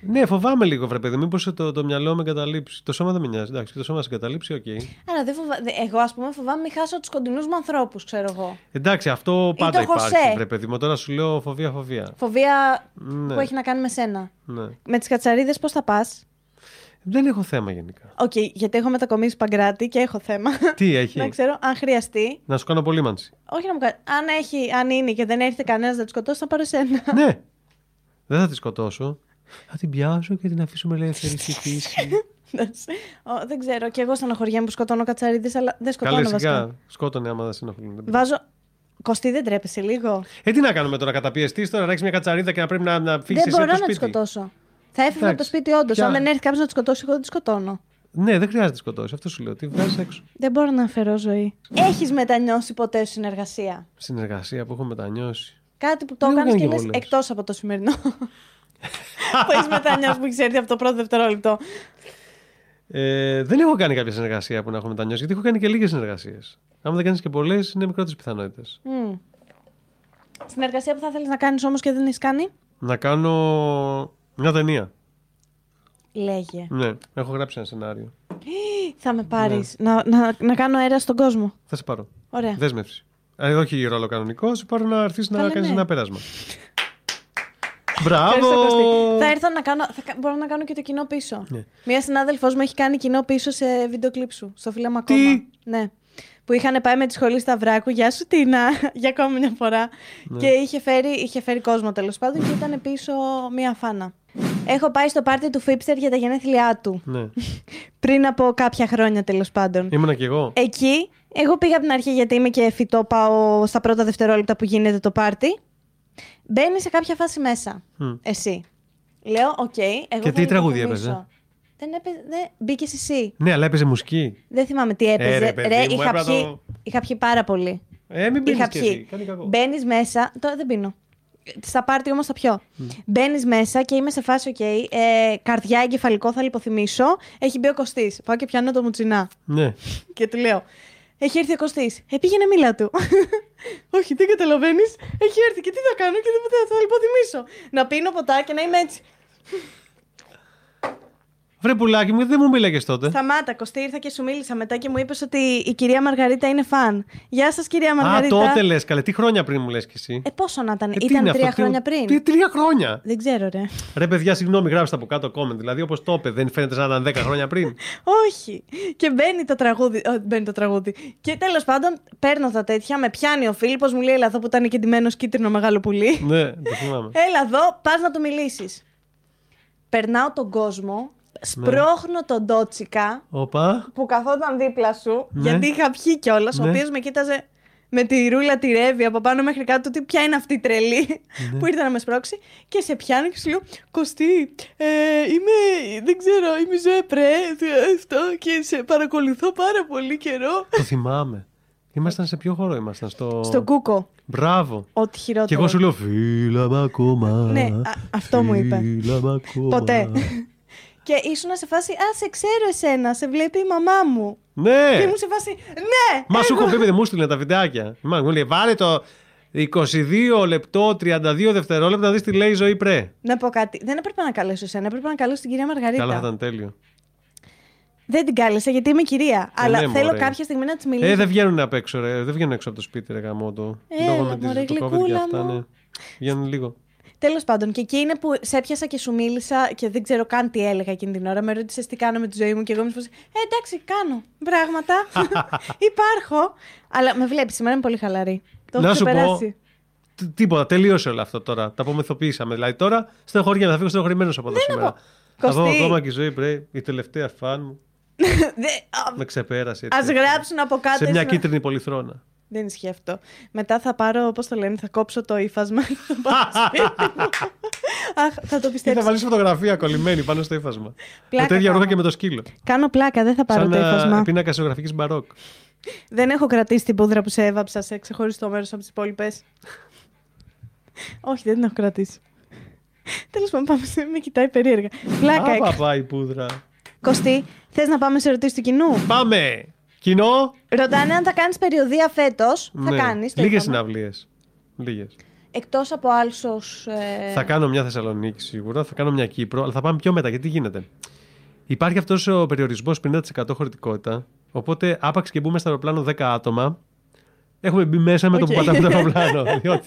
B: ναι, φοβάμαι λίγο, βρε παιδί. Μήπως το, το μυαλό με εγκαταλείψει. Το σώμα δεν με νοιάζει. Εντάξει, το σώμα σε εγκαταλείψει, οκ.
A: Άρα δεν φοβα... δε- Εγώ, ας πούμε, φοβάμαι μη χάσω τους κοντινούς μου ανθρώπους, ξέρω εγώ.
B: Εντάξει, αυτό
A: Ή
B: πάντα
A: το Χωσέ.
B: υπάρχει, βρε παιδί μου. Τώρα σου λέω φοβία, φοβία.
A: Φοβία
B: Ναι.
A: που έχει να κάνει με σένα.
B: ναι.
A: Με τις κατσαρίδες, πώς θα πας.
B: Δεν έχω θέμα γενικά.
A: Οκ, γιατί έχω μετακομίσει παγκράτη και έχω θέμα.
B: Τι έχει.
A: να ξέρω αν χρειαστεί.
B: Να σου κάνω απολύμανση.
A: Όχι να μου κάνει. Αν, έχει, αν είναι και δεν έρθει κανένας να του σκοτώσει, θα πάρω εσένα.
B: ναι. Δεν θα τη σκοτώσω. Θα την πιάσω και την αφήσουμε ελεύθερη στη φύση.
A: Εντάξει. Ω, δεν ξέρω. Και εγώ στενοχωριέμαι που σκοτώνω κατσαρίδες, αλλά δεν σκοτώνω
B: Καλέ,
A: βασικά.
B: σιγά. Σκότωνε άμα δεν συνοχλούν.
A: Βάζω. Κωστή, δεν τρέπεσαι λίγο.
B: Ε, τι να κάνουμε τώρα, καταπιεστείς τώρα, να έχει μια κατσαρίδα και να πρέπει να, να φύγει
A: δεν μπορώ να
B: το
A: τη
B: σπίτι.
A: σκοτώσω. Θα έφευγα από το
B: Εντάξει.
A: σπίτι, όντως.
B: Πια-
A: Αν δεν έρθει κάποιος να τη σκοτώσει, εγώ δεν τη σκοτώνω.
B: Ναι, δεν χρειάζεται να τη σκοτώσεις. Αυτό σου λέω. Τι βγάζεις έξω.
A: Δεν μπορώ να αφαιρώ ζωή. Έχεις μετανιώσει ποτέ σου συνεργασία.
B: Συνεργασία που έχω μετανιώσει.
A: Κάτι που το
B: Δεν
A: έκανε
B: μου
A: και
B: κάνει
A: λε
B: και
A: εκτός από το σημερινό. που έχει μετανιώσει που έχει έρθει από το πρώτο δευτερόλεπτο.
B: Ε, δεν έχω κάνει κάποια συνεργασία που να έχω μετανιώσει, γιατί έχω κάνει και λίγες συνεργασίες. Αν δεν κάνεις και πολλές, είναι μικρότερες πιθανότητες.
A: Μμ. Συνεργασία που θα θέλεις να κάνεις όμως και δεν έχεις κάνει.
B: Να κάνω μια ταινία.
A: Λέγε.
B: Ναι, έχω γράψει ένα σενάριο.
A: Θα με πάρει
B: Ναι.
A: να, να, να κάνω αέρα στον κόσμο.
B: Θα σε πάρω.
A: Ωραία.
B: Δέσμευση. Ε, όχι ρόλο κανονικό, σου πάρω να έρθεις να
A: Καλά,
B: κάνεις
A: ναι.
B: ένα πέρασμα. Μπράβο!
A: Ευχαριστώ, Κωστή. Θα έρθω να κάνω. Θα, κα- μπορώ να κάνω και το κοινό πίσω.
B: Ναι.
A: Μία συνάδελφός μου έχει κάνει κοινό πίσω σε βίντεο κλειπ σου, στο φίλαμα
B: Τι?
A: ακόμα. Ναι. Που είχαν πάει με τη σχολή στα βράκου. Γεια σου, Τίνα. Για ακόμη μια φορά.
B: Ναι.
A: Και είχε φέρει, είχε φέρει κόσμο τέλος πάντων και ήταν πίσω μία φάνα. Έχω πάει στο πάρτι του Φίπστερ για τα γενέθλιά του.
B: Ναι.
A: Πριν από κάποια χρόνια τέλος πάντων.
B: Ήμουνα κι εγώ.
A: Εκεί, εγώ πήγα από την αρχή γιατί είμαι και φυτό, πάω στα πρώτα δευτερόλεπτα που γίνεται το πάρτι. Μπαίνει σε κάποια φάση μέσα.
B: Μ.
A: Εσύ. Λέω, οκ. εγώ
B: Και
A: θα
B: τι τραγούδι
A: λογοτομήσω».
B: έπαιζε?
A: Δεν έπαιζε. Δεν... Μπήκε εσύ.
B: Ναι, αλλά έπαιζε μουσική.
A: Δεν θυμάμαι τι έπαιζε.
B: Ε, ρε, παιδί μου,
A: είχα,
B: έπρεπε να
A: πιει,
B: το-
A: είχα πιει πάρα πολύ.
B: Ε, μην πίνεις
A: Είχα
B: κι εσύ.
A: πιει.
B: Κάνει κακό.
A: Μπαίνεις μέσα. Τώρα δεν πίνω. Στα πάρτι όμως θα πιω. Μπαίνεις μέσα και είμαι σε φάση, οκ. ε, καρδιά, εγκεφαλικό θα λιποθυμίσω. Έχει μπει ο Κωστής. Πάω και πιάνω το μουτσινά.
B: Ναι.
A: Και του λέω, έχει έρθει ο Κωστής. Ε, πήγαινε μίλα του. Όχι, δεν καταλαβαίνεις. Έχει έρθει και τι θα κάνω και δεν θα, θα λιποθυμίσω. Να πίνω ποτά και να είμαι έτσι.
B: Βρε πουλάκι μου, δεν μου μίλαγες τότε.
A: Σταμάτα, Κωστή, ήρθα και σου μίλησα μετά και μου είπες ότι η κυρία Μαργαρίτα είναι φαν. Γεια σας, κυρία
B: Α,
A: Μαργαρίτα.
B: τότε λες, καλέ. Τι χρόνια πριν μου λες κι εσύ.
A: Ε, πόσο να ήταν,
B: Ε, τι
A: ήταν
B: είναι
A: τρία
B: αυτό, τι-
A: χρόνια πριν.
B: Τι, τρία χρόνια.
A: Δεν ξέρω, ρε.
B: Ρε, παιδιά, συγγνώμη, γράψτε από κάτω comment. Δηλαδή, όπως το είπε, δεν φαίνεται σαν να ήταν δέκα χρόνια πριν.
A: Όχι. Και μπαίνει το τραγούδι. Ω, μπαίνει το τραγούδι. Και τέλος πάντων, παίρνω τα τέτοια, με πιάνει ο Φίλιππος, μου λέει Ελά εδώ που ήταν κεντυμένο κίτρινο μεγάλο πουλί.
B: ναι, το θυμάμαι.
A: Έλα εδώ, πας να του μιλήσεις. Περνάω τον κόσμο,
B: Ναι.
A: σπρώχνω τον Ντότσικα
B: Όπα.
A: που καθόταν δίπλα σου,
B: Ναι.
A: γιατί είχα πιει κιόλας, ο
B: Ναι.
A: οποίος με κοίταζε με τη ρούλα τη ρεύει από πάνω μέχρι κάτω, τι ποια είναι αυτή η τρελή
B: Ναι.
A: που ήρθε να με σπρώξει. Και σε πιάνει και σου λέω: Κωστή, ε, είμαι, δεν ξέρω, είμαι ε, ζέπρε, αυτό και σε παρακολουθώ πάρα πολύ καιρό.
B: το θυμάμαι. Ήμασταν σε ποιο χώρο ήμασταν, στο.
A: Στον κούκο.
B: Μπράβο.
A: Ό,τι χειρότερο.
B: Και εγώ σου λέω φίλα μ' ακόμα.
A: Ναι, α- αυτό μου είπε.
B: «Φίλα μ' ακόμα».
A: Ποτέ. και ήσουν σε φάση, Α, σε ξέρω εσένα, σε βλέπει η μαμά μου. Και
B: Ναι!
A: ήμουν σε φάση, Ναι!
B: Μα σου
A: εγώ».
B: έχω πει, παιδί μου στείλε τα βιντεάκια. Μα μου λέει, βάλε το 22 λεπτό, 32 δευτερόλεπτα να δεις τι λέει η ζωή πρέ.
A: Να πω κάτι. Δεν έπρεπε να καλέσω εσένα, έπρεπε να καλέσω την κυρία Μαργαρίτα.
B: Καλά, θα ήταν τέλειο.
A: Δεν την κάλεσα γιατί είμαι κυρία. αλλά
B: ναι,
A: θέλω
B: μωρέ.
A: κάποια στιγμή να της μιλήσω.
B: Ε, δεν βγαίνουν απ' έξω, ρε. Δεν βγαίνουν έξω από το σπίτι, ρε γαμό το.
A: Έλα, μωρέ, γλυκούλα μου.
B: ναι. Βγαίνουν λίγο.
A: Τέλος πάντων, και εκεί είναι που σε έπιασα και σου μίλησα και δεν ξέρω καν τι έλεγα εκείνη την ώρα. Με ρώτησες τι κάνω με τη ζωή μου και εγώ μου σου Ε, εντάξει, κάνω πράγματα. Υπάρχω. Αλλά με βλέπεις, σήμερα είμαι πολύ χαλαρή. Το
B: Να
A: έχω
B: σου πω.
A: ξεπεράσει.
B: τ- Τίποτα, τελείωσε όλο αυτό τώρα. Τα απομεθοποιήσαμε. Δηλαδή τώρα στενοχωριέμαι, θα φύγω στενοχωρημένος από εδώ σήμερα. Θα δω
A: Κωστή.
B: ακόμα και η ζωή, πρέ, η τελευταία φαν μου με ξεπέρασε.
A: Α
B: έτσι, έτσι.
A: γράψουν από κάτω.
B: Σε μια
A: έτσι να-
B: κίτρινη πολυθρόνα.
A: Δεν ισχύει αυτό. Μετά θα πάρω, πώς το λένε, θα κόψω το ύφασμα. και θα πάω σπίτι μου. Αχ, θα το
B: Και θα
A: πιστέψω.
B: βάλεις φωτογραφία κολλημένη πάνω στο ύφασμα.
A: Πλάκα
B: με τέτοια ρούχα
A: κάνω.
B: και με το σκύλο.
A: Κάνω πλάκα, δεν θα πάρω
B: Σαν ε,
A: το ύφασμα.
B: ένα πίνακα ζωγραφικής μπαρόκ.
A: Δεν έχω κρατήσει την πούδρα που σε έβαψα σε ξεχωριστό μέρος από τις υπόλοιπες. Όχι, δεν την έχω κρατήσει. Τέλος πάντων, πάμε σε. Με κοιτάει περίεργα. Πλάκα.
B: Α,
A: έκανα.
B: παπά η πούδρα.
A: Κωστή, θες να πάμε σε ερωτήσεις του κοινού.
B: Πάμε! Κοινό!
A: Ρωτάνε αν θα κάνεις περιοδία φέτος.
B: Ναι.
A: Θα κάνει.
B: Λίγε συναυλίες. Λίγες.
A: Εκτός από άλσος. Ε...
B: Θα κάνω μια Θεσσαλονίκη σίγουρα, θα κάνω μια Κύπρο, αλλά θα πάμε πιο μετά. Γιατί γίνεται. Υπάρχει αυτός ο περιορισμός 50% χωρητικότητα. Οπότε άπαξ και μπούμε στο αεροπλάνο 10 άτομα. Έχουμε μπει μέσα με το που
A: Οκ.
B: πατάμε το αεροπλάνο. διότι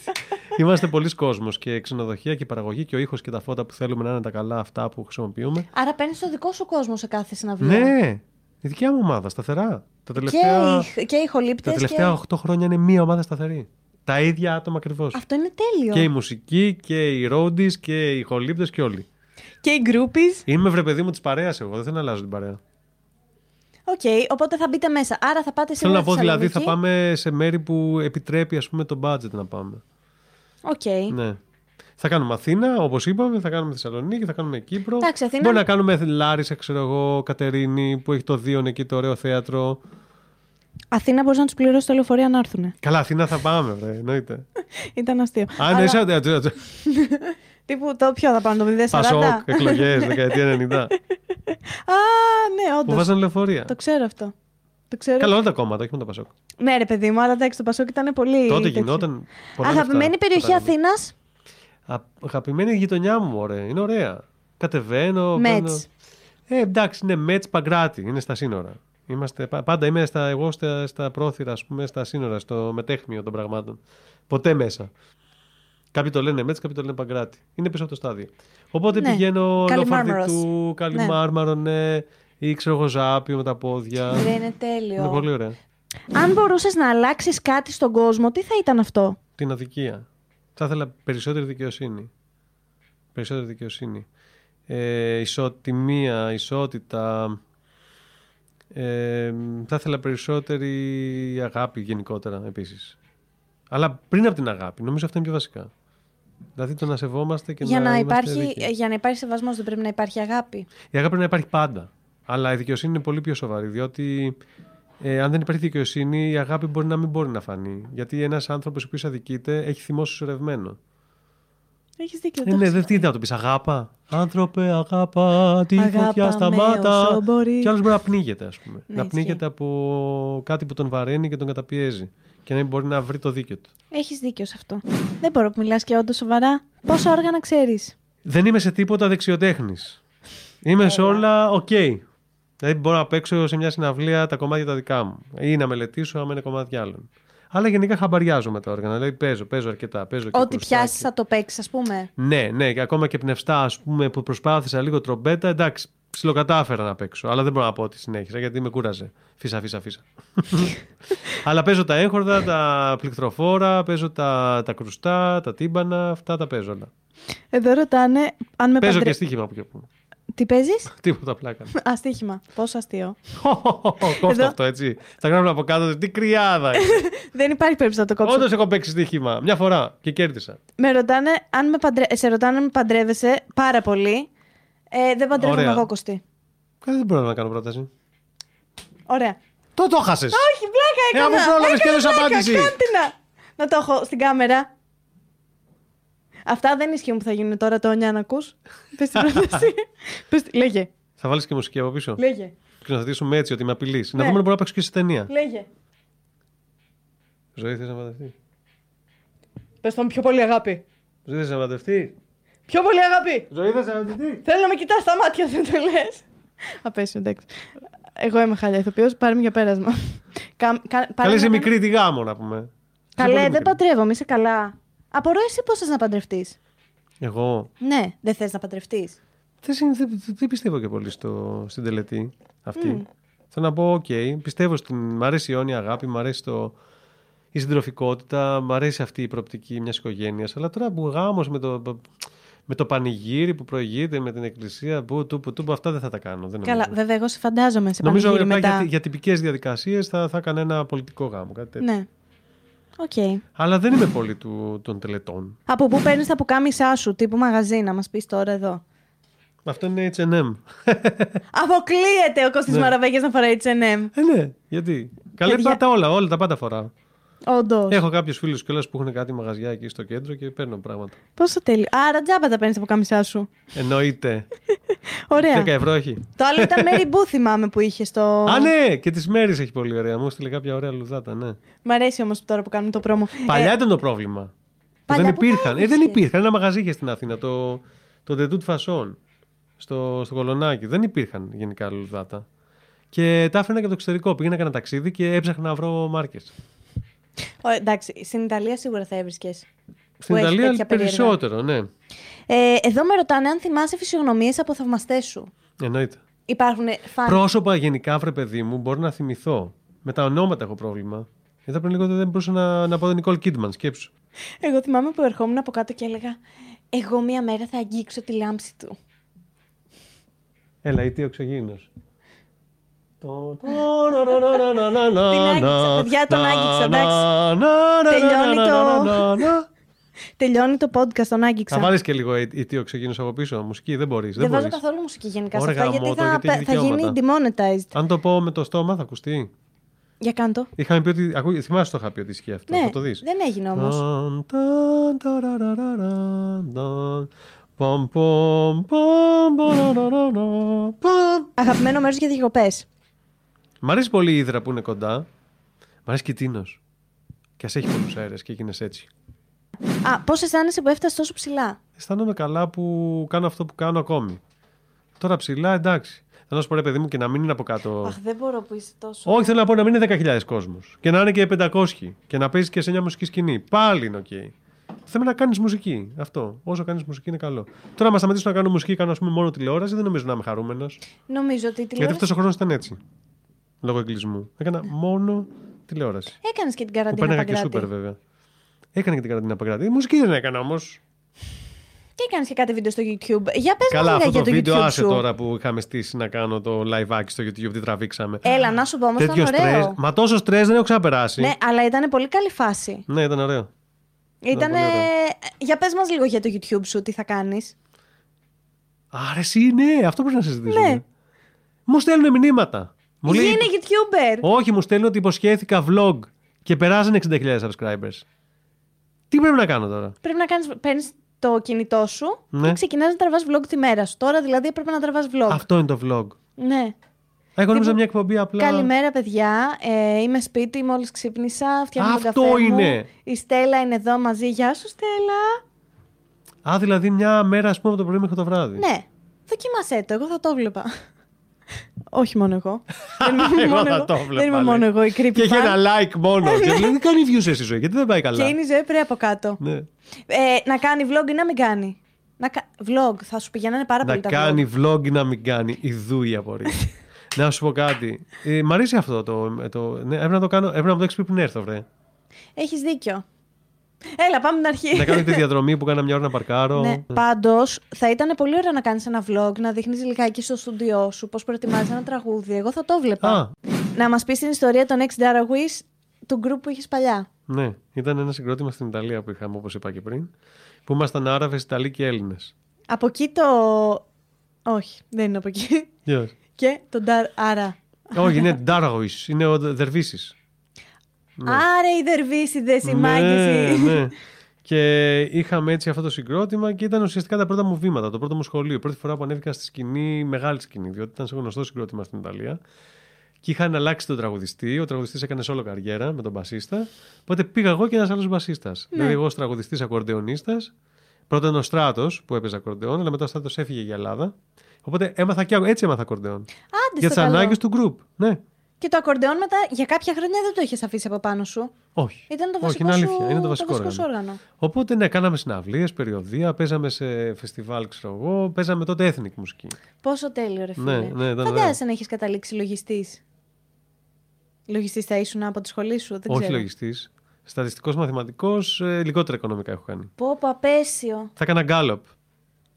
B: είμαστε πολλοί κόσμος και ξενοδοχεία και παραγωγή και ο ήχος και τα φώτα που θέλουμε να είναι τα καλά αυτά που χρησιμοποιούμε.
A: Άρα παίρνεις το δικό σου κόσμο σε κάθε συναυλία.
B: Ναι, η δικιά μου ομάδα σταθερά.
A: Και,
B: Τα τελευταία,
A: οι, και οι χολύπτες
B: τα τελευταία
A: και...
B: 8 χρόνια είναι μία ομάδα σταθερή. Τα ίδια άτομα ακριβώς.
A: Αυτό είναι τέλειο.
B: Και η μουσική και οι roadies και οι χολύπτες και όλοι.
A: Και οι groupies.
B: Είμαι βρε παιδί μου της παρέας εγώ, δεν θέλω να αλλάζω την παρέα.
A: Οκ, οπότε θα μπείτε μέσα. Άρα θα πάτε σε
B: Θέλω να πω δηλαδή θα πάμε σε μέρη που επιτρέπει ας πούμε το budget να πάμε.
A: Οκ.
B: Ναι. Θα κάνουμε Αθήνα, όπως είπαμε, θα κάνουμε Θεσσαλονίκη, θα κάνουμε Κύπρο.
A: Εντάξει, Αθήνα-
B: Μπορεί να κάνουμε Λάρισα, ξέρω εγώ, Κατερίνη, που έχει το Δίον εκεί το ωραίο θέατρο.
A: Αθήνα μπορείς να τους πληρώσεις το λεωφορείο να έρθουν.
B: Καλά, Αθήνα θα πάμε, βρε, εννοείται.
A: Ήταν αστείο.
B: Αν
A: Αλλά, Ε,
B: είσαι. α, τζο- τζο-
A: Τύπου το ποιο θα πάνε το 040.
B: Πασόκ, εκλογές, δεκαετία 90.
A: Α, ναι,
B: Που
A: όντω.
B: βάζαν λεωφορεία.
A: Το ξέρω αυτό. Το ξέρω.
B: Καλά, όλα τα κόμματα, όχι μόνο τα Πασόκ.
A: Ναι, ρε παιδί μου, αλλά εντάξει, το Πασόκ ήταν πολύ.
B: Τότε
A: τέτοιο.
B: γινόταν. πολλά λεφτά.
A: Αγαπημένη περιοχή
B: Κατάλαβα.
A: Αθήνα.
B: Α- Αγαπημένη γειτονιά μου, ωραία. Είναι ωραία. Κατεβαίνω.
A: Μέτς.
B: παίρνω- Ε, εντάξει, είναι Μέτ Παγκράτη. Είναι στα σύνορα. Είμαστε, πα- πάντα είμαι στα, εγώ στα, στα πρόθυρα, ας πούμε, στα σύνορα, στο μετέχμιο των πραγμάτων. Ποτέ μέσα. Κάποιοι το λένε Μέτ, κάποιοι το λένε Παγκράτη. Είναι πίσω από το στάδιο. Οπότε
A: Ναι.
B: πηγαίνω
A: Καλλιμάρμαρος.
B: Λοφαρδιτού, Καλιμάρμαρο, ναι. ή ξέρω εγώ Ζάπιο με τα πόδια.
A: Ρε, είναι τέλειο.
B: Ναι. είναι πολύ ωραία.
A: Αν μπορούσες να αλλάξεις κάτι στον κόσμο, τι θα ήταν αυτό.
B: την αδικία. Θα ήθελα περισσότερη δικαιοσύνη. Περισσότερη δικαιοσύνη. Ε, ισοτιμία, ισότητα. Ε, θα ήθελα περισσότερη αγάπη γενικότερα επίσης. Αλλά πριν από την αγάπη, νομίζω αυτά είναι πιο βασικά. Δηλαδή το να σεβόμαστε και
A: Για
B: να,
A: να,
B: είμαστε
A: υπάρχει,
B: δίκαιοι.
A: για να υπάρχει σεβασμός, δεν πρέπει να υπάρχει αγάπη.
B: Η αγάπη πρέπει να υπάρχει πάντα. Αλλά η δικαιοσύνη είναι πολύ πιο σοβαρή, διότι ε, αν δεν υπάρχει δικαιοσύνη, η αγάπη μπορεί να μην μπορεί να φανεί. Γιατί ένας άνθρωπος ο οποίος αδικείται έχει θυμό συσσωρευμένο.
A: Έχεις δίκιο.
B: Ε,
A: το
B: ναι,
A: έχεις
B: δεν τι να το πεις. Αγάπα. Άνθρωπε, αγάπα. Τη
A: Αγάπα
B: φωτιά
A: με
B: σταμάτα.
A: όσο μπορείς.
B: Κι άλλος μπορεί να πνίγεται, ας πούμε.
A: Ναι,
B: να
A: ισχύει.
B: πνίγεται από κάτι που τον βαραίνει και τον καταπιέζει. Και να μην μπορεί να βρει το δίκιο του.
A: Έχεις δίκιο σε αυτό. Δεν μπορώ που μιλάς και όντως σοβαρά. Πόσα όργανα ξέρεις.
B: Δεν είμαι σε τίποτα δεξιοτέχνης. Είμαι σε όλα οκ. Δηλαδή μπορώ να παίξω σε μια συναυλία τα κομμάτια τα δικά μου. Ή να μελετήσω άμα είναι κομμάτια άλλων. Αλλά γενικά χαμπαριάζομαι τα όργανα. Δηλαδή παίζω, παίζω αρκετά. Παίζω και
A: Ό,τι
B: κρουστάκι.
A: πιάσεις θα το παίξεις, ας πούμε.
B: Ναι, ναι, και ακόμα και πνευστά, ας πούμε, που προσπάθησα λίγο τρομπέτα, εντάξει, ψιλοκατάφερα να παίξω. Αλλά δεν μπορώ να πω ότι συνέχισα γιατί με κούραζε. Φύσα, φύσα, φύσα. αλλά παίζω τα έγχορδα, τα πληκτροφόρα, παίζω τα, τα κρουστά, τα τύμπανα, αυτά τα παίζω όλα.
A: Εδώ ρωτάνε αν με
B: παίζω
A: παντρε...
B: και στοίχημα που και πούμε.
A: Τι παίζεις?
B: Τίποτα πλάκα.
A: Αστίχημα. Πόσο αστείο.
B: Κόφτω
A: Εδώ-
B: αυτό, έτσι. Θα γράφω από κάτω, τι κρυάδα.
A: Δεν υπάρχει περίπτωση να το κόψω.
B: Όντως έχω παίξει στοίχημα μια φορά και κέρδισα.
A: Με ρωτάνε αν με παντρε... ε, σε ρωτάνε αν με παντρεύεσαι πάρα πολύ. Ε, δεν παντρεύομαι
B: Ωραία.
A: εγώ κοστί.
B: Ε, Δεν μπορώ να κάνω πρόταση.
A: Ωραία.
B: Το το χάσες.
A: Όχι, πλάκα
B: Ε,
A: έκανα.
B: αφού πρόλαβες και
A: Έκανα
B: έδωσες
A: πλάκα,
B: απάντηση.
A: Κάντε να. Να το έχω στην κάμερα. Αυτά δεν ισχύουν που θα γίνουν τώρα, Τόνια, να ακούς. Πες την πρόταση. Πες τη- Λέγε,
B: Θα βάλεις και μουσική από πίσω.
A: λέγε,
B: Και να θέσουμε έτσι ότι με απειλείς. Να
A: Ναι.
B: δούμε αν μπορώ να παίξω και σε ταινία.
A: λέγε.
B: Ζωή θες να παντευτεί.
A: Πες τον πιο πολύ αγάπη.
B: Ζωή θες να παντευτεί.
A: Πιο πολύ αγάπη.
B: Ζωή θες να παντευτεί.
A: Θέλω να με κοιτάς στα μάτια, δεν το λες. Απέσιο, εντάξει. Εγώ είμαι χάλια ηθοποιός, πάρε για πέρασμα. Κα- κα- πάρε
B: Καλή
A: μια-
B: είσαι μικρή τη γάμο να πούμε. Είσαι πολύ
A: Καλέ, δεν
B: μικρή.
A: παντρεύομαι, είσαι καλά. Απορώ εσύ πώς θες να παντρευτείς.
B: Εγώ
A: Ναι, δεν θες να παντρευτείς.
B: δεν, συν- δεν- δεν πιστεύω και πολύ στο, στην τελετή αυτή. Θέλω να πω, οκ, πιστεύω στην. Μ' αρέσει η αιώνια αγάπη, μ' αρέσει το, η συντροφικότητα, μ' αρέσει αυτή η προοπτική μιας οικογένειας. Αλλά τώρα που γάμος με το, με το πανηγύρι που προηγείται, με την εκκλησία, που, του, που, του, που, αυτά δεν θα τα κάνω. Δεν
A: Καλά,
B: νομίζω.
A: βέβαια, εγώ σε φαντάζομαι σε
B: Νομίζω
A: πανηγύρι
B: απλά
A: μετά.
B: για, για τυπικές διαδικασίες θα, θα έκανα ένα πολιτικό γάμο, κάτι τέτοιο.
A: Ναι. Οκ.
B: Αλλά δεν είμαι πολύ του, των τελετών.
A: Από πού παίρνεις τα πουκάμισά σου, τύπου μαγαζί, να μας πεις τώρα εδώ.
B: Αυτό είναι HM.
A: Αποκλείεται ο Κώστης
B: Ναι.
A: Μαραβέγιας να φοράει HM.
B: Ε, ναι, γιατί. Καλά,
A: Παιδιά-
B: τα, τα όλα, όλα τα πάντα φοράω.
A: Όντως.
B: Έχω κάποιους φίλους κιόλας που έχουν κάτι μαγαζιά εκεί στο κέντρο και παίρνω πράγματα.
A: Πόσο τέλειο. Άρα τζάμπα τα παίρνεις τα πουκάμισά σου.
B: Εννοείται.
A: Ωραία.
B: 10 ευρώ έχει.
A: Το άλλο ήταν Mary Boo, θυμάμαι που είχε στο.
B: Α, ναι, και τις μέρες έχει πολύ ωραία. Μου έστειλε κάποια ωραία λουδάτα, ναι.
A: Μ' αρέσει όμως τώρα που κάνουμε το πρόμο.
B: Παλιά ήταν το πρόβλημα.
A: παλιά
B: δεν
A: που τα
B: υπήρχαν. Ε, δεν
A: έβρισκες.
B: υπήρχαν. Ένα μαγαζί είχε στην Αθήνα, το, το De Toute Façon, στο, στο Κολονάκι. Δεν υπήρχαν γενικά λουδάτα. Και τα έφερα και από το εξωτερικό. Πήγαινα ένα ταξίδι και έψαχνα να βρω μάρκες.
A: Ε, ο, εντάξει, στην Ιταλία σίγουρα θα έβρισκες.
B: Στην
A: έχεις
B: Ιταλία
A: τέτοια περίεργα.
B: περισσότερο, ναι.
A: Ε, εδώ με ρωτάνε αν θυμάσαι φυσιογνωμίες από θαυμαστές σου.
B: Εννοείται.
A: Υπάρχουν φαν.
B: Πρόσωπα γενικά, βρε παιδί μου, μπορώ να θυμηθώ. Με τα ονόματα έχω πρόβλημα. Εδώ πριν λίγο δεν μπορούσα να, να πω τον Νικόλ Κίτμαν, σκέψου.
A: Εγώ θυμάμαι που ερχόμουν από κάτω και έλεγα Εγώ μία μέρα θα αγγίξω τη λάμψη του.
B: Έλα, ή τι οξυγόνο.
A: άγγιξα, παιδιά, τον άγγιξα, εντάξει. Τελειώνει το- Τελειώνει το podcast, τον άγγιξα.
B: Θα βάλεις και λίγο ή ή τι οξυγόνο από πίσω. Μουσική δεν μπορείς.
A: δεν
B: Δεν
A: βάζω
B: μπορείς.
A: καθόλου μουσική γενικά σε
B: Ωραία,
A: αυτά, γιατί
B: γαμώτο,
A: θα,
B: γιατί έχει
A: θα γίνει demonetized.
B: Αν το πω με το στόμα, θα ακουστεί.
A: Για κάντο.
B: Είχαμε πει ότι. ακούγε- Θυμάσαι το είχα πει ότι ισχύει αυτό.
A: Ναι,
B: Θα το δεις.
A: δεν έγινε όμως.
B: Ταν, ταν, ταραραραρα, ταν. Παμ, παμ, παμ, παραραραρα, παμ.
A: Αγαπημένο μέρο για διακοπέ.
B: Μ' αρέσει πολύ η Ήδρα που είναι κοντά. Μ' αρέσει και η Τίνος. Και ας έχει πολλούς αέρες και έγινες έτσι.
A: Α, πώς αισθάνεσαι που έφτασες τόσο ψηλά.
B: Αισθάνομαι καλά που κάνω αυτό που κάνω ακόμη. Τώρα ψηλά, εντάξει. Θέλω να σου πω, ρε παιδί μου, και να μην είναι από κάτω.
A: Αχ, δεν μπορώ που είσαι τόσο.
B: Όχι, θέλω να πω να μην είναι 10.000 κόσμος. Και να είναι και 500. Και να παίζει και σε μια μουσική σκηνή. Πάλι είναι οκ. Το θέμα είναι να κάνεις μουσική. Αυτό. Όσο κάνεις μουσική είναι καλό. Τώρα, μα σταματήσουν να κάνουν μουσική, κάνω ας πούμε, μόνο τηλεόραση, δεν νομίζω να είμαι χαρούμενος.
A: Νομίζω ότι η
B: Γιατί
A: τηλεόραση.
B: αυτός ο χρόνος ήταν έτσι. Λόγω εγκλισμού. Έκανα μόνο τηλεόραση.
A: Έκανες και την
B: Που
A: καραντίνα
B: παίρναγα και
A: Παγκράτη.
B: σούπερ, βέβαια. Έκανα και την καραντίνα παγκράτη. Μουσική δεν έκανα όμως.
A: Και έκανες και κάτι βίντεο στο YouTube. Για πες
B: Καλά,
A: λίγα
B: αυτό
A: για
B: το
A: το
B: βίντεο
A: YouTube
B: άσε
A: σου.
B: τώρα που είχαμε στήσει να κάνω το live στο YouTube, τι τραβήξαμε.
A: Έλα, να σου πω όμως ήταν
B: Τέτοιο στρε.
A: ωραίο.
B: Μα τόσο στρε δεν έχω ξαναπεράσει.
A: Ναι, αλλά ήταν πολύ καλή φάση.
B: ναι ήταν ωραίο.
A: Ήταν.
B: πολύ ωραίο.
A: Για πες μας λίγο για το YouTube σου, τι θα κάνεις.
B: Άρεση, ναι, αυτό πρέπει να συζητήσουμε.
A: Ναι.
B: Μου στέλνουν μηνύματα. Μου λέει,
A: Γίνε YouTuber.
B: Όχι, μου στέλνουν ότι υποσχέθηκα vlog και περάσανε 60.000 subscribers. Τι πρέπει να κάνω τώρα.
A: Πρέπει να κάνεις, παίρνεις το κινητό σου
B: Ναι.
A: και ξεκινάς να τραβάς vlog τη μέρα σου. Τώρα δηλαδή έπρεπε να τραβάς vlog.
B: Αυτό είναι το vlog.
A: Ναι.
B: Α, Εγώ νόμιζα
A: Τύπου-
B: μια εκπομπή απλά.
A: Καλημέρα, παιδιά. Ε, είμαι σπίτι, μόλις ξύπνησα. Φτιάχνω τον
B: Αυτό
A: καφέ μου.
B: είναι.
A: Η Στέλλα είναι εδώ μαζί. Γεια σου, Στέλλα.
B: Α, δηλαδή μια μέρα, ας πούμε, από το πρωί μέχρι το βράδυ.
A: Ναι. Δοκίμασέ το. Εγώ θα το βλέπα. Όχι μόνο εγώ. δεν είμαι
B: Εγώ
A: μόνο
B: θα
A: εγώ.
B: το
A: Δεν
B: βλέπα,
A: είμαι
B: λέει.
A: μόνο εγώ η creepy
B: Και έχει
A: fan.
B: ένα like μόνο. και λέει, δεν κάνει views εσύ η ζωή, γιατί δεν πάει
A: Και
B: καλά.
A: είναι η ζωή πριν από κάτω.
B: Ναι.
A: Ε, να κάνει vlog ή να μην κάνει. Να κα... Vlog, θα σου πηγαίνανε πάρα
B: Να
A: πολύ τα
B: κάνει
A: vlog.
B: vlog ή να μην κάνει. Ιδού η απορία. να σου πω κάτι. Ε, μ' αρέσει αυτό το. το ναι, έπρεπε να το κάνω. Έπρεπε να μου το έχεις πριν έρθω, βρε.
A: Έχεις δίκιο. Έλα, πάμε την αρχή.
B: να κάνω τη διαδρομή που κάνα μια ώρα να παρκάρω.
A: Ναι. Πάντως, θα ήταν πολύ ωραίο να κάνεις ένα vlog, να δείχνεις λιγάκι στο στούντιό σου πώς προετοιμάζεις ένα τραγούδι. Εγώ θα το βλέπα.
B: Α,
A: Να μας πεις την ιστορία των Next Darawish του group που είχες παλιά.
B: ναι. Ήταν ένα συγκρότημα στην Ιταλία που είχαμε, όπως είπα και πριν. Που ήμασταν Άραβες, Ιταλοί και Έλληνες.
A: Από εκεί το. Όχι, δεν είναι από εκεί. Και τον Dar... Άρα.
B: Όχι, είναι Ντάραγουι. Είναι ο Δερβίσης.
A: Άρα οι δερβίσιδες, οι
B: Ναι,
A: μάγκες. οι-
B: ναι. Και είχαμε έτσι αυτό το συγκρότημα και ήταν ουσιαστικά τα πρώτα μου βήματα, το πρώτο μου σχολείο. Η πρώτη φορά που ανέβηκα στη σκηνή, μεγάλη σκηνή, διότι ήταν σε γνωστό συγκρότημα στην Ιταλία. Και είχαν αλλάξει τον τραγουδιστή. Ο τραγουδιστής έκανε όλο καριέρα με τον μπασίστα. Οπότε πήγα εγώ και ένας άλλος μπασίστας.
A: Ναι.
B: Δηλαδή, εγώ ως τραγουδιστής ακορντεονίστας. Πρώτα ήταν ο Στράτος που έπαιζε ακορντεόν, αλλά μετά ο Στράτος έφυγε για Ελλάδα. Οπότε έμαθα και έτσι έμαθα ακορντεόν.
A: Άντε
B: για
A: Ε, στο
B: τι
A: καλό.
B: ανάγκες του group. Ναι.
A: Και το ακορντεόν μετά για κάποια χρόνια δεν το είχες αφήσει από πάνω σου.
B: Όχι.
A: Ήταν το
B: Όχι,
A: βασικό
B: είναι
A: σου-
B: αλήθεια. Είναι το
A: το
B: βασικό,
A: βασικό σου όργανο.
B: Οπότε ναι, κάναμε συναυλίες, περιοδία, παίζαμε σε φεστιβάλ, ξέρω εγώ, παίζαμε τότε έθνικη μουσική.
A: Πόσο τέλειο, ρε φίλε.
B: Ναι, ναι, ήταν
A: Φαντάζεσαι να έχεις καταλήξει λογιστής. Λογιστής θα ήσουν από τη σχολή σου, δεν
B: Όχι
A: ξέρω.
B: λογιστής. Στατιστικός μαθηματικός, ε, λιγότερα οικονομικά έχω κάνει.
A: Πω, πω, απέσιο.
B: Θα έκανα γκάλοπ.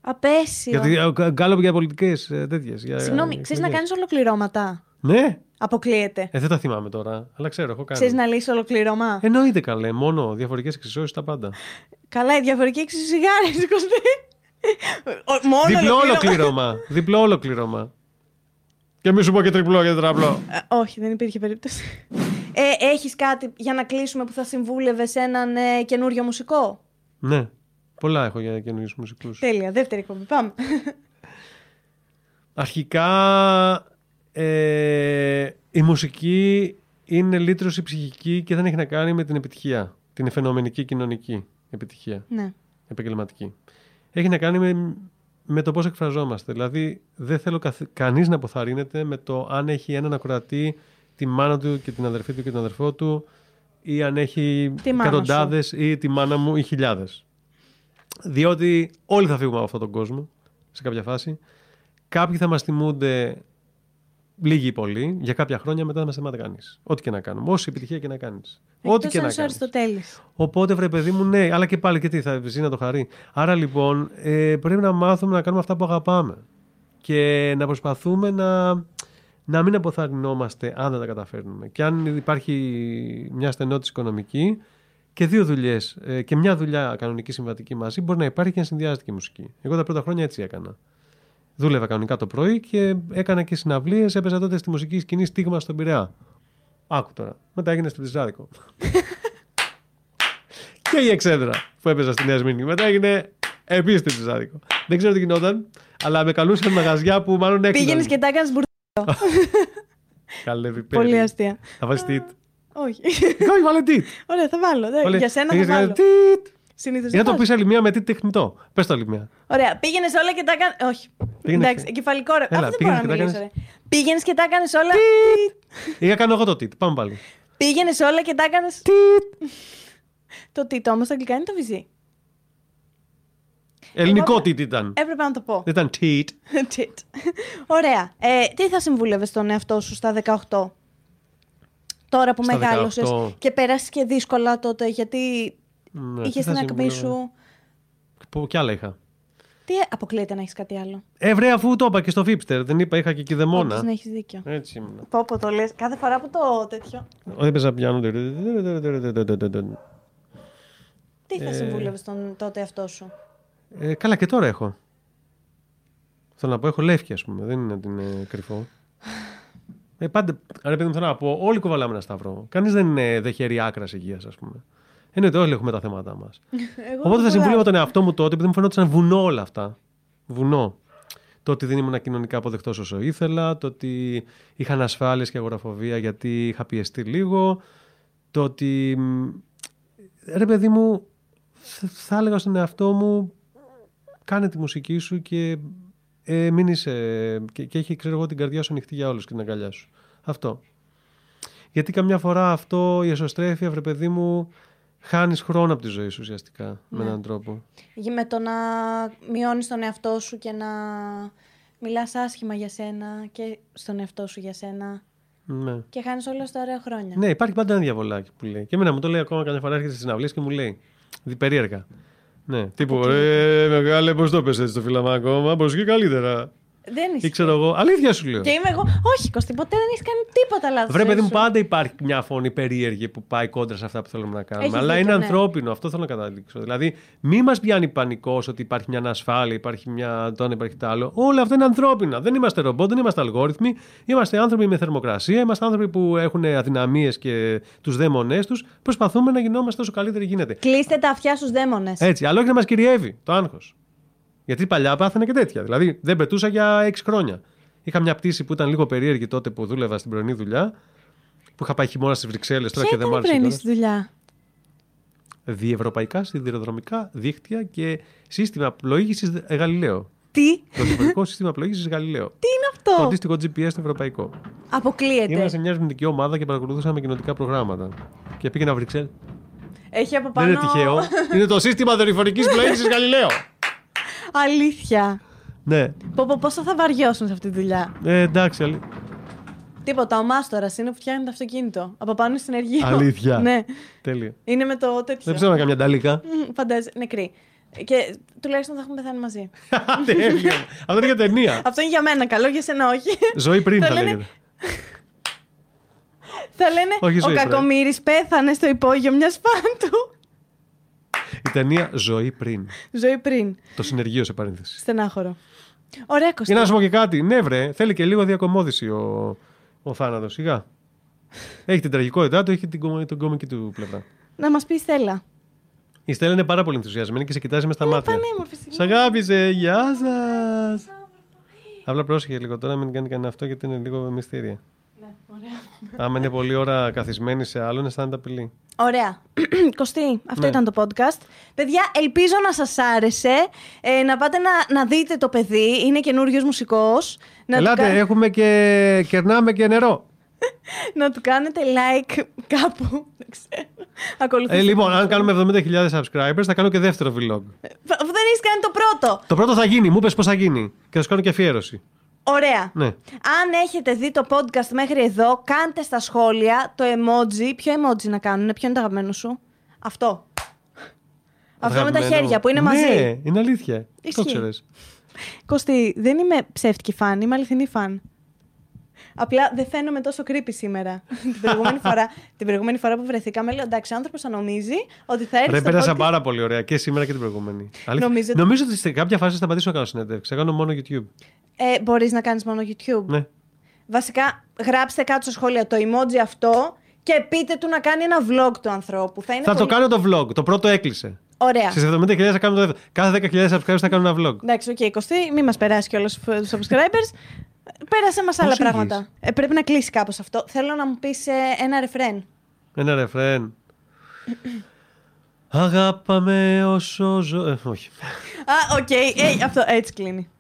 A: Απέσιο.
B: Γιατί, ε, γκα- γκάλοπ για ε, πολιτικέ τέτοιε.
A: Συγγνώμη, ξέρεις να κάνεις ολοκληρώματα.
B: Ναι,
A: Αποκλείεται.
B: ε, δεν τα θυμάμαι τώρα, αλλά ξέρω, έχω κάνει.
A: Ξέρεις να λύσει ολοκληρώμα.
B: Εννοείται καλέ, μόνο διαφορετικές εξισώσεις τα πάντα.
A: Καλά, η διαφορική εξουσιγάρι, Κωστή. Ο- Μόνο
B: διπλό
A: ολοκληρώμα.
B: ολοκλήρωμα. διπλό ολοκλήρωμα. Και μη σου πω και τριπλό και τετραπλό.
A: Ε, Όχι, δεν υπήρχε περίπτωση. Ε, έχεις κάτι για να κλείσουμε που θα συμβούλευε σε έναν ε, καινούριο μουσικό.
B: ναι. Πολλά έχω για καινούριους μουσικούς.
A: Τέλεια, δεύτερη εκπομπή. Πάμε.
B: Αρχικά ε, η μουσική είναι λύτρωση ψυχική και δεν έχει να κάνει με την επιτυχία. Την φαινομενική κοινωνική επιτυχία,
A: ναι.
B: επαγγελματική. Έχει να κάνει με, με το πώς εκφραζόμαστε. Δηλαδή δεν θέλω καθ, κανείς να αποθαρρύνεται με το αν έχει έναν ακροατή τη μάνα του και την αδερφή του και τον αδερφό του ή αν έχει
A: Τη μάνα σου.
B: εκατοντάδες ή τη μάνα μου ή χιλιάδες. Διότι όλοι θα φύγουμε από αυτόν τον κόσμο σε κάποια φάση. Κάποιοι θα μας τιμούνται λίγοι ή πολλοί για κάποια χρόνια, μετά θα μα θυμάται κανείς. Ό,τι και να κάνουμε. Όση επιτυχία και να κάνεις. Ό,τι και να κάνει.
A: τέλει.
B: Οπότε, βρε παιδί μου, ναι, αλλά και πάλι και τι, θα ζει να το χαρεί. Άρα λοιπόν, ε, πρέπει να μάθουμε να κάνουμε αυτά που αγαπάμε. Και να προσπαθούμε να, να μην αποθαρρυνόμαστε αν δεν τα καταφέρνουμε. Και αν υπάρχει μια στενότητα οικονομική και δύο δουλειές και μια δουλειά κανονική συμβατική μαζί, μπορεί να υπάρχει και να συνδυάζεται και η μουσική. Εγώ τα πρώτα χρόνια έτσι έκανα. Δούλευα κανονικά το πρωί και έκανα και συναυλίες. Έπαιζα τότε στη μουσική σκηνή Στίγμα στον Πειραιά. Άκου τώρα. Μετά έγινε στο Τριζάδικο. και η Εξέδρα που έπαιζα στη Νέα Σμύρνη. Μετά έγινε επίσης στο Τριζάδικο. Δεν ξέρω τι γινόταν, αλλά με καλούσαν μαγαζιά που μάλλον έξω.
A: Πήγαινες και τα έκανες
B: Καλεύει
A: Πολύ αστεία.
B: Θα βάλεις τίτ.
A: Όχι.
B: Όχι, βάλε τίτ.
A: Ωραία, θα βάλω. ναι.
B: Βάλε-
A: Για σένα θα
B: Έχεις κάνει
A: βάλω.
B: τίτ.
A: Συνήθω.
B: Για να το πεις άλλη μία με τίτ τεχνητό. Πες το άλλη μία.
A: Ωραία, πήγαινες όλα και τα έκανε. Όχι.
B: Πήγαινε-
A: Εντάξει, εγκεφαλικό ρε.
B: Έλα,
A: Αυτό δεν
B: πήγαινες
A: μπορώ να
B: και τα
A: μιλήσω. ρε. Πήγαινες και τα έκανες όλα.
B: Ή να κάνω εγώ το τίτ. Πάμε πάλι.
A: Πήγαινες όλα και τα έκανες. Το τι, το όμω στα αγγλικά είναι το βυζί.
B: Ελληνικό
A: Εγώ- Ε,
B: τίτ ήταν.
A: Έπρεπε να το πω.
B: Δεν ήταν τίτ.
A: Τιτ. Ωραία. Ε, τι θα συμβούλευε τον εαυτό σου στα 18, τώρα που
B: Στα
A: μεγάλωσες
B: 18.
A: και πέρασες και δύσκολα τότε, γιατί
B: Ναι,
A: είχες
B: τι θα
A: την ακμή
B: συμβούλευα.
A: σου.
B: Που κι άλλα είχα.
A: Τι αποκλείεται να έχεις κάτι άλλο.
B: Ε, βρε, αφού το είπα και στο Φίπστερ, δεν είπα, είχα και
A: Όντως, ναι.
B: κηδεμόνα.
A: να έχεις δίκιο.
B: Έτσι ήμουν.
A: Πω, πω, το λες. Κάθε φορά που το τέτοιο.
B: Όταν έπαιζα πιάνο.
A: Τι θα
B: Ε.
A: συμβούλευε τον τότε εαυτό σου.
B: Ε, Καλά, και τώρα έχω. Θέλω να πω, έχω λεύκη, ας πούμε. Δεν είναι ότι είναι κρυφό. Ε, πάντα, ρε παιδί μου, θέλω να πω, όλοι κουβαλάμε ένα σταυρό. Κανείς δεν είναι δεχερή άκρας υγείας, ας πούμε. Εννοείται, όλοι έχουμε τα θέματα μας.
A: Εγώ
B: Οπότε θα
A: κουράζω.
B: συμβούλευα τον εαυτό μου τότε, επειδή μου φαινόταν βουνό όλα αυτά. Βουνό. Το ότι δεν ήμουν κοινωνικά αποδεκτός όσο ήθελα, το ότι είχα ανασφάλειε και αγοραφοβία γιατί είχα πιεστεί λίγο, το ότι. μ, Ρε παιδί μου, θ- θα έλεγα στον εαυτό μου, κάνε τη μουσική σου και ε, μην είσαι. Και, και έχει, ξέρω εγώ, την καρδιά σου ανοιχτή για όλους και την αγκαλιά σου. Αυτό. Γιατί καμιά φορά αυτό η εσωστρέφεια, βρε παιδί μου, χάνεις χρόνο από τη ζωή σου ουσιαστικά με έναν τρόπο.
A: Με το να μειώνεις τον εαυτό σου και να μιλάς άσχημα για σένα και στον εαυτό σου για σένα.
B: Ναι.
A: Και χάνεις όλα τα ωραία χρόνια.
B: Ναι, υπάρχει πάντα ένα διαβολάκι που λέει. Και εμένα μου το λέει ακόμα καμιά φορά έρχεται στις συναυλίες και μου λέει. δι- Περίεργα. Ναι, τύπου. Ε, μεγάλε, πώς το πες έτσι το φύλαμα ακόμα, μπορεί και καλύτερα.
A: Δεν
B: Ή
A: είσαι.
B: ξέρω εγώ. Αλήθεια σου λέω.
A: Και είμαι εγώ. Όχι, Κώστη, ποτέ δεν έχει κάνει τίποτα λάθος.
B: Βρε, παιδί μου, πάντα υπάρχει μια φωνή περίεργη που πάει κόντρα σε αυτά που θέλουμε να κάνουμε.
A: Έχεις
B: Αλλά
A: δίκιο,
B: είναι
A: ναι.
B: ανθρώπινο, αυτό θέλω να καταλήξω. Δηλαδή, μη μας πιάνει πανικός ότι υπάρχει μια ανασφάλεια, υπάρχει μια το ένα, υπάρχει το άλλο. Όλα αυτά είναι ανθρώπινα. Δεν είμαστε ρομπότ, δεν είμαστε αλγόριθμοι. Είμαστε άνθρωποι με θερμοκρασία, είμαστε άνθρωποι που έχουν αδυναμίες και τους δαίμονές τους. Προσπαθούμε να γινόμαστε όσο καλύτεροι γίνεται.
A: Κλείστε τα αυτιά στους δαίμονες.
B: Έτσι, αλλά όχι να μας κυριεύει το άγχος. Γιατί παλιά πάθαινα και τέτοια. Δηλαδή δεν πετούσα για 6 χρόνια. Είχα μια πτήση που ήταν λίγο περίεργη τότε που δούλευα στην πρωινή δουλειά. Που είχα πάει χειμώνα στις Βρυξέλλες τώρα
A: Ποια
B: και δεν
A: ήταν
B: μου
A: η
B: άρεσε.
A: πρωινή
B: κιόλας.
A: στη δουλειά.
B: Διευρωπαϊκά, σιδηροδρομικά δίκτυα και σύστημα πλοήγησης Γαλιλαίο.
A: Τι,
B: Το διευρωπαϊκό σύστημα πλοήγησης Γαλιλαίο.
A: τι είναι
B: Το
A: αυτό.
B: αντίστοιχο GPS στο ευρωπαϊκό. Ήμουν σε
A: Αποκλείεται.
B: μια ερευνητική ομάδα και παρακολουθούσαμε κοινοτικά προγράμματα. Και πήγαινα Βρυξέλλες.
A: Έχει από
B: Δεν
A: πάνω.
B: είναι τυχαίο. είναι το σύστημα δορυφορικής πλοήγησης Γαλιλαίο.
A: Αλήθεια.
B: Ναι.
A: Πω, πω, πόσο θα βαριώσουν σε αυτή τη δουλειά.
B: Ε, εντάξει, αλή-
A: Τίποτα, ο μάστορας είναι που φτιάχνει το αυτοκίνητο. Από πάνω στην εργία.
B: Αλήθεια.
A: Ναι.
B: Τέλεια.
A: Είναι με το τέτοιο.
B: Δεν ψάχνω να κάνω μια ταλίκα.
A: Μμμ, Φαντάζε, νεκρή. Και τουλάχιστον θα έχουμε πεθάνει μαζί.
B: Τέλεια. Ναι, Αυτό είναι για ταινία.
A: Αυτό είναι για μένα, καλό για σένα, όχι.
B: Ζωή πριν
A: Θα
B: θα
A: λένε-
B: λέγεται.
A: θα λένε
B: Όχι ζωή,
A: Ο
B: Φρέν.
A: Κακομήρη πέθανε στο υπόγειο μιας φάντου.
B: Η ταινία Ζωή πριν.
A: Ζωή πριν.
B: Το συνεργείο σε παρένθεση.
A: Στενάχωρο. Ωραία,
B: Για
A: Κωστή.
B: να σου πω και κάτι. Ναι, βρε, θέλει και λίγο διακομόδηση ο, ο θάνατος. Σιγά. Έχει την τραγικότητά του, έχει την, κομ- τον κόμικη του πλευρά.
A: Να μας πει Στέλλα.
B: Η Στέλλα είναι πάρα πολύ ενθουσιασμένη και σε κοιτάζει με στα
A: Είναι
B: μάτια.
A: πανέμορφη στη
B: Σ' αγάπησε, γεια σας. Απλά πρόσεχε λίγο τώρα, μην κάνει κανένα αυτό γιατί είναι λίγο μυστήρια.
A: Ναι, ωραία.
B: Άμα είναι πολλή ώρα καθισμένη σε άλλον, αισθάνεται απειλή.
A: Ωραία. Κωστή, αυτό
B: Ναι.
A: ήταν το podcast. Παιδιά, ελπίζω να σας άρεσε. Ε, να πάτε να, να δείτε το παιδί. Είναι καινούριος μουσικός. Να, του
B: Ελάτε,
A: κα-
B: έχουμε και κερνάμε και νερό.
A: να του κάνετε like κάπου. Δεν ξέρω. Ακολουθήστε.
B: Ε, λοιπόν, αν κάνουμε 70.000 subscribers, θα κάνω και δεύτερο vlog.
A: Ε, φ- αφού δεν έχει κάνει το πρώτο.
B: Το πρώτο θα γίνει, μου πες πώς θα γίνει. Και θα σου κάνω και αφιέρωση.
A: Ωραία.
B: Ναι.
A: Αν έχετε δει το podcast μέχρι εδώ, κάντε στα σχόλια το emoji. Ποιο emoji να κάνουν, ποιο είναι το αγαπημένο σου. Αυτό. Αυτό με τα
B: Αγαπημένο.
A: χέρια που είναι μαζί.
B: Ναι, είναι αλήθεια. Το
A: Ισχύει.
B: ξέρεις.
A: Κωστή, δεν είμαι ψεύτικη φαν, είμαι αληθινή φαν. Απλά δεν φαίνομαι τόσο creepy σήμερα. την, προηγούμενη φορά, την προηγούμενη φορά που βρεθήκαμε, λέω εντάξει, ο άνθρωπος θα νομίζει ότι θα έρθει.
B: Ρε,
A: στο
B: πέρασα
A: podcast.
B: πάρα πολύ ωραία και σήμερα και την προηγούμενη. Αλήθεια.
A: Νομίζω-
B: Νομίζω ότι σε κάποια φάση θα σταματήσω να κάνω συνέντευξη. Θα κάνω μόνο YouTube.
A: Ε, Μπορείς να κάνεις μόνο YouTube.
B: Ναι.
A: Βασικά, γράψτε κάτω στα σχόλια το emoji αυτό και πείτε του να κάνει ένα vlog του ανθρώπου. Θα, είναι
B: Θα το
A: πολύ-
B: κάνω το vlog. Το πρώτο έκλεισε.
A: Ωραία.
B: Στις 70.000 θα κάνω το δεύτερο. Κάθε 10.000 subscribers θα κάνω ένα vlog.
A: Εντάξει, οκ, Κωστή, μην μας περάσει κιόλας του subscribers. Πέρασε μας άλλα
B: υγιείς.
A: πράγματα. Ε, πρέπει να κλείσει κάπως αυτό. Θέλω να μου πεις ένα ρεφρέν.
B: Ένα ρεφρέν. Αγάπαμε όσο ζω. Ε, όχι.
A: Α, οκ. Ε, αυτό έτσι κλείνει.